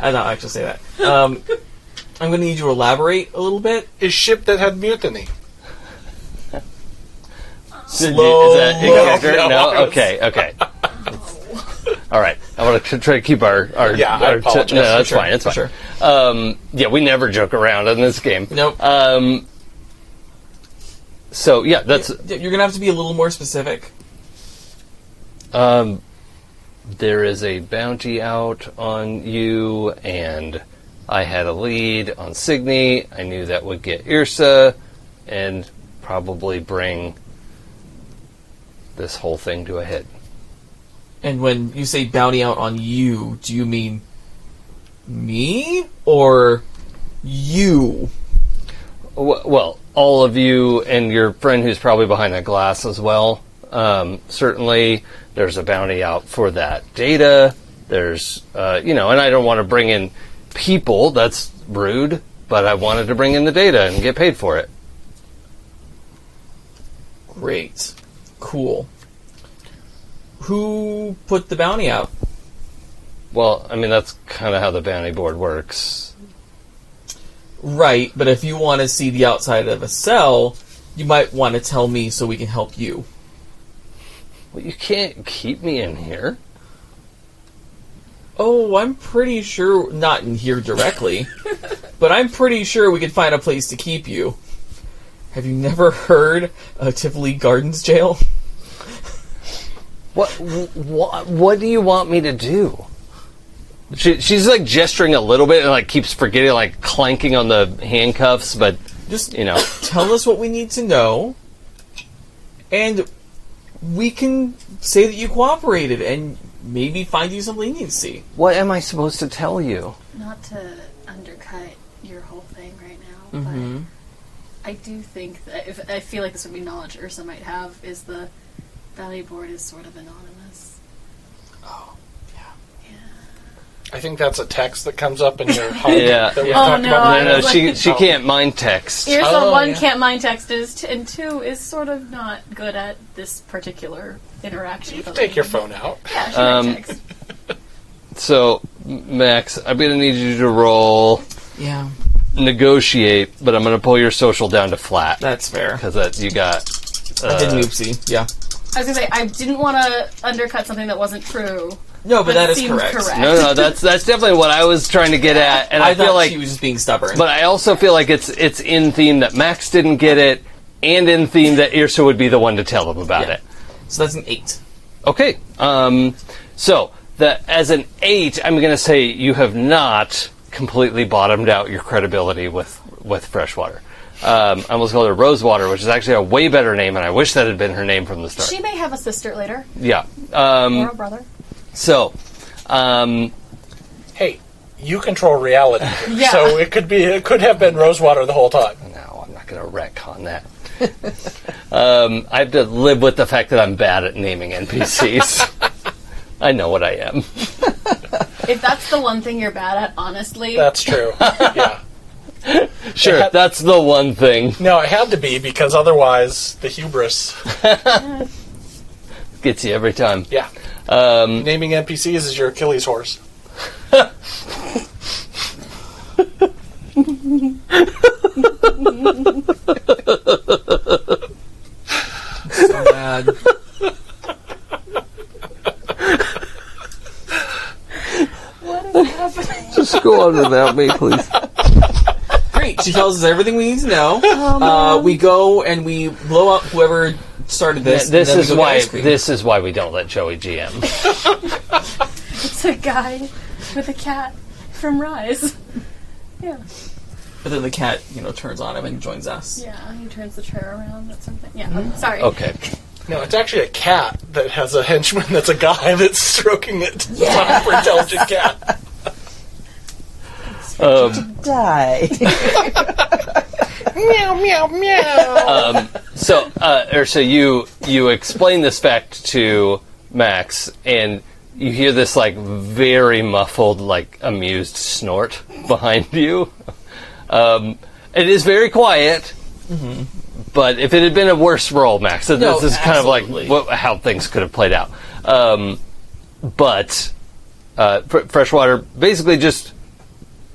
E: I don't actually say that. Um, I'm going to need you to elaborate a little bit.
B: Is ship that had mutiny.
E: Slow.
A: Is that encounter? No, Okay. Okay. All right. I want to try to keep our our.
B: Yeah, I
A: our
B: apologize.
A: no, that's
E: Sure,
A: fine. That's fine.
E: sure.
A: Um, yeah, we never joke around in this game.
E: Nope.
A: Um, so yeah, that's
E: uh, You're going to have to be a little more specific.
A: um, there is a bounty out on you, and I had a lead on Signy. I knew that would get Irsa, and probably bring this whole thing to a head.
E: And when you say bounty out on you, do you mean me or you?
A: W- well, all of you and your friend who's probably behind that glass as well. Um, certainly, there's a bounty out for that data. There's, uh, you know, and I don't want to bring in people. That's rude. But I wanted to bring in the data and get paid for it.
E: Great. Cool. Who put the bounty out?
A: Well, I mean, that's kind of how the bounty board works.
E: Right, but if you want to see the outside of a cell, you might want to tell me so we can help you.
A: Well, you can't keep me in here.
E: Oh, I'm pretty sure not in here directly, but I'm pretty sure we could find a place to keep you. Have you never heard of Tivoli Gardens jail?
A: What, what, what do you want me to do? She, she's like gesturing a little bit and like keeps forgetting, like clanking on the handcuffs, but
E: Just
A: you know.
E: tell us what we need to know, and we can say that you cooperated and maybe find you some leniency.
A: What am I supposed to tell you?
C: Not to undercut your whole thing right now, but I do think that if I feel like this would be knowledge Ursa might have is the bounty board is sort of anonymous.
B: I think that's a text that comes up in your home
A: Yeah.
B: that we
A: Yeah.
B: talked
C: Oh,
B: about.
A: No,
C: no.
A: no,
C: was
A: she
C: like-
A: she can't mind text.
C: Here's
E: Oh,
C: the one
E: yeah.
C: can't mind text is, t- and two is sort of not good at this particular interaction. with other
B: Take your
C: people.
B: phone out.
C: Yeah, she might
A: Um,
C: text.
A: So, M- Max, I'm gonna need you to roll
E: Yeah,
A: negotiate, but I'm gonna pull your social down to flat
E: that's fair.
A: because that you got.
E: I did an
A: uh,
E: oopsie. Yeah,
C: I was gonna say I didn't want to undercut something that wasn't true,
E: no, but,
C: but
E: that
C: it
E: is
C: seemed
E: correct.
A: No, no, that's that's definitely what I was trying to get at, and
E: I,
A: I,
E: thought
A: feel like,
E: she was just being stubborn.
A: but I also feel like it's it's in theme that Max didn't get it, and in theme that Irsa would be the one to tell him about
E: Yeah.
A: it.
E: so that's an eight.
A: Okay. Um, so the, as an eight, I'm going to say you have not completely bottomed out your credibility with with freshwater. Um, I almost called her Rosewater, which is actually a way better name, and I wish that had been her name from the start.
C: She may have a sister later
A: yeah. Um,
C: or a brother.
A: so, um,
B: Hey, you control reality, here,
C: Yeah.
B: so it could be it could have been Rosewater the whole time.
A: no, I'm not going to retcon that. Um, I have to live with the fact that I'm bad at naming NPCs. I know what I am.
C: If that's the one thing you're bad at, honestly,
B: That's true. yeah.
A: Sure,
B: Yeah.
A: that's the one thing.
B: No, it had to be because otherwise the hubris.
A: Gets you every time.
B: Yeah.
A: Um,
B: Naming NPCs is your Achilles horse.
E: Bad.
C: what is happening?
A: just go on without me, please.
E: Great. She tells us everything we need to know. uh, we go and we blow up whoever started this.
A: This
E: and then we
A: is
E: go get
A: why.
E: ice cream.
A: This is why we don't let Joey GM.
C: It's a guy with a cat from Rise. Yeah,
E: But then the cat, you know, turns on him and joins us.
C: yeah. He turns the chair around. That's something. Yeah. Sorry.
A: Okay.
B: No, it's actually a cat that has a henchman that's a guy that's stroking it. Proper intelligent cat.
A: Um,
D: Die.
A: so, uh, or so you you explain this fact to Max, and you hear this like very muffled, like amused snort behind you. Um, it is very quiet. But if it had been a worse role, Max, this
E: Mm-hmm. No,
A: is kind
E: absolutely.
A: of like what, how things could have played out. Um, but uh, fr- freshwater basically just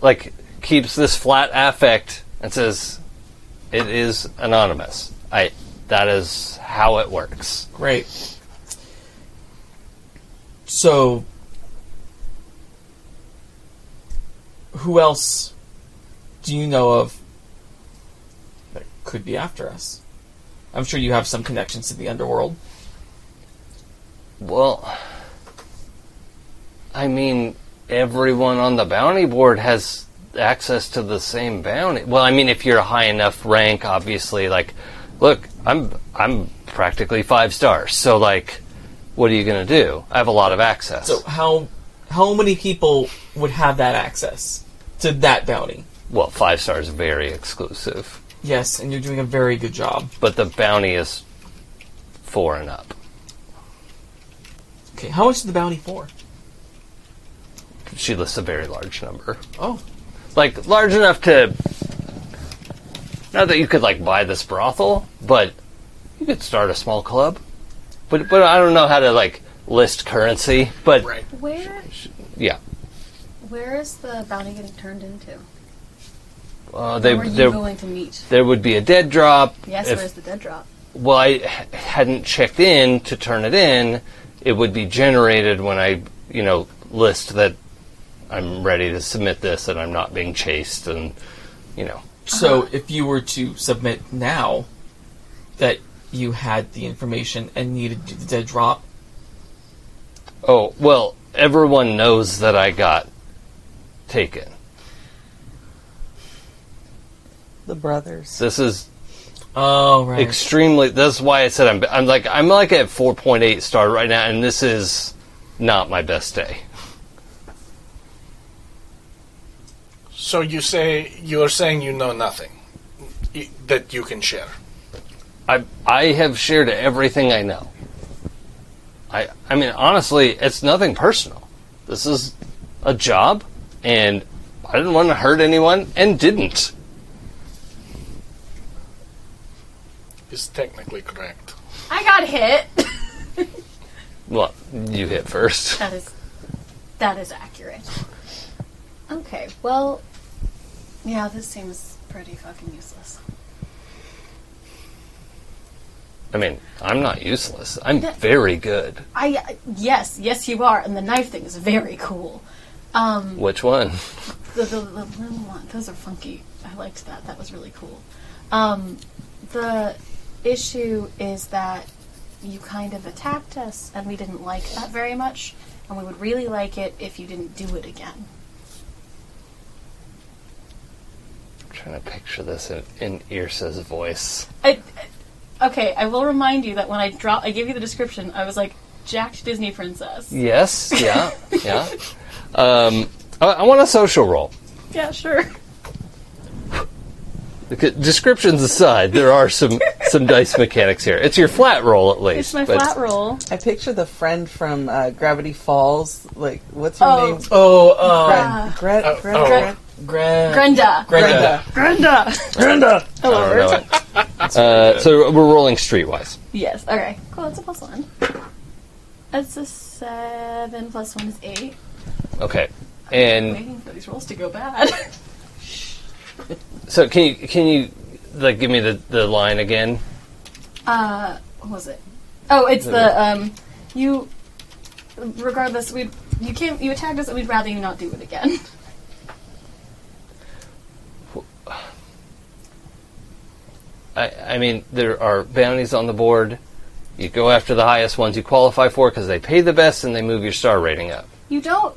A: like keeps this flat affect and says it is anonymous. I that is how it works.
E: Great. So, who else do you know of that could be after us? I'm sure you have some connections to the underworld.
A: Well, I mean, everyone on the bounty board has access to the same bounty. Well, I mean, if you're a high enough rank, obviously. Like, look, I'm I'm practically five stars, so like, what are you gonna do? I have a lot of access.
E: So how how many people would have that access to that bounty?
A: well, five stars is very exclusive,
E: Yes, and you're doing a very good job.
A: but the bounty is four and up.
E: Okay, how much is the bounty for?
A: She lists a very large number.
E: Oh,
A: like large enough to not that you could like buy this brothel, but you could start a small club. But but I don't know how to like list currency. But
B: Right.
C: Where
A: yeah,
C: where is the bounty getting turned into?
A: uh, they,
C: where are you
A: there
C: going to meet?
A: there would be a dead drop.
C: Yes,
A: if-
C: where's the dead drop?
A: well, I h- hadn't checked in to turn it in. It would be generated when I you know list that I'm ready to submit this and I'm not being chased and you know
E: So if you were to submit now that you had the information and needed the dead drop,
A: Oh, well, everyone knows that I got taken.
D: the brothers.
A: This is
E: oh right,
A: extremely. That's why I said I'm. I'm like I'm like at 4.8 star right now, and this is not my best day.
B: So you say you are saying you know nothing y- that you can share.
A: I I have shared everything I know. I I mean honestly, it's nothing personal. This is a job, and I didn't want to hurt anyone, and didn't.
B: Is technically correct.
C: I got hit.
A: Well, you hit first.
C: that is that is accurate. Okay. Well, yeah, this seems pretty fucking useless.
A: I mean, I'm not useless. I'm very good.
C: I yes, yes, you are, and the knife thing is very cool. Um,
A: Which one?
C: the, the, the little one, those are funky. I liked that. That was really cool. Um, the issue is that you kind of attacked us, and we didn't like that very much, and we would really like it if you didn't do it again.
A: trying to picture this in, in Irsa's voice.
C: I, I- okay, I will remind you that when I drop, I gave you the description. I was like, "Jacked Disney princess."
A: Yes, yeah, yeah. Um, I, I want a social role.
C: Yeah, sure.
A: Because- Descriptions aside, there are some some dice mechanics here. It's your flat roll at least.
C: It's my
A: but-
C: flat roll.
D: I picture the friend from uh, Gravity Falls. Like, what's her
C: Oh.
D: name?
E: Oh, uh,
D: Gre- Gre- Gre-
B: oh.
D: Gre-
E: Gre-
C: Grenda.
E: Grenda.
C: Grenda.
A: I don't know it. Uh, so we're rolling streetwise.
C: Yes. Okay. Cool. It's a plus one. That's a seven plus one is eight.
A: Okay. And
C: Waiting for these rolls to go bad.
A: so can you can you like give me the, the line again?
C: uh, what was it? Oh, it's the um, you. Regardless, we you came you attacked us, and we'd rather you not do it again.
A: I, I mean, there are bounties on the board. You go after the highest ones you qualify for because they pay the best and they move your star rating up.
C: You don't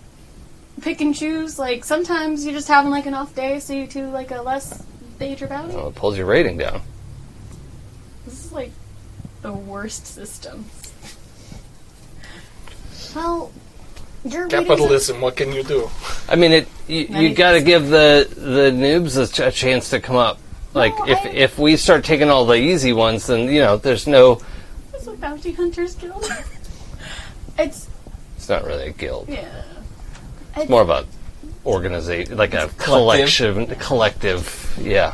C: pick and choose. Like sometimes you're just having like an off day, so you do like a less major bounty.
A: Well, it pulls your rating down.
C: This is like the worst system. Well, your ratings are-
B: Capitalism, what can you do?
A: I mean, it you, you
C: Nice.
A: got to give the the noobs a, ch- a chance to come up. Like
C: No,
A: if
C: I-
A: if we start taking all the easy ones, then you know there's no.
C: It's a bounty hunter's guild. it's
A: It's not really a guild.
C: yeah.
A: It's more of a organization, like a collection, collective. Yeah.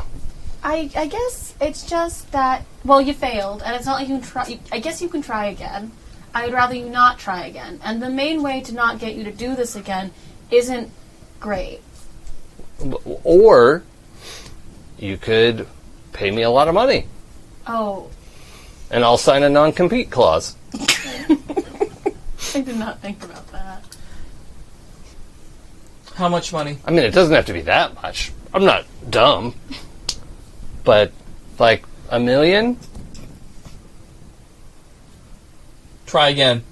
C: I I guess it's just that well you failed and it's not like you can try. You, I guess you can try again. I would rather you not try again. And the main way to not get you to do this again isn't great.
A: Or you could pay me a lot of money,
C: Oh,
A: and I'll sign a non-compete clause.
C: I did not think about that.
E: How much money?
A: I mean, it doesn't have to be that much. I'm not dumb, but like a million.
E: Try again.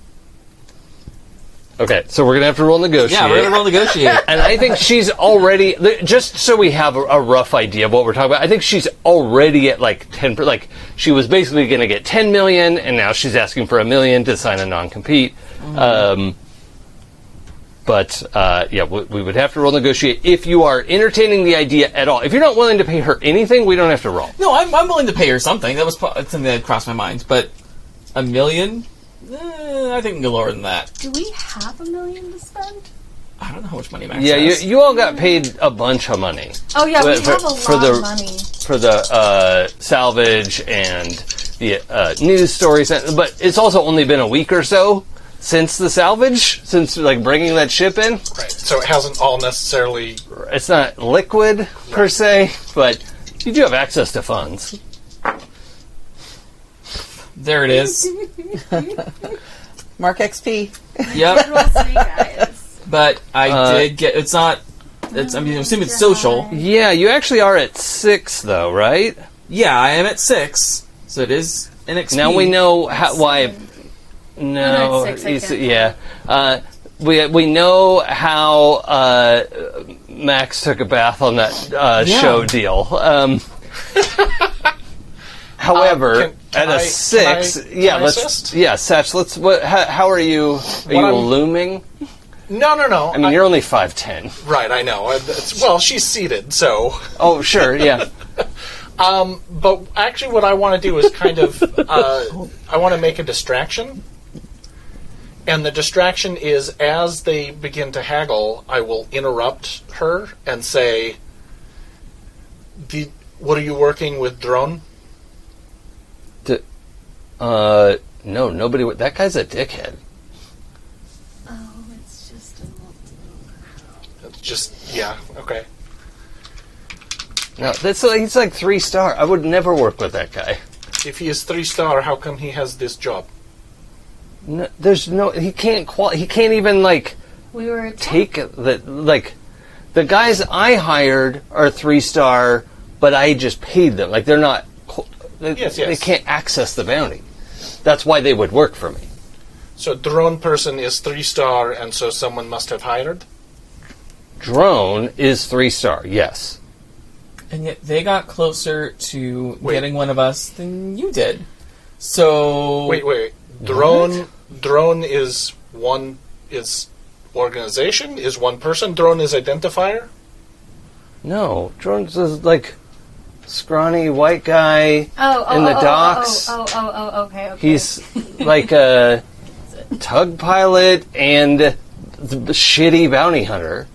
A: Okay, so we're gonna have to roll negotiate.
E: Yeah, we're gonna roll negotiate.
A: And I think she's already th- just so we have a, a rough idea of what we're talking about. I think she's already at like ten. per- Like she was basically going to get ten million, and now she's asking for a million to sign a non-compete. Um, but uh, yeah, we, we would have to roll negotiate if you are entertaining the idea at all. If you're not willing to pay her anything, we don't have to roll.
E: no, I'm, I'm willing to pay her something. That was pro- something that crossed my mind. But a million? Eh, I think we can go lower than that.
C: Do we have a million to spend?
E: I don't know how much money Max
A: Yeah, you,
E: has.
A: you all got paid a bunch of money
C: Oh yeah,
A: Well,
C: we
A: for-
C: have a lot
A: for the-
C: of money.
A: for the uh, salvage and the uh, news stories, but it's also only been a week or so since the salvage, since like bringing that ship in.
B: Right. So it hasn't all necessarily.
A: It's not liquid per se, but you do have access to funds.
E: there it is.
D: Mark XP.
E: yep.
C: Roll three, guys.
E: But I
A: Uh,
E: did get. It's not. It's, I mean,
B: Oh,
E: I'm assuming it's social.
A: Yeah, you actually are at six though, right?
E: Yeah, I am at six, so it is an XP.
A: Now we know how, why. No,
C: Oh, that's six, I
A: it's-
C: can't.
A: yeah. Uh, we we know how uh, Max took a bath on that uh,
E: Yeah.
A: show deal. Um, however,
B: Uh, can- can
A: at a
B: I- can
A: six,
B: I-
A: yeah,
B: can I
A: let's
B: assist?
A: yeah, Satch. Let's. What, how, how are you? Are you
B: I'm-
A: looming?
B: No, no, no.
A: I mean, you're only five ten.
B: right, I know. Uh, that's- well, she's seated, so.
A: Oh, sure, yeah.
B: Um, but actually, what I want to do is kind of uh, I want to make a distraction, and the distraction is as they begin to haggle, I will interrupt her and say, "The what are you working with drone?"
A: D- uh, no, nobody. would- That guy's a dickhead.
C: Oh, it's just a
B: It's Just yeah, okay.
A: No, that's like he's like three star. I would never work with that guy.
B: If he is three star, how come he has this job?
A: No, there's no. He can't qual. He can't even like
C: we were
A: take the like. The guys I hired are three star, but I just paid them. Like they're not. qu- They,
B: Yes,
A: they
B: yes.
A: can't access the bounty. That's why they would work for me.
B: So drone person is three star, and so someone must have hired.
A: Drone is three star. Yes.
E: and yet they got closer to
B: Wait.
E: getting one of us than you did. So
B: Wait, wait, wait. Drone drone is one is organization is one person. Drone is identifier.
A: No. Drones is like scrawny white guy.
C: Oh, oh,
A: In the
C: oh, oh,
A: docks.
C: Oh, oh, oh, oh, okay, okay.
A: He's like a tug pilot and the shitty bounty hunter.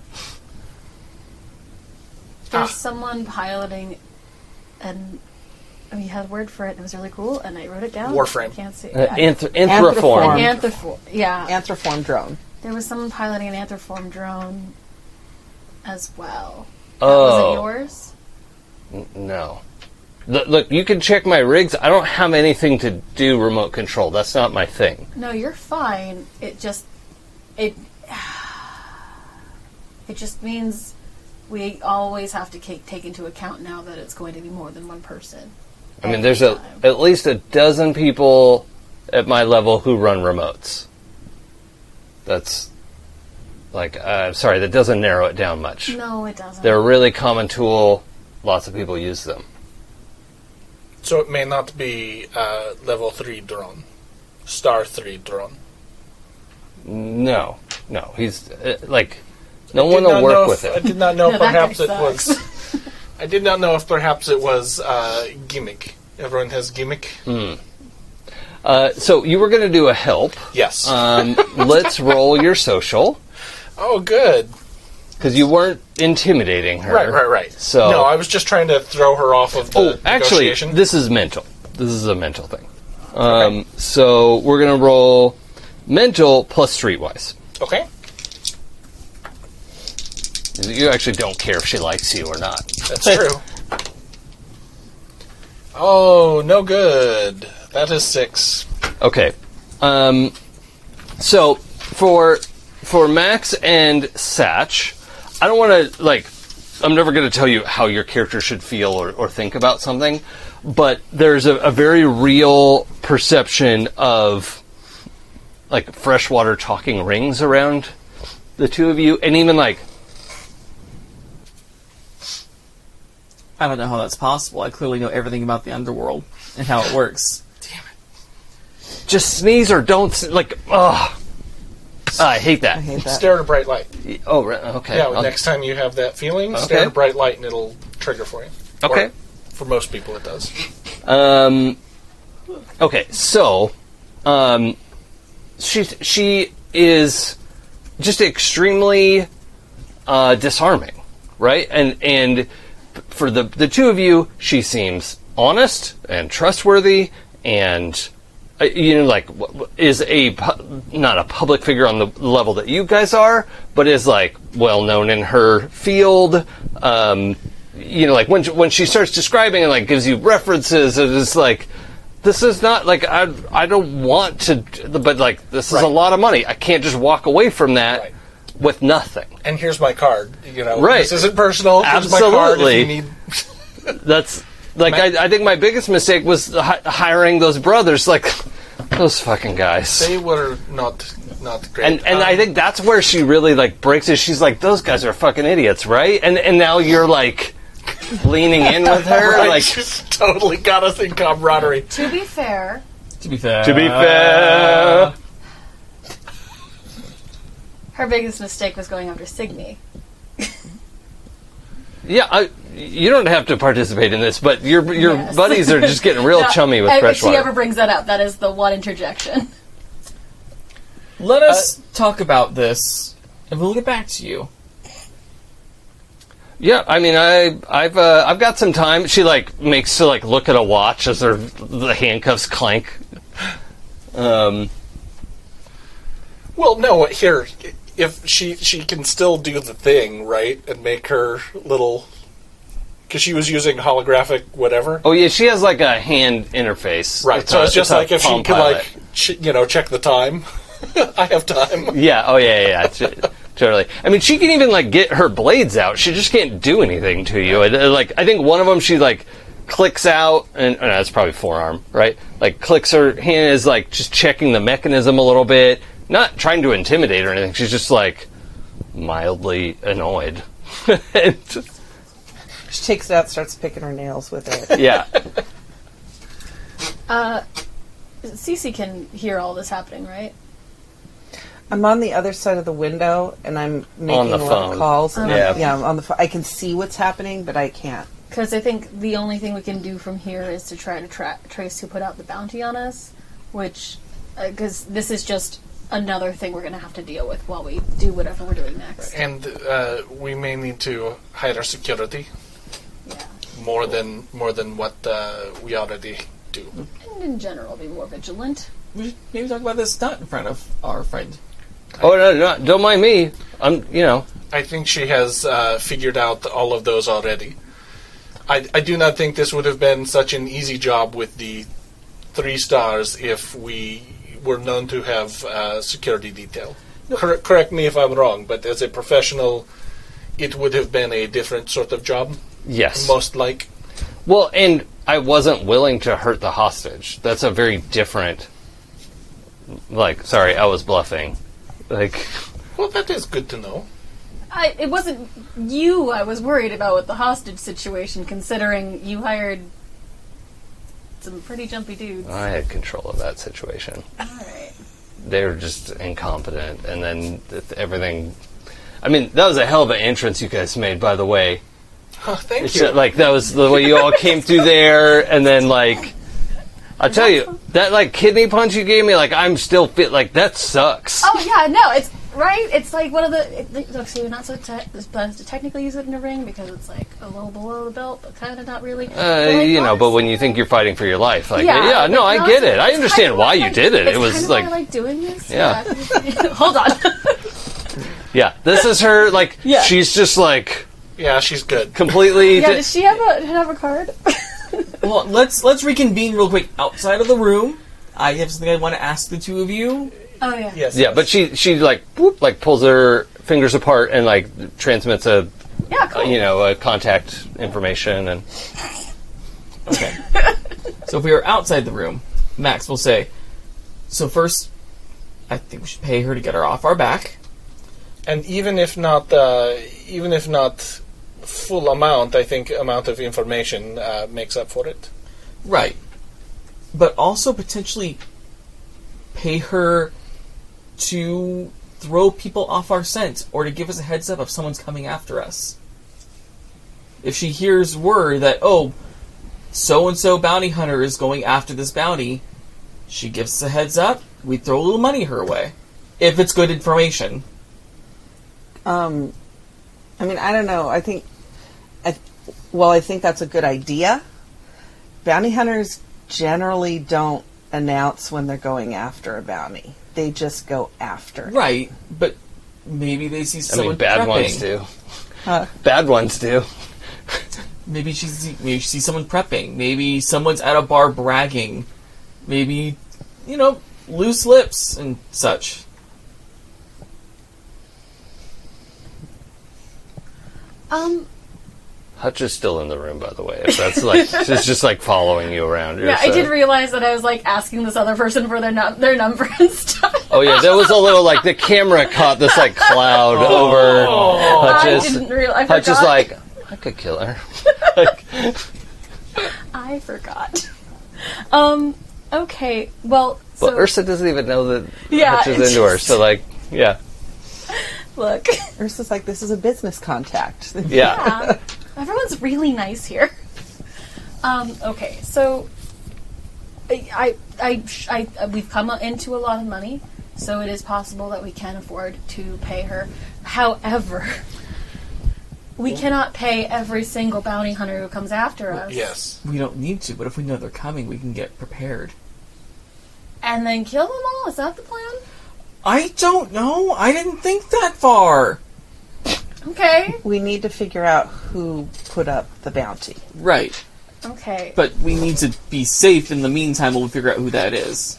C: There's someone piloting an. We had a word for it, and it was really cool, and I wrote it down.
B: Warframe.
C: I can't see.
A: Uh, anth- anthroform.
D: Anthroform.
C: Anthroform. Yeah.
D: Anthroform drone.
C: there was someone piloting an anthroform drone as well. Was it
A: Oh
C: yours?
A: no! Look, look, you can check my rigs. I don't have anything to do remote control. That's not my thing.
C: No, you're fine. It just. It. It just means we always have to ca- take into account now that it's going to be more than one person.
A: I mean, there's a, at least a dozen people at my level who run remotes. That's like, uh, sorry, that doesn't narrow it down much.
C: No, it doesn't.
A: They're a really common tool. Lots of people use them.
B: So it may not be uh, level 3 drone, star 3 drone.
A: No, no, he's uh, like, no
B: Did
A: one
B: not
A: will
B: know
A: work
B: if-
A: with
B: I
A: it.
B: did not know
C: No,
B: if
C: that guy
B: perhaps it
C: sucks.
B: was. I did not know if perhaps it was uh, gimmick. Everyone has gimmick.
A: Mm. Uh, so you were going to do a help.
B: Yes.
A: Um, let's roll your social
B: oh, good.
A: because you weren't intimidating her.
B: Right, right, right.
A: So
B: no, I was just trying to throw her off of the
A: Oh, actually,
B: negotiation.
A: this is mental. This is a mental thing. Um, So we're gonna roll mental plus streetwise.
B: okay,
A: You actually don't care if she likes you or not.
B: that's true. Oh, no good. That is six.
A: Okay. Um, so for for Max and Satch, I don't want to like. I'm never going to tell you how your character should feel or, or think about something, but there's a, a very real perception of like freshwater talking rings around the two of you, and even like
E: I don't know how that's possible. I clearly know everything about the underworld and how it works.
A: just sneeze or don't s like. Ugh. I hate that.
D: Hate that.
B: Stare at a bright light.
A: Oh, right, okay.
B: Yeah,
A: I'll-
B: next time you have that feeling, stare at
A: Okay.
B: a bright light and it'll trigger for you.
A: Okay.
B: Or, for most people, it does.
A: Um, okay, so um, she she is just extremely uh, disarming, right? And and for the the two of you, she seems honest and trustworthy, and uh, you know, like w- w- is a pu- not a public figure on the level that you guys are, but is like well known in her field. Um, you know, like when when she starts describing and like gives you references, it is like this is not like I I don't want to, but like this is a
B: Right.
A: lot of money. I can't just walk away from that
B: Right.
A: with nothing.
B: And here's my card. You know,
A: Right.
B: this isn't personal. Here's my card if
A: Absolutely.
B: you need
A: That's like I, I think my biggest mistake was hi- hiring those brothers, like those fucking guys.
B: They were not not great.
A: And and
B: Um,
A: I think that's where she really like breaks it. She's like, those guys are fucking idiots, right? And and now you're like leaning in with her,
B: right,
A: like
B: she's totally got us in camaraderie.
C: to be fair,
E: To be fair. uh,
A: to be fair.
C: her biggest mistake was going after Signy.
A: Yeah, I, you don't have to participate in this, but your your
C: Yes.
A: buddies are just getting real
C: Now,
A: chummy with
C: if
A: freshwater.
C: she ever brings that up, that is the one interjection.
E: Let us talk about this, and we'll get back to you.
A: Yeah, I mean, I, I've, uh, I've got some time. She like makes to like look at a watch as her the handcuffs clank. Um,
B: Well, no, here if she she can still do the thing right and make her little because she was using holographic whatever.
A: oh yeah, she has like a hand interface.
B: right, so
A: a-
B: it's just
A: a
B: like if she
A: Palm
B: can
A: Pilot.
B: like ch- you know check the time. I have time.
A: yeah, oh yeah, yeah, yeah, t- totally. I mean, she can even like get her blades out. She just can't do anything to you. And, uh, like, I think one of them she like clicks out, and oh, no, that's probably forearm, right? Like, clicks her hand is like just checking the mechanism a little bit, not trying to intimidate or anything. She's just like mildly annoyed. and,
D: She takes it out, starts picking her nails with it.
A: yeah,
C: Cece can hear all this happening, right?
D: I'm on the other side of the window and I'm making
A: the
D: a lot
A: phone.
D: of calls. And
A: Yeah.
D: I'm, yeah, I'm on the phone. I can see what's happening, but I can't.
C: Because I think the only thing we can do from here is to try to tra- trace who put out the bounty on us, which, because this is just another thing we're going to have to deal with while we do whatever we're doing next.
B: And uh, we may need to hire security
C: Yeah.
B: more than more than what uh, we already do.
C: And in general, be more vigilant.
E: We should maybe talk about this not in front of our friend.
A: Oh no, no, don't mind me. I'm, you know,
B: I think she has uh, figured out all of those already. I, I do not think this would have been such an easy job with the three stars if we were known to have uh, security detail. Cor- correct me if I'm wrong, but as a professional, it would have been a different sort of job,
A: yes.
B: most like.
A: Well, and I wasn't willing to hurt the hostage. That's a very different. Like, sorry, I was bluffing. Like,
B: Well, that is good to know.
C: I, it wasn't you I was worried about with the hostage situation, considering you hired some pretty jumpy dudes.
A: I had control of that situation.
C: Alright.
A: They were just incompetent, and then th- everything. I mean, that was a hell of an entrance you guys made, by the way.
B: Huh, Oh, thank
A: It's
B: you.
A: just, like that was the way you all came through there, and then like, I tell you, that like kidney punch you gave me, like I'm still fit. Like that sucks.
C: Oh yeah, no, it's right. It's like one of the it- it- look. So you're not so te- supposed to technically use it in a ring because it's like a little below the belt, but kind of not really.
A: Uh,
C: But, like,
A: you know, but
C: honestly,
A: when you think you're fighting for your life, like
C: yeah,
A: yeah,
C: like,
A: no, I get
C: honestly,
A: it. I
C: it's
A: understand
C: kinda
A: why
C: why,
A: you did it.
C: It's
A: It
C: kind
A: was
C: of why I
A: like
C: like doing this.
A: Yeah.
C: Hold on.
A: yeah, this is her like
E: Yeah.
A: she's just like
B: yeah, she's good.
A: completely
C: yeah.
A: di-
C: Does she have a have a card?
E: Well, let's let's reconvene real quick outside of the room. I have something I want to ask the two of you.
C: oh yeah.
B: Yes.
A: yeah, but she she like whoop, like pulls her fingers apart and like transmits a
C: Yeah. Cool.
A: Uh, you know a contact information and
E: Okay. so if we are outside the room, Max will say, "So first, I think we should pay her to get her off our back."
B: and even if not uh, even if not full amount, I think amount of information uh, makes up for it.
E: Right. But also potentially pay her to throw people off our scent or to give us a heads up if someone's coming after us. If she hears word that, oh, so and so bounty hunter is going after this bounty, she gives us a heads up, we throw a little money her way. If it's good information.
D: Um, I mean, I don't know. I think, I, well, I think that's a good idea. Bounty hunters generally don't announce when they're going after a bounty. They just go after. it.
E: Right, but maybe they see
A: I
E: someone.
A: mean bad
E: prepping.
A: ones do
D: Huh.
A: bad ones do
E: Maybe she see, maybe she sees someone prepping. Maybe someone's at a bar bragging. Maybe you know loose lips and such.
C: Um.
A: Hutch is still in the room by the way if that's like she's just like following you around
C: Yeah,
A: It's,
C: I
A: uh,
C: did realize that I was like asking this other person for their num- their number and stuff.
A: oh yeah there was a little like the camera caught this like cloud over
C: Oh. I
A: Hutch's
C: didn't realize. I
A: Hutch is
C: forgot.
A: like I could kill her
C: I forgot. Um. Okay. Well.
A: but
C: So
A: Ursa doesn't even know that
C: Yeah,
A: Hutch
C: it's
A: is into her so like yeah
C: look.
D: Ursa's like, this is a business contact.
A: yeah.
C: Yeah. Everyone's really nice here. Um, okay, so I, I, I, I, we've come into a lot of money, so it is possible that we can afford to pay her. However, we cannot pay every single bounty hunter who comes after us,
B: Yes.
E: We don't need to, but if we know they're coming, we can get prepared.
C: and then kill them all. Is that the plan?
E: I don't know. I didn't think that far.
C: Okay.
D: we need to figure out who put up the bounty.
E: Right,
C: Okay.
E: but we need to be safe in the meantime. We'll figure out who that is.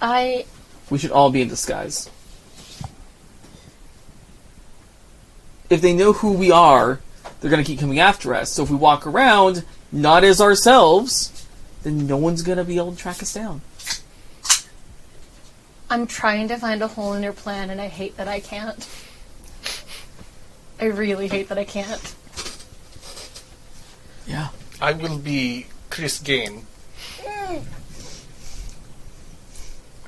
C: I
E: We should all be in disguise. If they know who we are, they're gonna keep coming after us. So if we walk around not as ourselves, then no one's gonna be able to track us down.
C: I'm trying to find a hole in your plan, and I hate that I can't. I really hate that I can't.
E: Yeah.
B: I will be Chris Gain.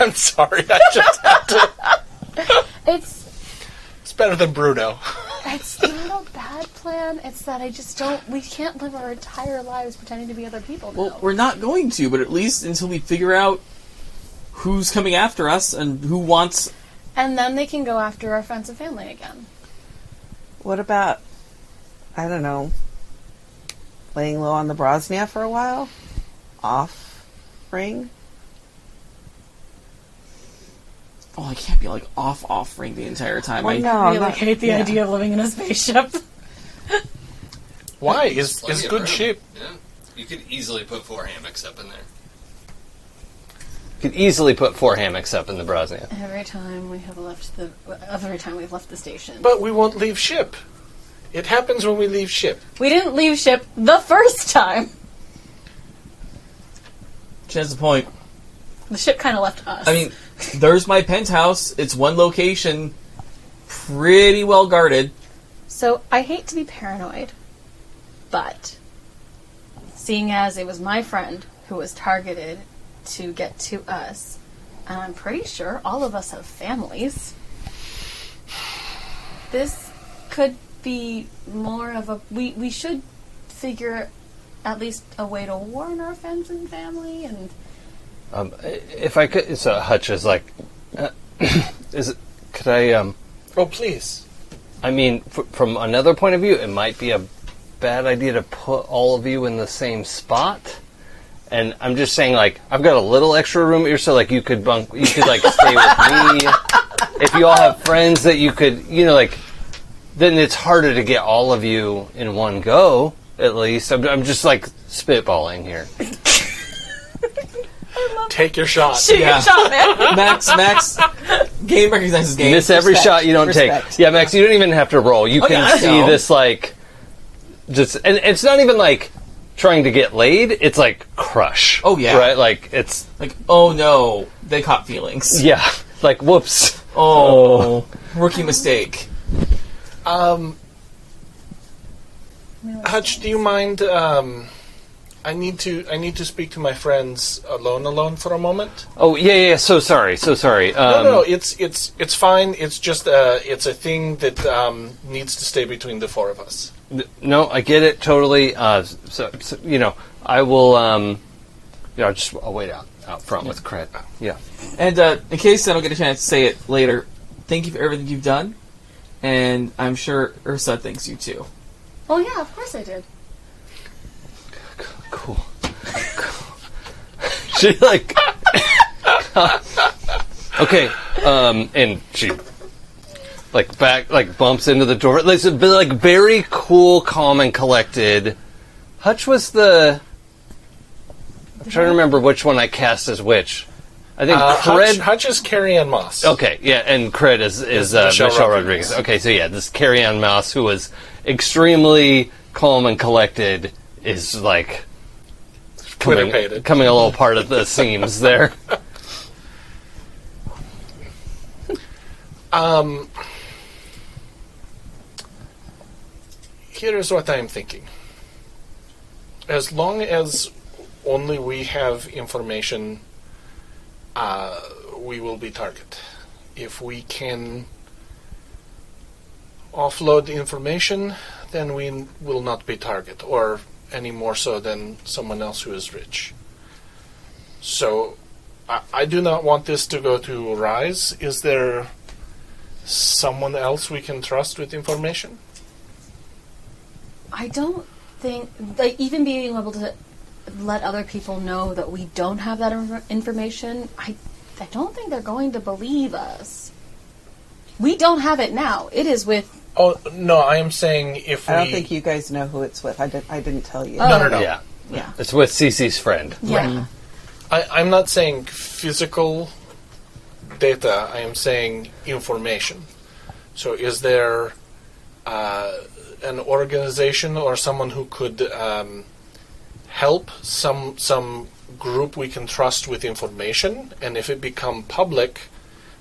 B: I'm sorry. I just,
C: It's
B: it's better than Bruno.
C: It's not a bad plan. It's that I just don't. We can't live our entire lives pretending to be other people.
E: Well,
C: now.
E: we're not going to, but at least until we figure out who's coming after us and who wants.
C: and then they can go after our friends and family again.
D: What about, I don't know, laying low on the Brosnia for a while? Off ring?
E: Oh, I can't be like off offering the entire time. I,
D: no,
F: I
D: I'm
F: really
D: not-
F: hate the
D: Oh, yeah.
F: idea of living in a spaceship.
B: Why? Is
G: Plenty
B: is
G: of
B: good
G: room.
B: shape.
G: Yeah. You could easily put four hammocks up in there.
A: Could easily put four hammocks up in the Brosnia.
C: Every time we have left the, every time we've left the station,
B: But we won't leave ship. It happens when we leave ship.
C: we didn't leave ship the first time.
E: She has a point.
C: The ship kind of left us.
E: I mean, there's my penthouse. It's one location, pretty well guarded.
C: So I hate to be paranoid, but seeing as it was my friend who was targeted to get to us, and I'm pretty sure all of us have families, this could be more of a we we should figure at least a way to warn our friends and family and
A: Um, i- if I could, so Hutch is like, uh, is it, could I? Um,
B: Oh, please.
A: I mean, f- from another point of view, it might be a bad idea to put all of you in the same spot. And I'm just saying, like, I've got a little extra room here, so like you could bunk, you could like stay with me. If you all have friends that you could, you know, like, then it's harder to get all of you in one go. At least I'm, I'm just like spitballing here.
B: Take your shot.
E: Yeah.
F: Shot, man.
E: Max, Max, game recognizes game.
A: Miss every
D: Respect.
A: shot you don't
D: Respect.
A: take. Yeah, Max, you don't even have to roll. You can
E: Oh, yeah, I
A: see
E: know.
A: this like just and it's not even like trying to get laid, it's like crush.
E: Oh, yeah.
A: Right? Like it's
E: like, oh no, they caught feelings.
A: yeah. Like whoops.
E: Oh, rookie mistake.
B: Hutch, do you mind? Um, I need to. I need to speak to my friends alone, alone for a moment.
A: Oh yeah, yeah, so sorry, so sorry. Um
B: no, no, it's it's it's fine. It's just uh, it's a thing that um, needs to stay between the four of us.
A: th- Um, no, I get it totally. Uh so, so you know, I will um you know, I'll just I'll wait out out front with cred. Yeah.
E: And uh, in case I don't get a chance to say it later, thank you for everything you've done, and I'm sure Ursa thanks you too.
C: oh yeah, of course I did.
A: Cool. she like okay um and she like back like bumps into the door like, it's a bit, like very cool calm and collected hutch was the i'm trying to remember which one i cast as which i think
B: Uh,
A: cred
B: Hutch, Hutch is Carrie Ann Moss.
A: Okay, yeah, and Cred is, is uh, Michelle,
B: Michelle
A: Rodriguez.
B: Rodriguez.
A: Okay, so yeah, this Carrie Ann Mouse, who was extremely calm and collected, is like coming,
B: Quinnipiac.
A: coming a little part of the seams there.
B: Um, here is what I am thinking. As long as only we have information, uh, we will be target. If we can offload the information, then we will not be target, or any more so than someone else who is rich. So, I, I do not want this to go to rise. Is there someone else we can trust with information?
C: I don't think like even being able to let other people know that we don't have that infor- information. I I don't think they're going to believe us. We don't have it now. It is with
B: Oh no, I am saying if
D: I don't
B: we
D: think you guys know who it's with. I, did, I didn't tell you.
C: Oh.
B: no no no.
A: Yeah.
D: Yeah.
A: It's with Cece's friend.
C: yeah.
B: I, I'm not saying physical data. I am saying information. So is there uh, an organization or someone who could um, help some some group we can trust with information? And if it become public,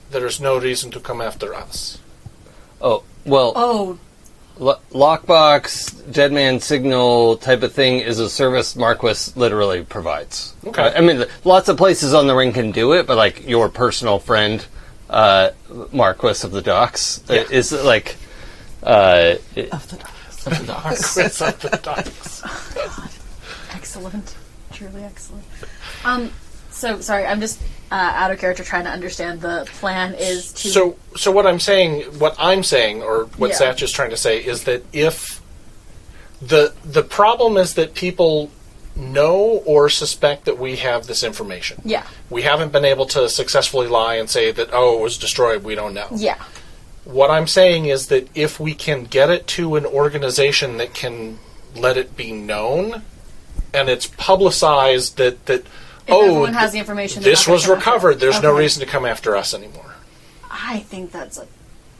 B: there is no reason to come after us.
A: Oh, well,
C: Oh,
A: lo- Lockbox, Dead Man Signal type of thing is a service Marquis literally provides. Uh,
B: Okay.
A: I mean, lots of places on the ring can do it, but like your personal friend, uh, Marquis of the Docks, i-
B: Yeah.
A: is like Uh,
B: Quiz of the dogs.
C: Excellent. Truly excellent. Um, so, sorry, I'm just uh, out of character trying to understand the plan is to.
B: So, so what I'm saying, what I'm saying, or what
C: Yeah.
B: Satch is trying to say, is that if the the problem is that people know or suspect that we have this information,
C: Yeah.
B: we haven't been able to successfully lie and say that oh, it was destroyed. We don't know.
C: Yeah.
B: What I'm saying is that if we can get it to an organization that can let it be known, and it's publicized that that
C: If
B: oh,
C: everyone has
B: th-
C: the information. they're
B: this
C: not
B: was
C: gonna come after-
B: recovered. There's no
C: Okay.
B: reason to come after us anymore.
C: I think that's a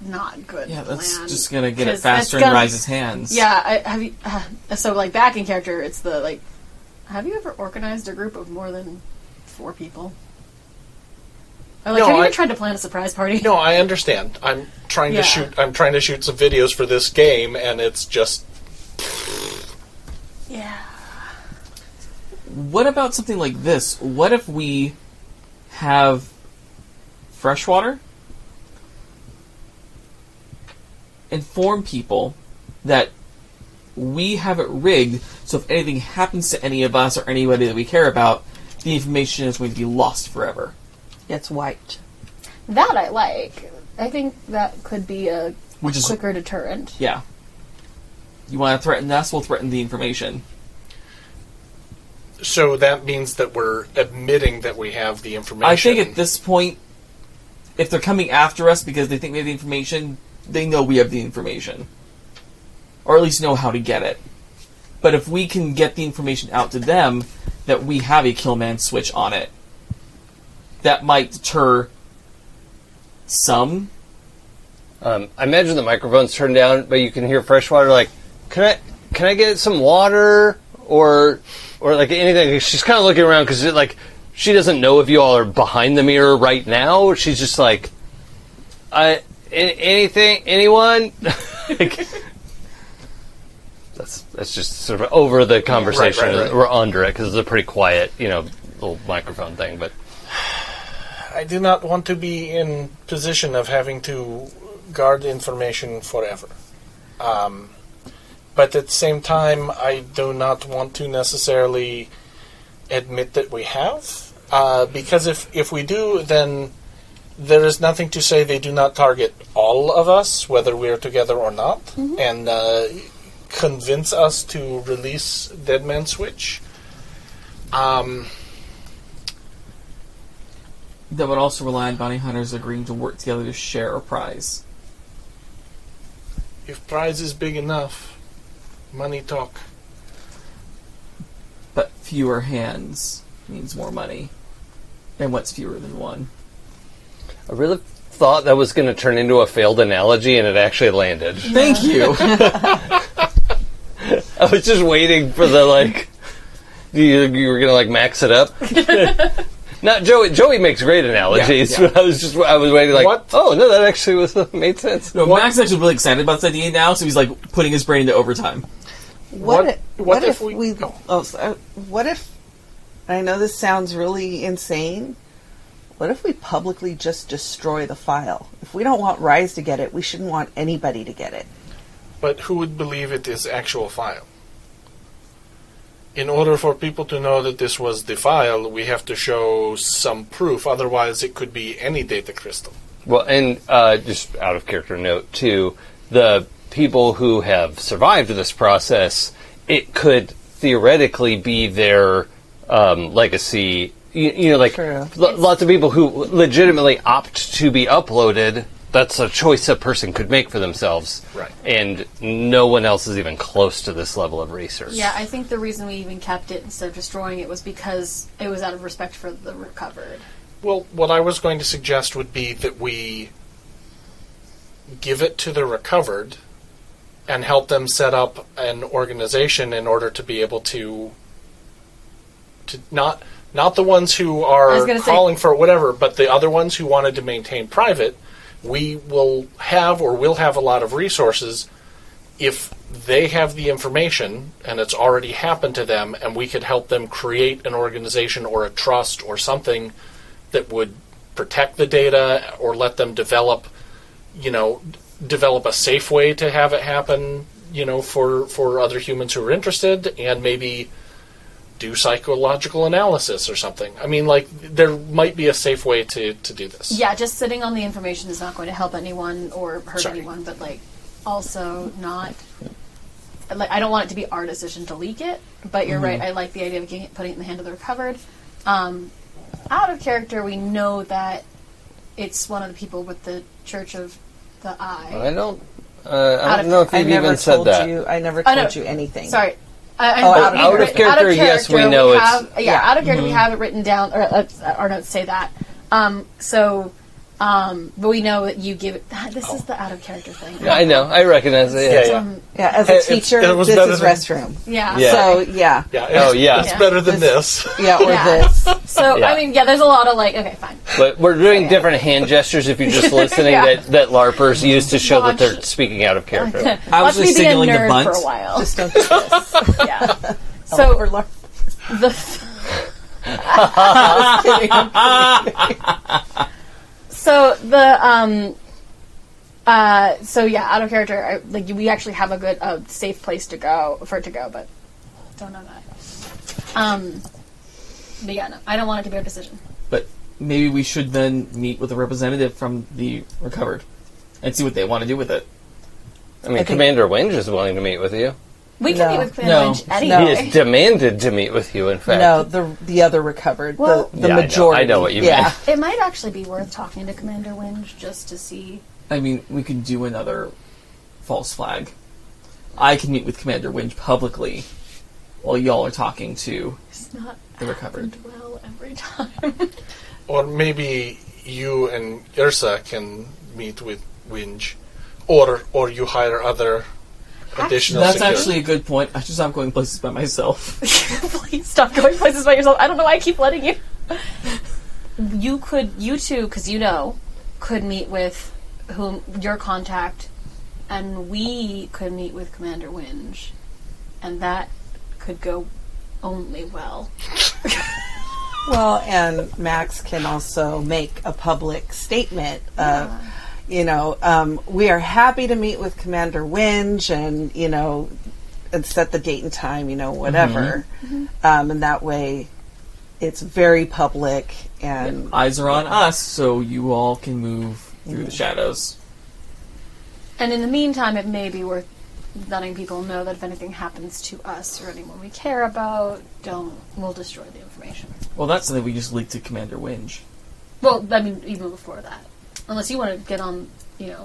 C: not good.
E: Yeah, that's
C: plan,
E: just gonna get it
C: 'cause that's
E: faster and
C: gonna-
E: rise his hands.
C: Yeah, I, have you? Uh, so, like back in character, it's the like. Have you ever organized a group of more than four people? Or, like,
B: No,
C: have you
B: I-
C: ever tried to plan a surprise party?
B: No, I understand. I'm trying
C: Yeah.
B: to shoot. I'm trying to shoot some videos for this game, and it's just
C: Yeah.
E: What about something like this? What if we have fresh water? Inform people that we have it rigged so if anything happens to any of us or anybody that we care about, the information is going to be lost forever.
D: It's wiped.
C: That I like. I think that could be a
E: Which is
C: quicker deterrent.
E: yeah. You want to threaten us? We'll threaten the information.
B: so that means that we're admitting that we have the information.
E: I think at this point, if they're coming after us because they think we have the information, they know we have the information. Or at least know how to get it. But if we can get the information out to them that we have a Killman switch on it, that might deter some.
A: um, I imagine the microphone's turned down, but you can hear freshwater. Like, can I can I get some water or or like anything? She's kind of looking around because like she doesn't know if you all are behind the mirror right now. She's just like, I a- anything anyone. like, that's that's just sort of over the conversation
B: right, right.
A: or under it because it's a pretty quiet you know little microphone thing, but.
B: I do not want to be in position of having to guard information forever. Um, but at the same time, I do not want to necessarily admit that we have, uh, because if if we do, then there is nothing to say they do not target all of us, whether we are together or not, and uh, convince us to release Dead Man Switch. Um,
E: That would also rely on bounty hunters agreeing to work together to share a prize.
B: If prize is big enough, money talk.
E: But fewer hands means more money. And what's fewer than one?
A: I really thought that was going to turn into a failed analogy, and it actually landed.
E: Thank you!
A: I was just waiting for the like. You, you were gonna like max it up. Not Joey. Joey makes great analogies.
E: Yeah, yeah.
A: but I was just I was waiting like,
B: What?
A: oh no, that actually was made sense.
E: No, Max is actually really excited about this idea now, so he's like putting his brain into overtime.
D: What,
B: What-
D: if,
B: what
D: what
B: if
D: if,
B: we-
D: we?
B: oh.
D: Oh, so, uh, what if? I know this sounds really insane. What if we publicly just destroy the file? If we don't want Rise to get it, we shouldn't want anybody to get it.
B: But who would believe it is actual file? In order for people to know that this was the file, we have to show some proof. Otherwise, it could be any data crystal.
A: Well, and uh, just out of character note too, the people who have survived this process, it could theoretically be their um, legacy. You, you know, like
D: True.
A: lo- lots of people who legitimately opt to be uploaded. That's a choice a person could make for themselves,
B: Right.
A: And no one else is even close to this level of research.
C: Yeah, I think the reason we even kept it instead of destroying it was because it was out of respect for the recovered.
B: Well, what I was going to suggest would be that we give it to the recovered and help them set up an organization in order to be able to to not not the ones who
C: I
B: are
C: was gonna say-
B: calling for whatever, but the other ones who wanted to maintain private, we will have or will have a lot of resources if they have the information and it's already happened to them and we could help them create an organization or a trust or something that would protect the data or let them develop you know develop a safe way to have it happen, you know, for for other humans who are interested, and maybe do psychological analysis or something. I mean, like there might be a safe way to to do this.
C: Yeah, just sitting on the information is not going to help anyone or hurt
B: Sorry.
C: anyone, but like also not. Like, I don't want it to be our decision to leak it, but you're right. I like the idea of getting it, putting it in the hand of the recovered. Um, out of character, we know that it's one of the people with the Church of the Eye.
A: I don't. Uh,
C: Out
A: I
C: of-
A: don't know if
D: I
A: you've
D: never
A: even said
D: told
A: that.
D: you. I never
C: I
D: told
C: know.
D: you anything.
C: Sorry. Uh, I, I,
D: Oh,
A: out of
C: written-
A: character, yes, we know it's- Mm-hmm.
C: have, Yeah,
D: yeah.
C: out of character, we have it written down, or uh, our notes say that. Um, so, um, but we know that you give it. This is the out of character thing.
A: I know. I recognize it.
B: Yeah,
A: Yeah.
B: yeah.
C: Um,
D: Yeah, as
B: Hey,
D: a
B: it's-
D: teacher,
B: it was
D: this
B: better
D: is
B: than-
D: restroom.
C: yeah.
A: Yeah.
D: So yeah,
B: Yeah,
A: Oh,
B: it's-
A: yeah.
B: it's better than this.
D: yeah, or
C: Yeah.
D: this.
C: So,
A: Yeah.
C: I mean, yeah, there's a lot of like, okay, fine.
A: But we're doing different hand gestures if you're just listening
C: Yeah.
A: that, that LARPers use to show that they're
C: Gosh.
A: speaking out of character.
E: I was
C: Let me
E: just
C: be a
E: signaling the
C: nerd for a
E: bunt.
C: while.
D: Just don't do this.
C: yeah. So,
D: Or lar-
C: the. F- so the um uh so yeah out of character I, like we actually have a good uh, safe place to go for it to go but don't know that um but yeah no, I don't want it to be our decision
E: But maybe we should then meet with a representative from the recovered and see what they want to do with it.
A: I mean, Commander Winge is willing to meet with you.
C: we can
D: No.
C: meet with Quinn
E: No.
C: Lynch
E: No.
A: He
C: anyway
A: has demanded to meet with you, in fact.
D: no, the the other recovered.
C: Well-
D: the the
A: Yeah, I know. I
D: majority.
A: know what you
D: yeah.
A: mean.
C: it might actually be worth talking to Commander Winge just to see
E: I mean, we can do another false flag. I can meet with Commander Winch publicly while y'all are talking to
C: it's not
E: the recovered.
C: well every time
B: Or maybe you and Ursa can meet with Winge, or or you hire other additional.
E: That's
B: security.
E: actually a good point. I just stop going places by myself.
C: please stop going places by yourself. I don't know why I keep letting you. You could, you two, because you know, could meet with whom your contact, and we could meet with Commander Winge, and that could go only well.
D: Well, and Max can also make a public statement of, you know, um, we are happy to meet with Commander Winge and, you know, and set the date and time, you know, whatever. Um, and that way it's very public and
E: Eyes are on us, so you all can move through the shadows.
C: And in the meantime, it may be worth letting people know that if anything happens to us or anyone we care about, don't we'll destroy the information.
E: Well, that's something we just leaked to Commander Winge.
C: Well, I mean, even before that, unless you want to get on, you know,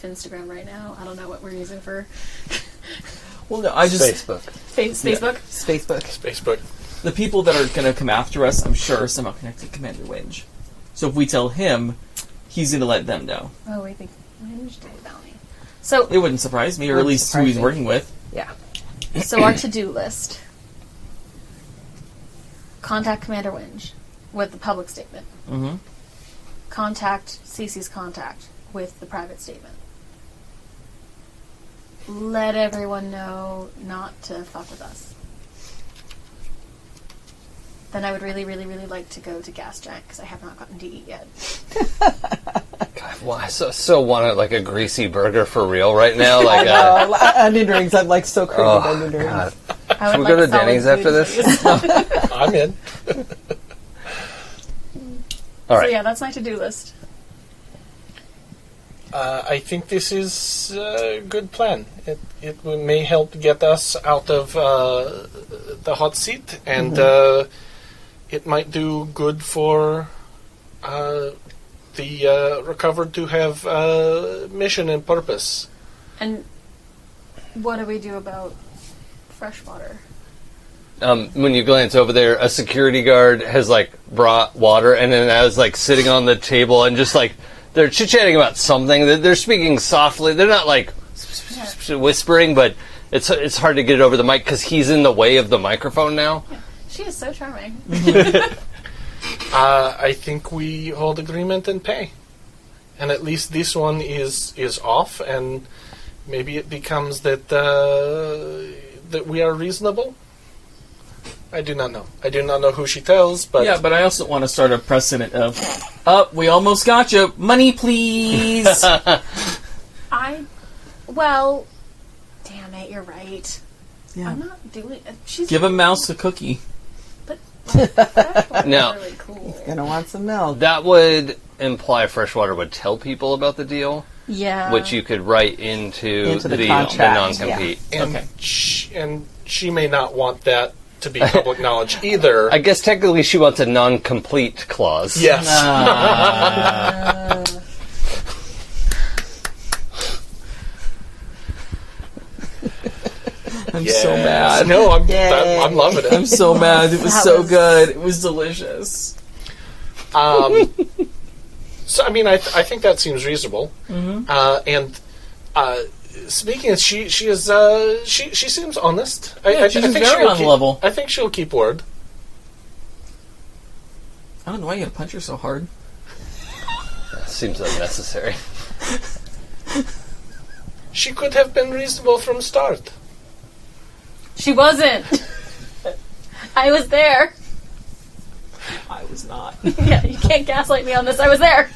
C: Instagram right now. I don't know what we're using for
E: Well, no, I just
A: Facebook.
C: face, Facebook.
D: Facebook.
B: Facebook.
E: the people that are going to come after us, I'm sure, are somehow connected to Commander Winge. So if we tell him, he's going to let them know.
C: Oh, I think Hinge did about me. So,
E: It wouldn't surprise me, or at
D: Wouldn't
E: least who
D: surprise
E: he's
D: me.
E: working with.
D: Yeah.
C: so our to-do list: contact Commander Winge with the public statement.
E: Mm-hmm.
C: Contact Cece's contact with the private statement. Let everyone know not to fuck with us. Then I would really, really, really like to go to Gas Giant because I have not gotten to eat yet.
A: God, well, I so, so wanted like a greasy burger for real right now. Like, uh, oh,
D: Uh, li- onion rings. I'm like so crazy
E: Oh,
D: about onion rings.
A: God.
C: I
A: Should
C: would
A: we go
C: like
A: to
C: solid
A: Denny's
C: food,
A: after this?
C: please.
B: I'm in.
A: All
C: So
A: right.
C: yeah, that's my to-do list.
B: Uh, I think this is a good plan. It it will- may help get us out of uh, the hot seat, and uh, it might do good for uh, the uh, recovered to have uh, mission and purpose.
C: And what do we do about freshwater?
A: um, when you glance over there, a security guard has like brought water, and then I was like sitting on the table and just like they're chit chatting about something. They're, they're speaking softly. They're not like whispering, but it's it's hard to get it over the mic because he's in the way of the microphone now.
C: She is so charming.
B: Uh, I think we hold agreement and pay, and at least this one is is off, and maybe it becomes that uh, that we are reasonable. I do not know. I do not know who she tells, but
E: yeah, but I also want to start a precedent of, up, we almost got you. Money, please.
C: Well, damn it, you're right.
D: Yeah.
C: I'm not doing. uh, She's
E: Give a mouse a cookie.
C: But like,
A: No.
C: really cool.
D: Gonna want some milk.
A: That would imply Freshwater would tell people about the deal,
C: Yeah.
A: which you could write into,
D: Into the contract,
A: non compete.
B: And, she, and she may not want that to be public knowledge either.
A: I guess technically she wants a non complete clause.
B: yes.
E: I'm so mad.
B: No, I'm,
D: Yay.
B: that, I'm loving
E: I'm
B: it.
E: so mad. It was
D: That
E: so
D: was-
E: good. It was delicious.
B: Um, so, I mean, I, th- I think that seems reasonable.
E: Mm-hmm.
B: Uh, and uh, speaking of, she she is uh, she she seems honest. I,
E: Yeah,
B: I,
E: she
B: I
E: seems
B: think
E: very
B: she'll
E: on
B: keep,
E: level.
B: I think she'll keep word.
E: I don't know why you gotta punch her so hard.
A: Seems unnecessary.
B: She could have been reasonable from start.
C: she wasn't. I was there.
E: I was not.
C: Yeah, you can't gaslight me on this. I was there.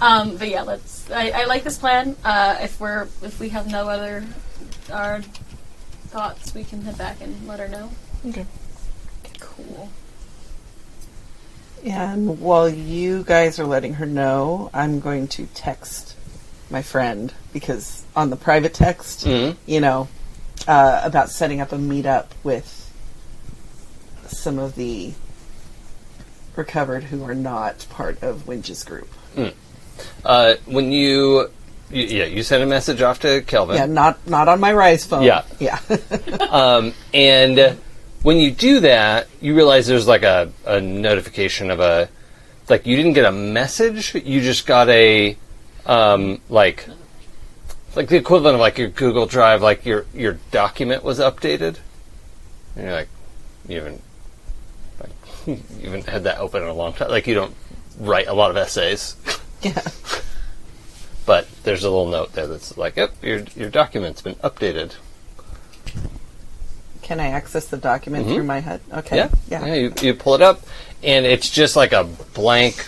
C: um, but yeah, let's. I, I like this plan. Uh, if we're if we have no other our thoughts, we can head back and let her know.
E: Okay.
C: Cool.
D: And while you guys are letting her know, I'm going to text my friend because on the private text,
A: Mhm.
D: you know, uh, about setting up a meetup with some of the recovered who are not part of Winch's group.
A: Uh, when you, you. Yeah, you send a message off to Kelvin.
D: Yeah, not not on my Rise phone.
A: Yeah.
D: yeah.
A: Um, and uh, when you do that, you realize there's like a, a notification of a like you didn't get a message, you just got a um, like like the equivalent of like your Google Drive, like your your document was updated, and you're like you haven't like, you haven't had that open in a long time. Like you don't write a lot of essays.
D: Yeah.
A: But there's a little note there that's like, "Yep, your your document's been updated."
D: Can I access the document through my HUD? Okay.
A: Mm-hmm. Yeah, yeah. you, you pull it up, and it's just like a blank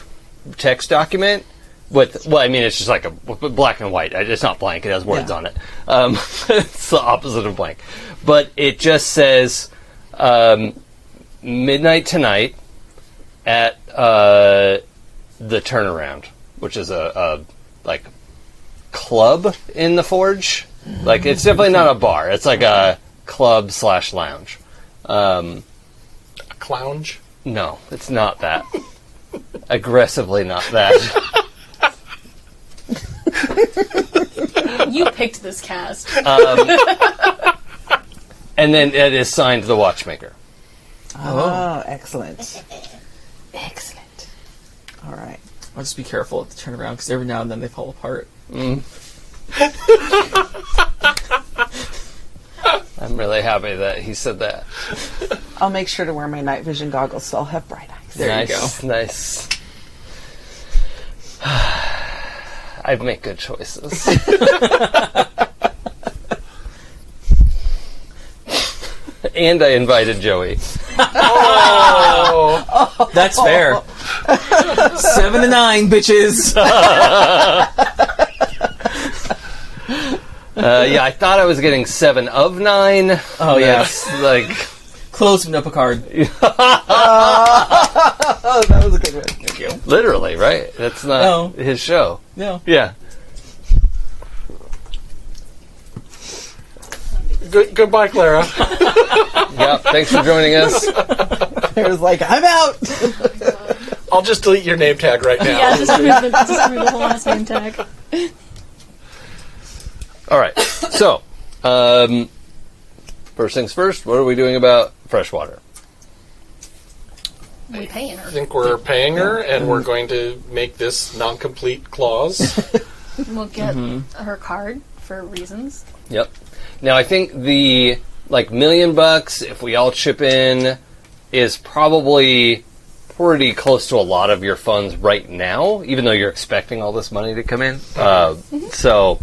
A: text document with. Well, I mean, it's just like a b- b- black and white. It's not blank. It has words
D: Yeah.
A: on it. Um, it's the opposite of blank, but it just says um, midnight tonight at uh, the turnaround, which is a, a like club in the forge. Like it's definitely not a bar. It's like a club slash lounge. Um,
B: A clownge.
A: no, it's not that. Aggressively not that.
C: You picked this cast.
A: and then it is signed the Watchmaker.
D: Oh, excellent. Excellent. All right.
E: I'll just be careful at the turnaround because every now and then they fall apart.
A: I'm really happy that he said that.
D: I'll make sure to wear my night vision goggles so I'll have bright eyes.
E: There you go.
A: nice, nice. I make good choices. and I invited Joey.
E: That's
D: Oh.
E: fair. Seven to nine, bitches.
A: Uh, yeah, I thought I was getting seven of nine.
E: Oh, yeah.
A: That's, like
E: Close with no Picard.
D: Oh, that was a good one.
E: Thank you.
A: literally, right? That's not
E: No.
A: his show.
E: No.
A: Yeah.
B: Good, goodbye, Clara.
A: Yeah. Thanks for joining us.
D: It was like, I'm out.
B: I'll just delete your name tag right now.
C: yeah, just remove, the, just remove the whole last name tag.
A: All right. So, um, first things first. What are we doing about freshwater?
C: We paying
B: I
C: her.
B: think we're paying her, and we're going to make this non-complete clause.
C: We'll get
A: Mm-hmm.
C: her card for reasons.
A: Yep. Now I think the like million bucks, if we all chip in, is probably pretty close to a lot of your funds right now. Even though you're expecting all this money to come in, uh, so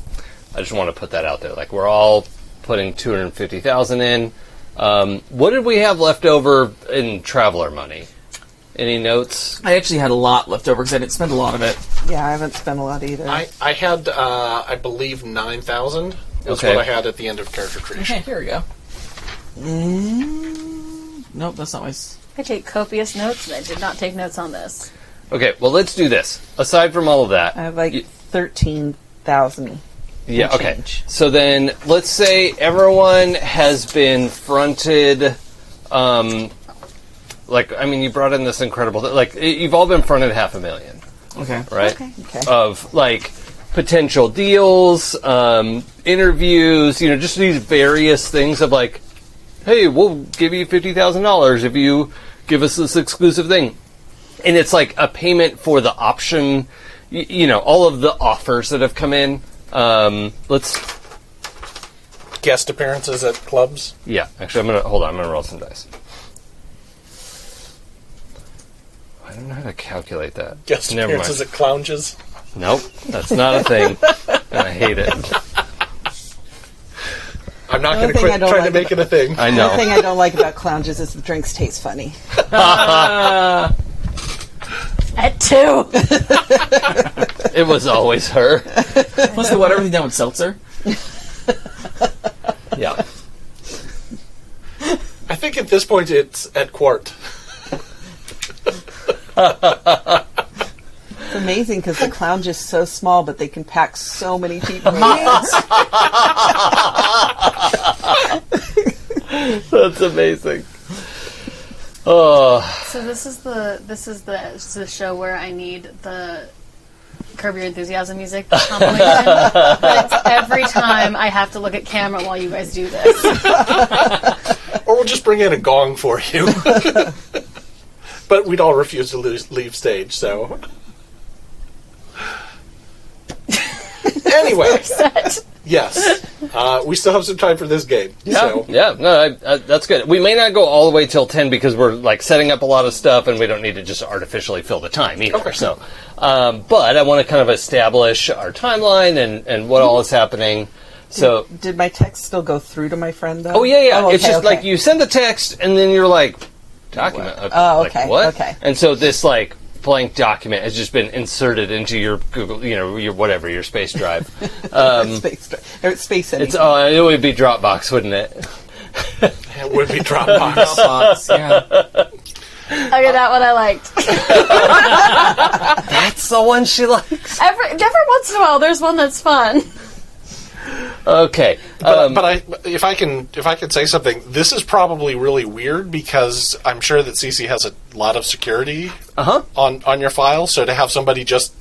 A: I just want to put that out there. Like we're all putting two hundred fifty thousand in. Um, what did we have left over in traveler money? Any notes?
E: I actually had a lot left over because I didn't spend a lot of it.
D: Yeah, I haven't spent a lot either.
B: I, I had, uh, I believe, 9,000 is
A: Okay.
B: what I had at the end of character creation.
D: Eh,
E: Okay, here we go. Mm, nope, that's not my. s-
C: I take copious notes, and I did not take notes on this.
A: Okay, well, let's do this. Aside from all of that,
D: I have like
A: y-
D: thirteen thousand.
A: yeah, okay.
D: change.
A: So then, let's say everyone has been fronted. Um, like, I mean, you brought in this incredible. Like, y- you've all been fronted half a million,
E: Okay.
A: right?
C: Okay.
D: Okay.
A: Of like potential deals, um, interviews. You know, just these various things of like, hey, we'll give you fifty thousand dollars if you give us this exclusive thing, and it's like a payment for the option. y- You know, all of the offers that have come in. Um, let's
B: Guest appearances at clubs.
A: Yeah, actually, I'm gonna hold on. I'm gonna roll some dice. I don't know how to calculate that.
B: Guest
A: Never mind.
B: appearances at clounges.
A: Nope, that's not a thing. and I hate it.
B: I'm not going to
D: Another thing I
B: quit
D: don't
B: trying to
D: like
B: make it a thing.
A: I
D: The thing
A: know.
D: I don't like about clounges is the drinks taste funny.
C: At two.
A: It was always her.
E: Plus, they water everything down with seltzer.
A: Yeah.
B: I think at this point it's at quart.
D: It's amazing because the clounge is so small, but they can pack so many people. in.
A: That's amazing. Oh,
C: So this is the this is the this is the show where I need the Curb Your Enthusiasm music the compilation. but every time I have to look at camera while you guys do this.
B: Or we'll just bring in a gong for you. but we'd all refuse to lose, leave stage, so. anyway,
C: Set.
B: yes. Uh, we still have some time for this game.
A: yeah,
B: So.
A: yeah. No, I, I, that's good. We may not go all the way till ten because we're like setting up a lot of stuff, and we don't need to just artificially fill the time either.
B: Okay.
A: So, um, but I want to kind of establish our timeline and and what all is happening. So
D: Did my text still go through to my friend though?
A: Oh yeah, yeah.
D: okay,
A: it's just
D: okay.
A: like you send the text and then you're like document. uh,
D: Oh,
A: like,
D: okay,
A: what?
D: okay.
A: And so this like blank document has just been inserted into your Google, you know, your whatever your space drive.
D: space, or space
A: Mm. it's
D: anything.
A: oh, it would be Dropbox, wouldn't it?
B: It would be Dropbox.
E: Box, yeah.
C: Okay, that one I liked.
A: That's the one she likes.
C: Every every once in a while there's one that's fun.
A: Okay.
B: But,
A: Um,
B: but I, if I can, if I can say something, this is probably really weird because I'm sure that CC has a lot of security
A: Uh-huh.
B: on on your file. So to have somebody just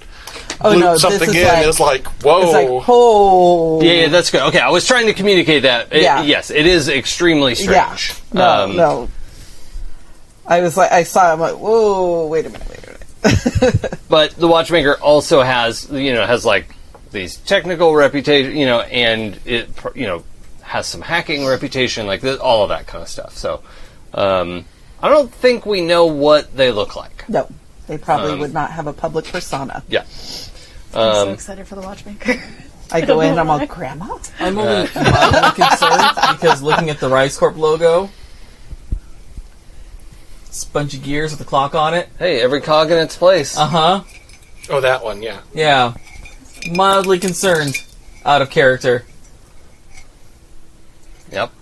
D: Oh,
B: loop
D: no, this
B: something
D: is
B: in
D: like-
B: is like, whoa.
D: It's like oh
A: yeah, yeah, that's good. Okay, I was trying to communicate that. It-
D: Yeah.
A: Yes, it is extremely
D: Yeah.
A: strange.
D: No,
A: Um,
D: no. I was like, I saw. it, I'm like, whoa, wait a minute, wait a minute.
A: but the watchmaker also has you know has like these technical reputation you know and it pr- you know has some hacking reputation like th- all of that kind of stuff so um, i don't think we know what they look like
D: No, they probably
A: Um,
D: would not have a public persona.
A: yeah
C: I'm so
A: Um,
C: excited for the watchmaker.
D: I go in, I'm all, Grandma.
E: I'm only mildly concerned because looking at the Rise Corp logo, spongy gears with the clock on it.
A: hey every cog in its place
E: Uh huh.
B: oh, that one, yeah.
E: Yeah. Mildly concerned. Out of character.
A: yep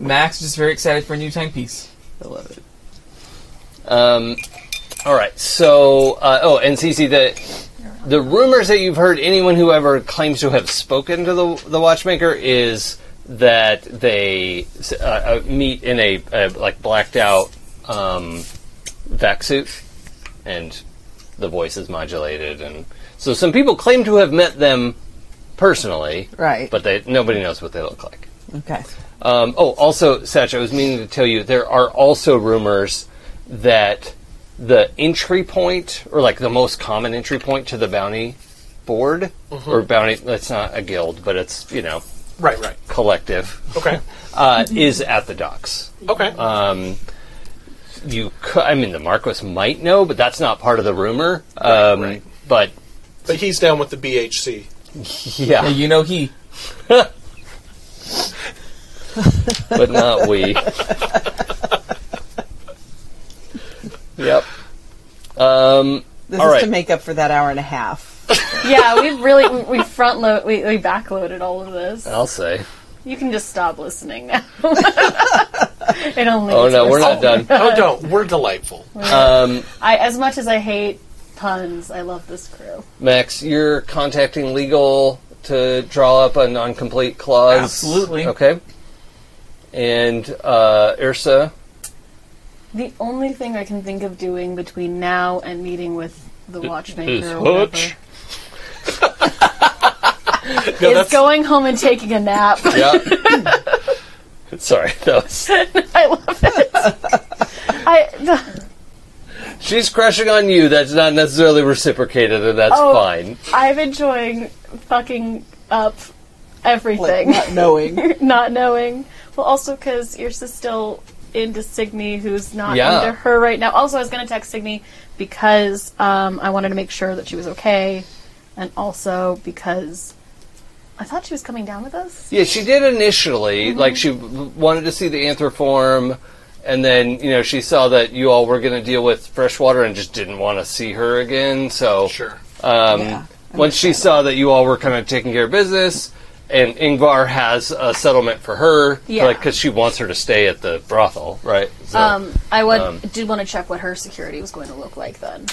E: Max is just very excited for a new timepiece. I love it.
A: Um, all right. So, uh, oh, and Cece, the the rumors that you've heard, anyone who ever claims to have spoken to the the Watchmaker is that they uh, uh, meet in a, a like blacked out um, vac suit, and the voice is modulated, and so some people claim to have met them personally,
D: Right.
A: But they nobody knows what they look like.
D: Okay.
A: Um, oh, also, Satch, I was meaning to tell you there are also rumors that the entry point, or like the most common entry point to the bounty board,
B: Mm-hmm.
A: or bounty, that's not a guild, but it's, you know,
B: Right, right.
A: collective,
B: Okay,
A: uh,
B: Mm-hmm.
A: is at the docks.
B: okay.
A: Um, you, cou- I mean, the Marquis might know, but that's not part of the rumor. Um,
B: right.
A: But,
B: but he's down with the BHC.
E: Now,
A: yeah,
E: you know he.
A: but not we. yep. Um,
D: This
A: All
D: is to
A: right.
D: make up for that hour and a half.
C: yeah, we really we front load we, we back loaded all of this.
A: I'll say.
C: You can just stop listening now. it only.
A: Oh
C: gets
A: no,
C: worse.
A: we're not done.
B: Oh no, we're delightful.
A: Um,
C: I, as much as I hate puns, I love this crew.
A: Max, you're contacting legal to draw up a non-complete clause.
E: Absolutely.
A: Okay. And uh, Ursa,
C: The only thing I can think of doing between now and meeting with the watchmaker or whatever
A: Hutch.
C: is going home and taking a nap.
A: yeah. Sorry, that was.
C: I love it. I, the-
A: She's crushing on you. That's not necessarily reciprocated, and that's
C: Oh.
A: fine.
C: I'm enjoying fucking up
D: Like,
C: everything,
D: not knowing.
C: not knowing. Well, also because Irsa's still into Signy, who's not
A: Yeah.
C: into her right now. Also, I was going to text Signy because um, I wanted to make sure that she was okay, and also because I thought she was coming down with us.
A: Yeah, she did initially. Like she w- wanted to see the anthroform, and then you know she saw that you all were going to deal with freshwater and just didn't want to see her again. So
B: Sure.
A: Um,
D: Yeah,
A: once she saw that you all were kind of taking care of business, and Ingvar has a settlement for her,
C: Yeah.
A: because she wants her to stay at the brothel, right? So,
C: Um, I would
A: um,
C: did want to check what her security was going to look like then.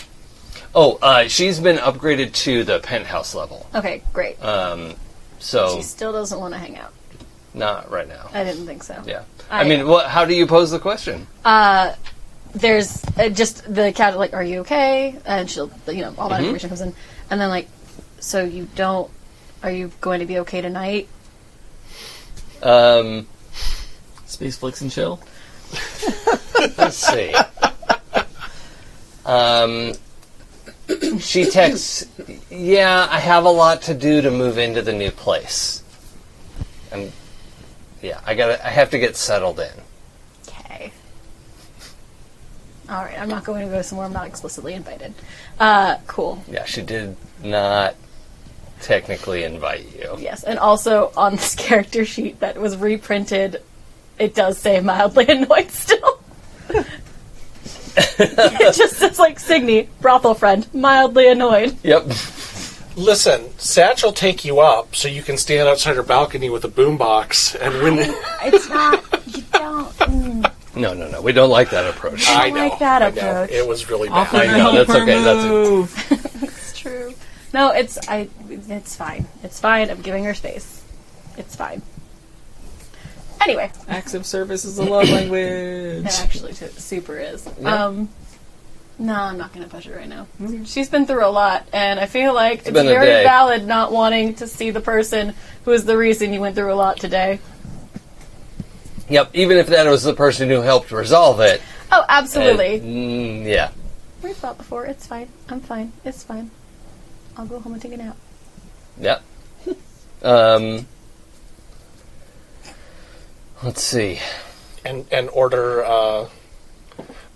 A: oh, uh, she's been upgraded to the penthouse level,
C: Okay, great.
A: um, so
C: She still doesn't want to hang out.
A: not right now.
C: I didn't think so.
A: Yeah, I,
C: I-
A: mean, what, how do you pose the question?
C: Uh, there's uh, just the cat like, "Are you okay?" And she'll, you know, all that information comes in, and then like, so you don't. Are you going to be okay tonight?
A: Um,
E: Space flicks and chill.
A: Let's see. Um, she texts, "Yeah, I have a lot to do to move into the new place. I'm, yeah, I got, to I have to get settled in.
C: Okay. All right, I'm not going to go somewhere I'm not explicitly invited. Uh, cool.
A: Yeah, she did not technically invite you.
C: Yes, and also on this character sheet that was reprinted, it does say mildly annoyed still. it just says like Signy, brothel friend, mildly annoyed.
A: Yep.
B: Listen, Satch will take you up so you can stand outside her balcony with a boombox and when
C: It's not. You don't. Mm,
A: No, no, no. We don't like that approach.
B: I
C: don't
B: know,
C: like that
B: I know.
C: approach.
B: It was really
E: Offer
B: bad.
A: I
E: to
A: know,
E: help
A: that's
E: her
A: okay, that's a-
E: move.
C: it's true. No, it's I. It's fine. It's fine. I'm giving her space. It's fine. Anyway,
E: Acts of service is a love language.
C: it actually t- super is. Um, no, I'm not going to push it right now. She's been through a lot, and I feel like it's,
A: been a day.
C: very valid not wanting to see the person who is the reason you went through a lot today.
A: Yep. Even if that was the person who helped resolve it.
C: Oh,
A: uh,
C: absolutely.
A: mm, yeah.
C: We've fought before. It's fine. I'm fine. It's fine. I'll go home and take a nap.
A: Yep. Um. Let's see.
B: And and order uh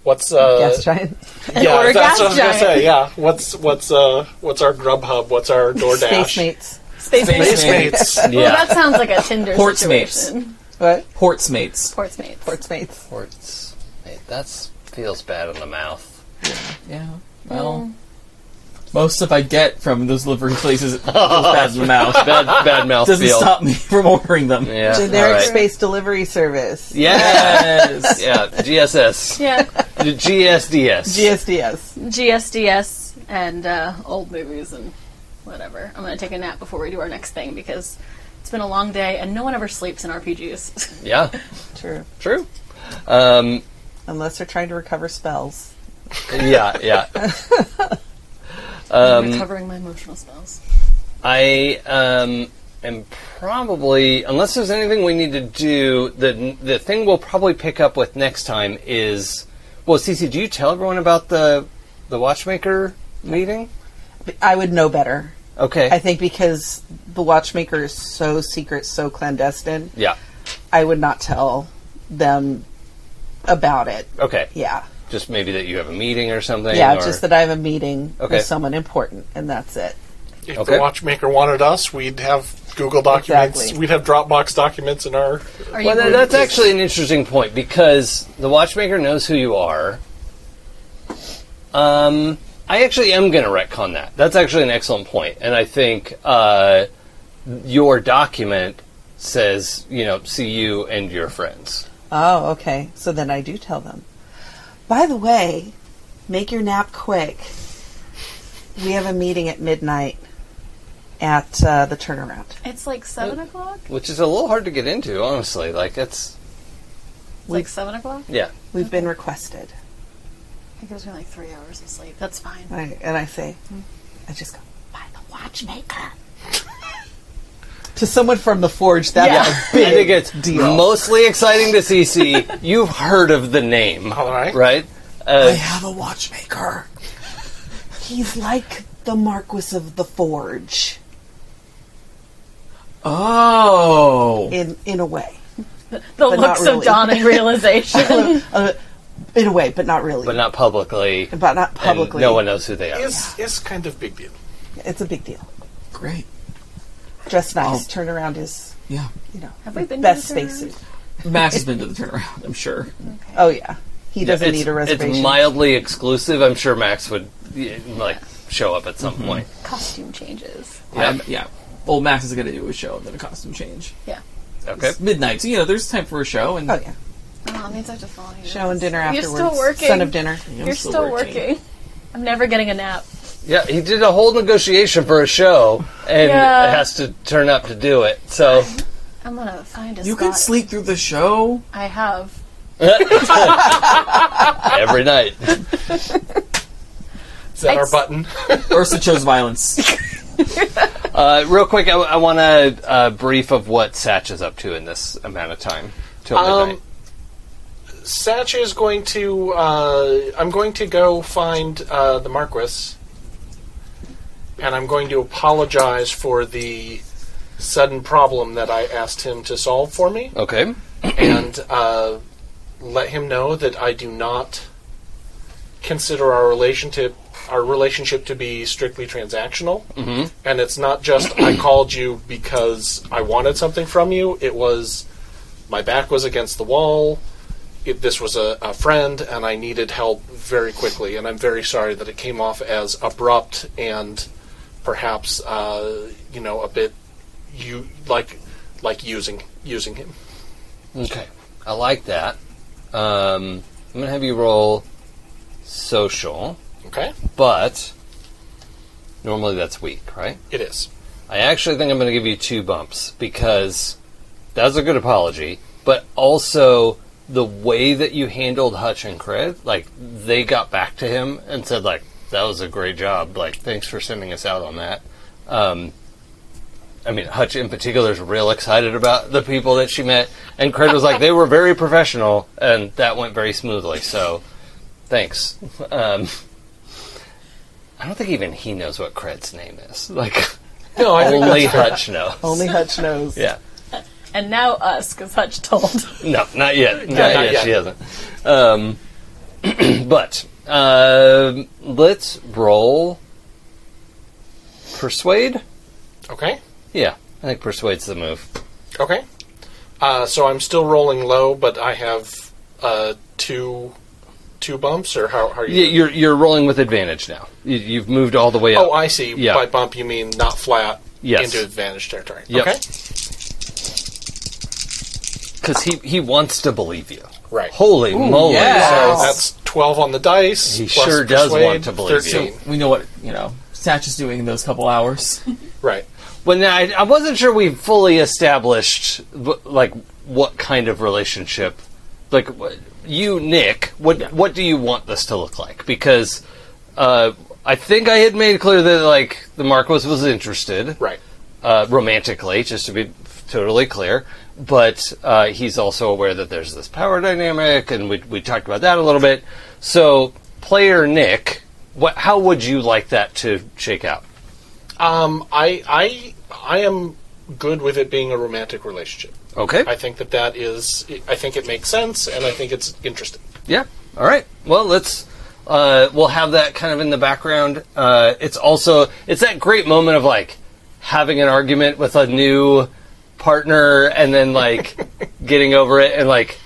B: what's uh
D: Gas giant.
B: yeah,
C: order
B: that's
C: Gas
B: what I was gonna
C: Giant.
B: say, yeah. What's what's uh what's our Grubhub, what's our
D: Space
B: DoorDash?
D: mates.
C: Space
E: Space-
B: Space mates.
A: Yeah.
C: Well, that sounds like a Tinder
E: Ports
C: situation.
D: What?
E: Ports mates.
C: Ports mates.
D: Sports mates.
A: Sports. Hey, that's feels bad in the mouth.
E: Yeah. Well, most stuff I get from those delivery places feels bad in the mouth.
A: Bad bad mouth
E: Doesn't
A: feel.
E: stop me from ordering them.
A: Yeah.
D: Generic
A: all right.
D: space delivery service.
A: Yeah.
E: Yes.
A: Yeah. GSS.
C: Yeah.
A: The GSDS.
D: GSDS.
C: GSDS and uh, old movies and whatever. I'm going to take a nap before we do our next thing because it's been a long day and no one ever sleeps in RPGs.
A: yeah.
D: True.
A: True. Um.
D: Unless they're trying to recover spells.
A: Yeah. Yeah.
C: I'm recovering my emotional spells.
A: I um am probably unless there's anything we need to do. The the thing we'll probably pick up with next time is well, Cece, do you tell everyone about the the watchmaker meeting?
D: I would know better.
A: Okay.
D: I think because the watchmaker is so secret, so clandestine,
A: yeah.
D: I would not tell them about it.
A: Okay.
D: Yeah.
A: Just maybe that you have a meeting or something.
D: yeah,
A: or-
D: just that I have a meeting
A: Okay.
D: with someone important, and that's it.
B: If
A: Okay.
B: the watchmaker wanted us, we'd have Google documents.
D: Exactly.
B: We'd have Dropbox documents in our
C: Are you
A: Well, that, that's actually an interesting point because the watchmaker knows who you are. Um, I actually am going to retcon that. That's actually an excellent point, and I think uh, your document says you know see you and your friends.
D: Oh, okay. So then I do tell them. By the way, make your nap quick. We have a meeting at midnight at uh, the turnaround.
C: It's like seven o'clock.
A: Which is a little hard to get into, honestly. Like that's
C: It's like seven o'clock.
A: yeah.
D: We've been requested.
C: It gives me like three hours of sleep. That's fine.
D: I, and I say, I just go, by the watchmaker. to someone from the forge, that
A: I think it's mostly exciting to CC. You've heard of the name,
B: All right.
A: right? Uh,
D: have a watchmaker. He's like the Marquis of the Forge
E: Oh.
D: in in a way,
C: The
D: But
C: looks
D: not
C: of
D: really.
C: dawning realization.
D: uh, in a way, but not really,
A: but not publicly. and
D: but not publicly.
A: no one knows who they are.
B: Is is kind of big deal.
D: It's a big deal.
E: Great.
D: Dress nice. Turn around is
E: Yeah.
D: you know
C: Have we been to
D: best
C: the turnaround?
D: spacesuit.
E: Max has been to the turnaround, I'm sure.
D: Oh yeah, he doesn't
A: it's,
D: need a reservation.
A: It's mildly exclusive. I'm sure Max would yeah, like show up at some point.
C: Costume changes.
A: Yeah.
E: Um, yeah. Well, Max is going to do a show and then a costume change.
C: Yeah.
A: Okay.
E: It's midnight, so, you know, there's time for a show. And
D: oh yeah,
C: Oh, it means I have to follow you.
D: show and dinner afterwards.
C: You're still working.
D: Son of dinner.
E: I'm
C: You're still working. I'm never getting a nap.
A: Yeah, he did a whole negotiation for a show and
C: Yeah.
A: has to turn up to do it. So
C: I'm gonna find a
E: You
C: spot.
E: can sleep through the show.
C: I have.
A: every night.
B: Is that our button?
E: Ursa chose violence.
A: Uh, real quick, I, I want a, uh brief of what Satch is up to in this amount of time till
B: Um,
A: midnight.
B: Satch is going to. Uh, I'm going to go find uh, the Marquis, and I'm going to apologize for the sudden problem that I asked him to solve for me,
A: Okay.
B: and uh, let him know that I do not consider our relationship our relationship to be strictly transactional, mm-hmm. and it's not just I called you because I wanted something from you. It was my back was against the wall it, this was a, a friend and I needed help very quickly, and I'm very sorry that it came off as abrupt and perhaps uh, you know a bit you like like using using him.
A: Okay. I like that. Um, I'm going to have you roll social,
B: Okay,
A: but normally that's weak, right?
B: it is.
A: I actually think I'm going to give you two bumps because that was a good apology, but also the way that you handled Hutch and Cred, like they got back to him and said, like, that was a great job. Like, thanks for sending us out on that. Um, I mean, Hutch in particular is real excited about the people that she met, and Cred was like, they were very professional, and that went very smoothly. So, thanks. Um, I don't think even he knows what Cred's name is. Like.
B: No, I think
A: Only Hutch knows.
D: Only Hutch knows.
A: yeah.
C: And now us, because Hutch told.
A: No, not yet. Not, yet.
B: not yet.
A: She hasn't. Um, but um let's roll persuade.
B: okay,
A: Yeah, I think persuade's the move.
B: okay. Uh, so I'm still rolling low, but I have uh, two two bumps, or how, how are you?
A: Yeah, you're you're rolling with advantage now. You, you've moved all the way up.
B: oh, I see.
A: Yeah.
B: By bump, you mean not flat
A: Yes.
B: into advantage territory.
A: Yep.
B: Okay,
A: because he he wants to believe you.
B: right.
A: Holy moly!
E: yeah.
B: So
E: Wow.
B: that's twelve on the dice.
A: He
B: plus
A: sure does
B: persuade,
A: want to believe you.
B: 13.
E: We know what, you know, Satch is doing in those couple hours.
B: Right.
A: Well, now I, I wasn't sure we fully established wh- like what kind of relationship. Like wh- you, Nick, what what do you want this to look like? Because uh, I think I had made clear that like the Marquis was interested,
B: Right.
A: uh, romantically, just to be totally clear. But uh, he's also aware that there's this power dynamic, and we, we talked about that a little bit. So, player Nick, what, how would you like that to shake out?
B: Um, I I I am good with it being a romantic relationship.
A: Okay.
B: I think that that is. I think it makes sense, and I think it's interesting.
A: Yeah. All right. Well, let's. Uh, we'll have that kind of in the background. Uh, it's also it's that great moment of like having an argument with a new partner and then like getting over it and like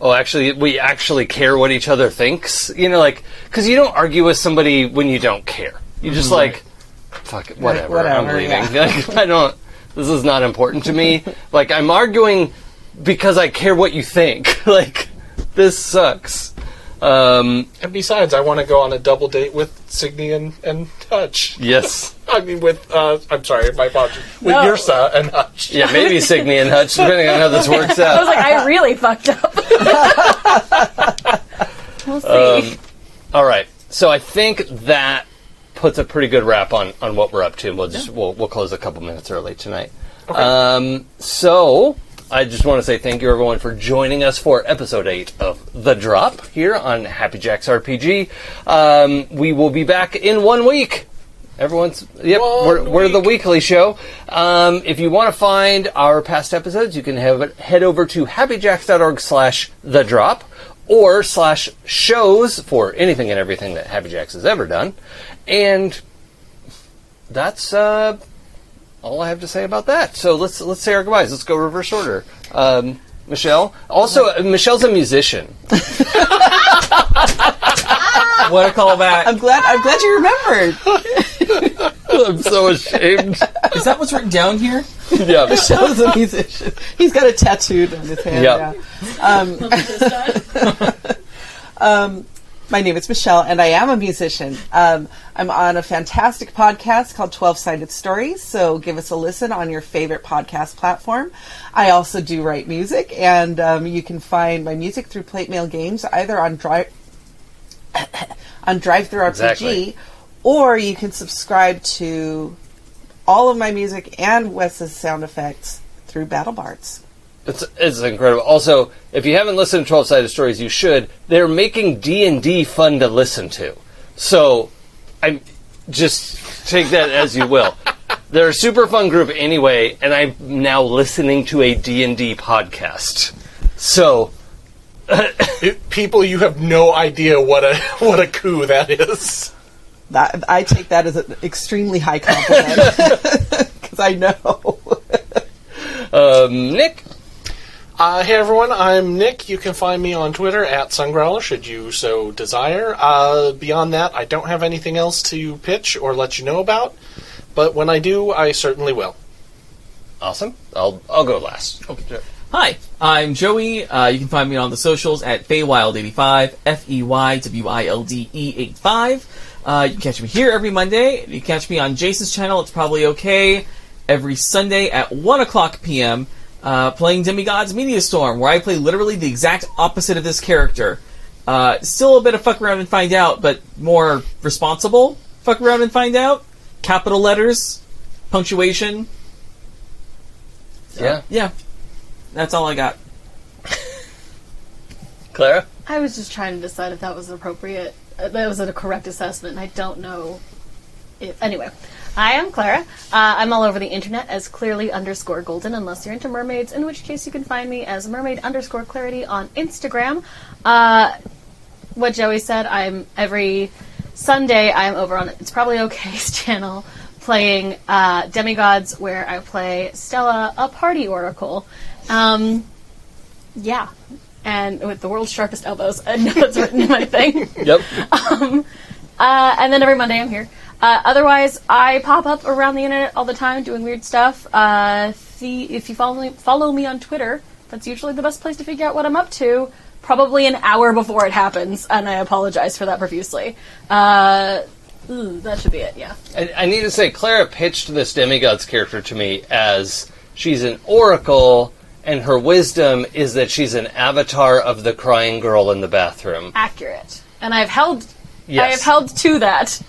A: oh, actually, we actually care what each other thinks. You know, like because you don't argue with somebody when you don't care. You just like, fuck it, whatever. I'm
D: Mm-hmm. whatever,
A: leaving.
D: yeah.
A: Like, I don't. This is not important to me. like I'm arguing because I care what you think. like this sucks. Um,
B: And besides, I want to go on a double date with Signy and, and Hutch.
A: yes.
B: I mean, with, uh, I'm sorry, my apologies. With
F: No.
B: Yursa and Hutch.
A: Yeah, maybe Signy and Hutch, depending on how this works out.
F: I was like, I really fucked up. we'll see.
A: All right. So I think that puts a pretty good wrap on, on what we're up to. We'll just we'll, we'll close a couple minutes early tonight. Um, so I just want to say thank you everyone for joining us for episode eight of The Drop here on Happy Jacks RPG. Um, we will be back in one week. Everyone's yep.
B: One
A: We're, we're the
B: week.
A: weekly show. Um, if you want to find our past episodes, you can have it, head over to happyjacks.org slash the drop or slash shows for anything and everything that Happy Jacks has ever done. And that's uh, all I have to say about that. So let's let's say our goodbyes. Let's go reverse order. Um, Michelle. Also, uh, Michelle's a musician.
E: What a callback!
D: I'm glad. I'm glad you remembered.
A: I'm so ashamed.
E: Is that what's written down here?
A: yeah.
D: That was a musician. He's got a tattooed on his hand.
A: Yep.
D: Yeah. Um, My name is Michelle, and I am a musician. Um, I'm on a fantastic podcast called 12 Sided Stories, so give us a listen on your favorite podcast platform. I also do write music, and um, you can find my music through Plate Mail Games either on Drive on Drive Through RPG,
A: Exactly.
D: or you can subscribe to all of my music and Wes's sound effects through Battle Bards.
A: It's, it's incredible. Also, if you haven't listened to Twelve Sided Stories, you should. They're making D and D fun to listen to. So, I'm just take that as you will. They're a super fun group anyway, and I'm now listening to a D and D podcast. So,
B: It- people, you have no idea what a what a coup that is.
D: That, I take that as an extremely high compliment because I know.
A: um, Nick,
B: Uh, hey everyone, I'm Nick. You can find me on Twitter at Sungrowler, should you so desire. Uh, beyond that, I don't have anything else to pitch or let you know about, but when I do, I certainly will.
A: awesome. I'll I'll go last.
E: Hi, I'm Joey. Uh, you can find me on the socials at Feywild85, F E Y W I L D E 85. Uh, you can catch me here every Monday. You can catch me on Jason's channel, it's probably okay, every Sunday at 1 o'clock p.m., uh, playing Demigod's Media Storm, where I play literally the exact opposite of this character. Uh, still a bit of fuck around and find out, but more responsible fuck around and find out. Capital letters, punctuation.
A: Yeah,
E: Yeah, that's all I got.
A: Clara.
C: I was just trying to decide if that was appropriate. uh, That was a correct assessment, and I don't know if. Anyway, I am Clara. Uh, I'm all over the internet as clearly underscore golden, unless you're into mermaids, in which case you can find me as mermaid underscore clarity on Instagram. Uh, what Joey said, I'm every Sunday, I'm over on It's Probably Okay's channel playing uh, Demigods, where I play Stella, a party oracle. Um, yeah. And with the world's sharpest elbows. I know that's written in my thing.
A: Yep.
C: Uh, and then every Monday I'm here. Uh, otherwise, I pop up around the internet all the time doing weird stuff. Uh, the, if you follow me, follow me on Twitter, that's usually the best place to figure out what I'm up to. Probably an hour before it happens, and I apologize for that profusely. Uh, ooh, that should be it, yeah.
A: I, I need to say, Clara pitched this demigod's character to me as she's an oracle, and her wisdom is that she's an avatar of the crying girl in the bathroom.
C: Accurate. And I've held, I
A: Yes.
C: have held to that.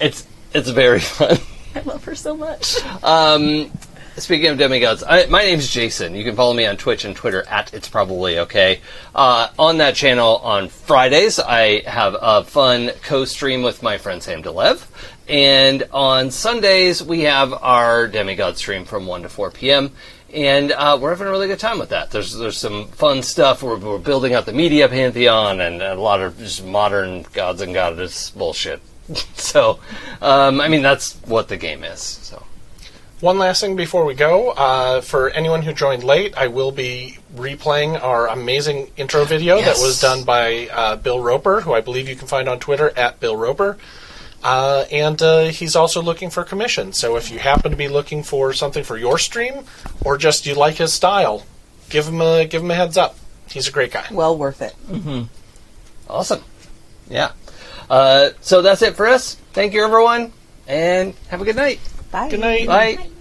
A: It's it's very fun.
C: I love her so much.
A: Um, speaking of demigods, I, my name's Jason. You can follow me on Twitch and Twitter at It's Probably Okay. Uh, on that channel on Fridays, I have a fun co-stream with my friend Sam DeLev. And on Sundays, we have our demigod stream from 1 to 4 p.m. And uh, we're having a really good time with that. There's there's some fun stuff. We're, we're building out the media pantheon and a lot of just modern gods and goddess bullshit. so, um, I mean, that's what the game is. So
B: One last thing before we go. Uh, for anyone who joined late, I will be replaying our amazing intro video
E: Yes.
B: that was done by uh, Bill Roper, who I believe you can find on Twitter at Bill Roper. Uh, and uh, he's also looking for commission. So if you happen to be looking for something for your stream, or just you like his style, give him a give him a heads up. He's a great guy.
D: Well worth it.
A: Awesome. Yeah. Uh, so that's it for us. Thank you, everyone, and have a good night.
D: Bye.
B: Good night.
A: Bye.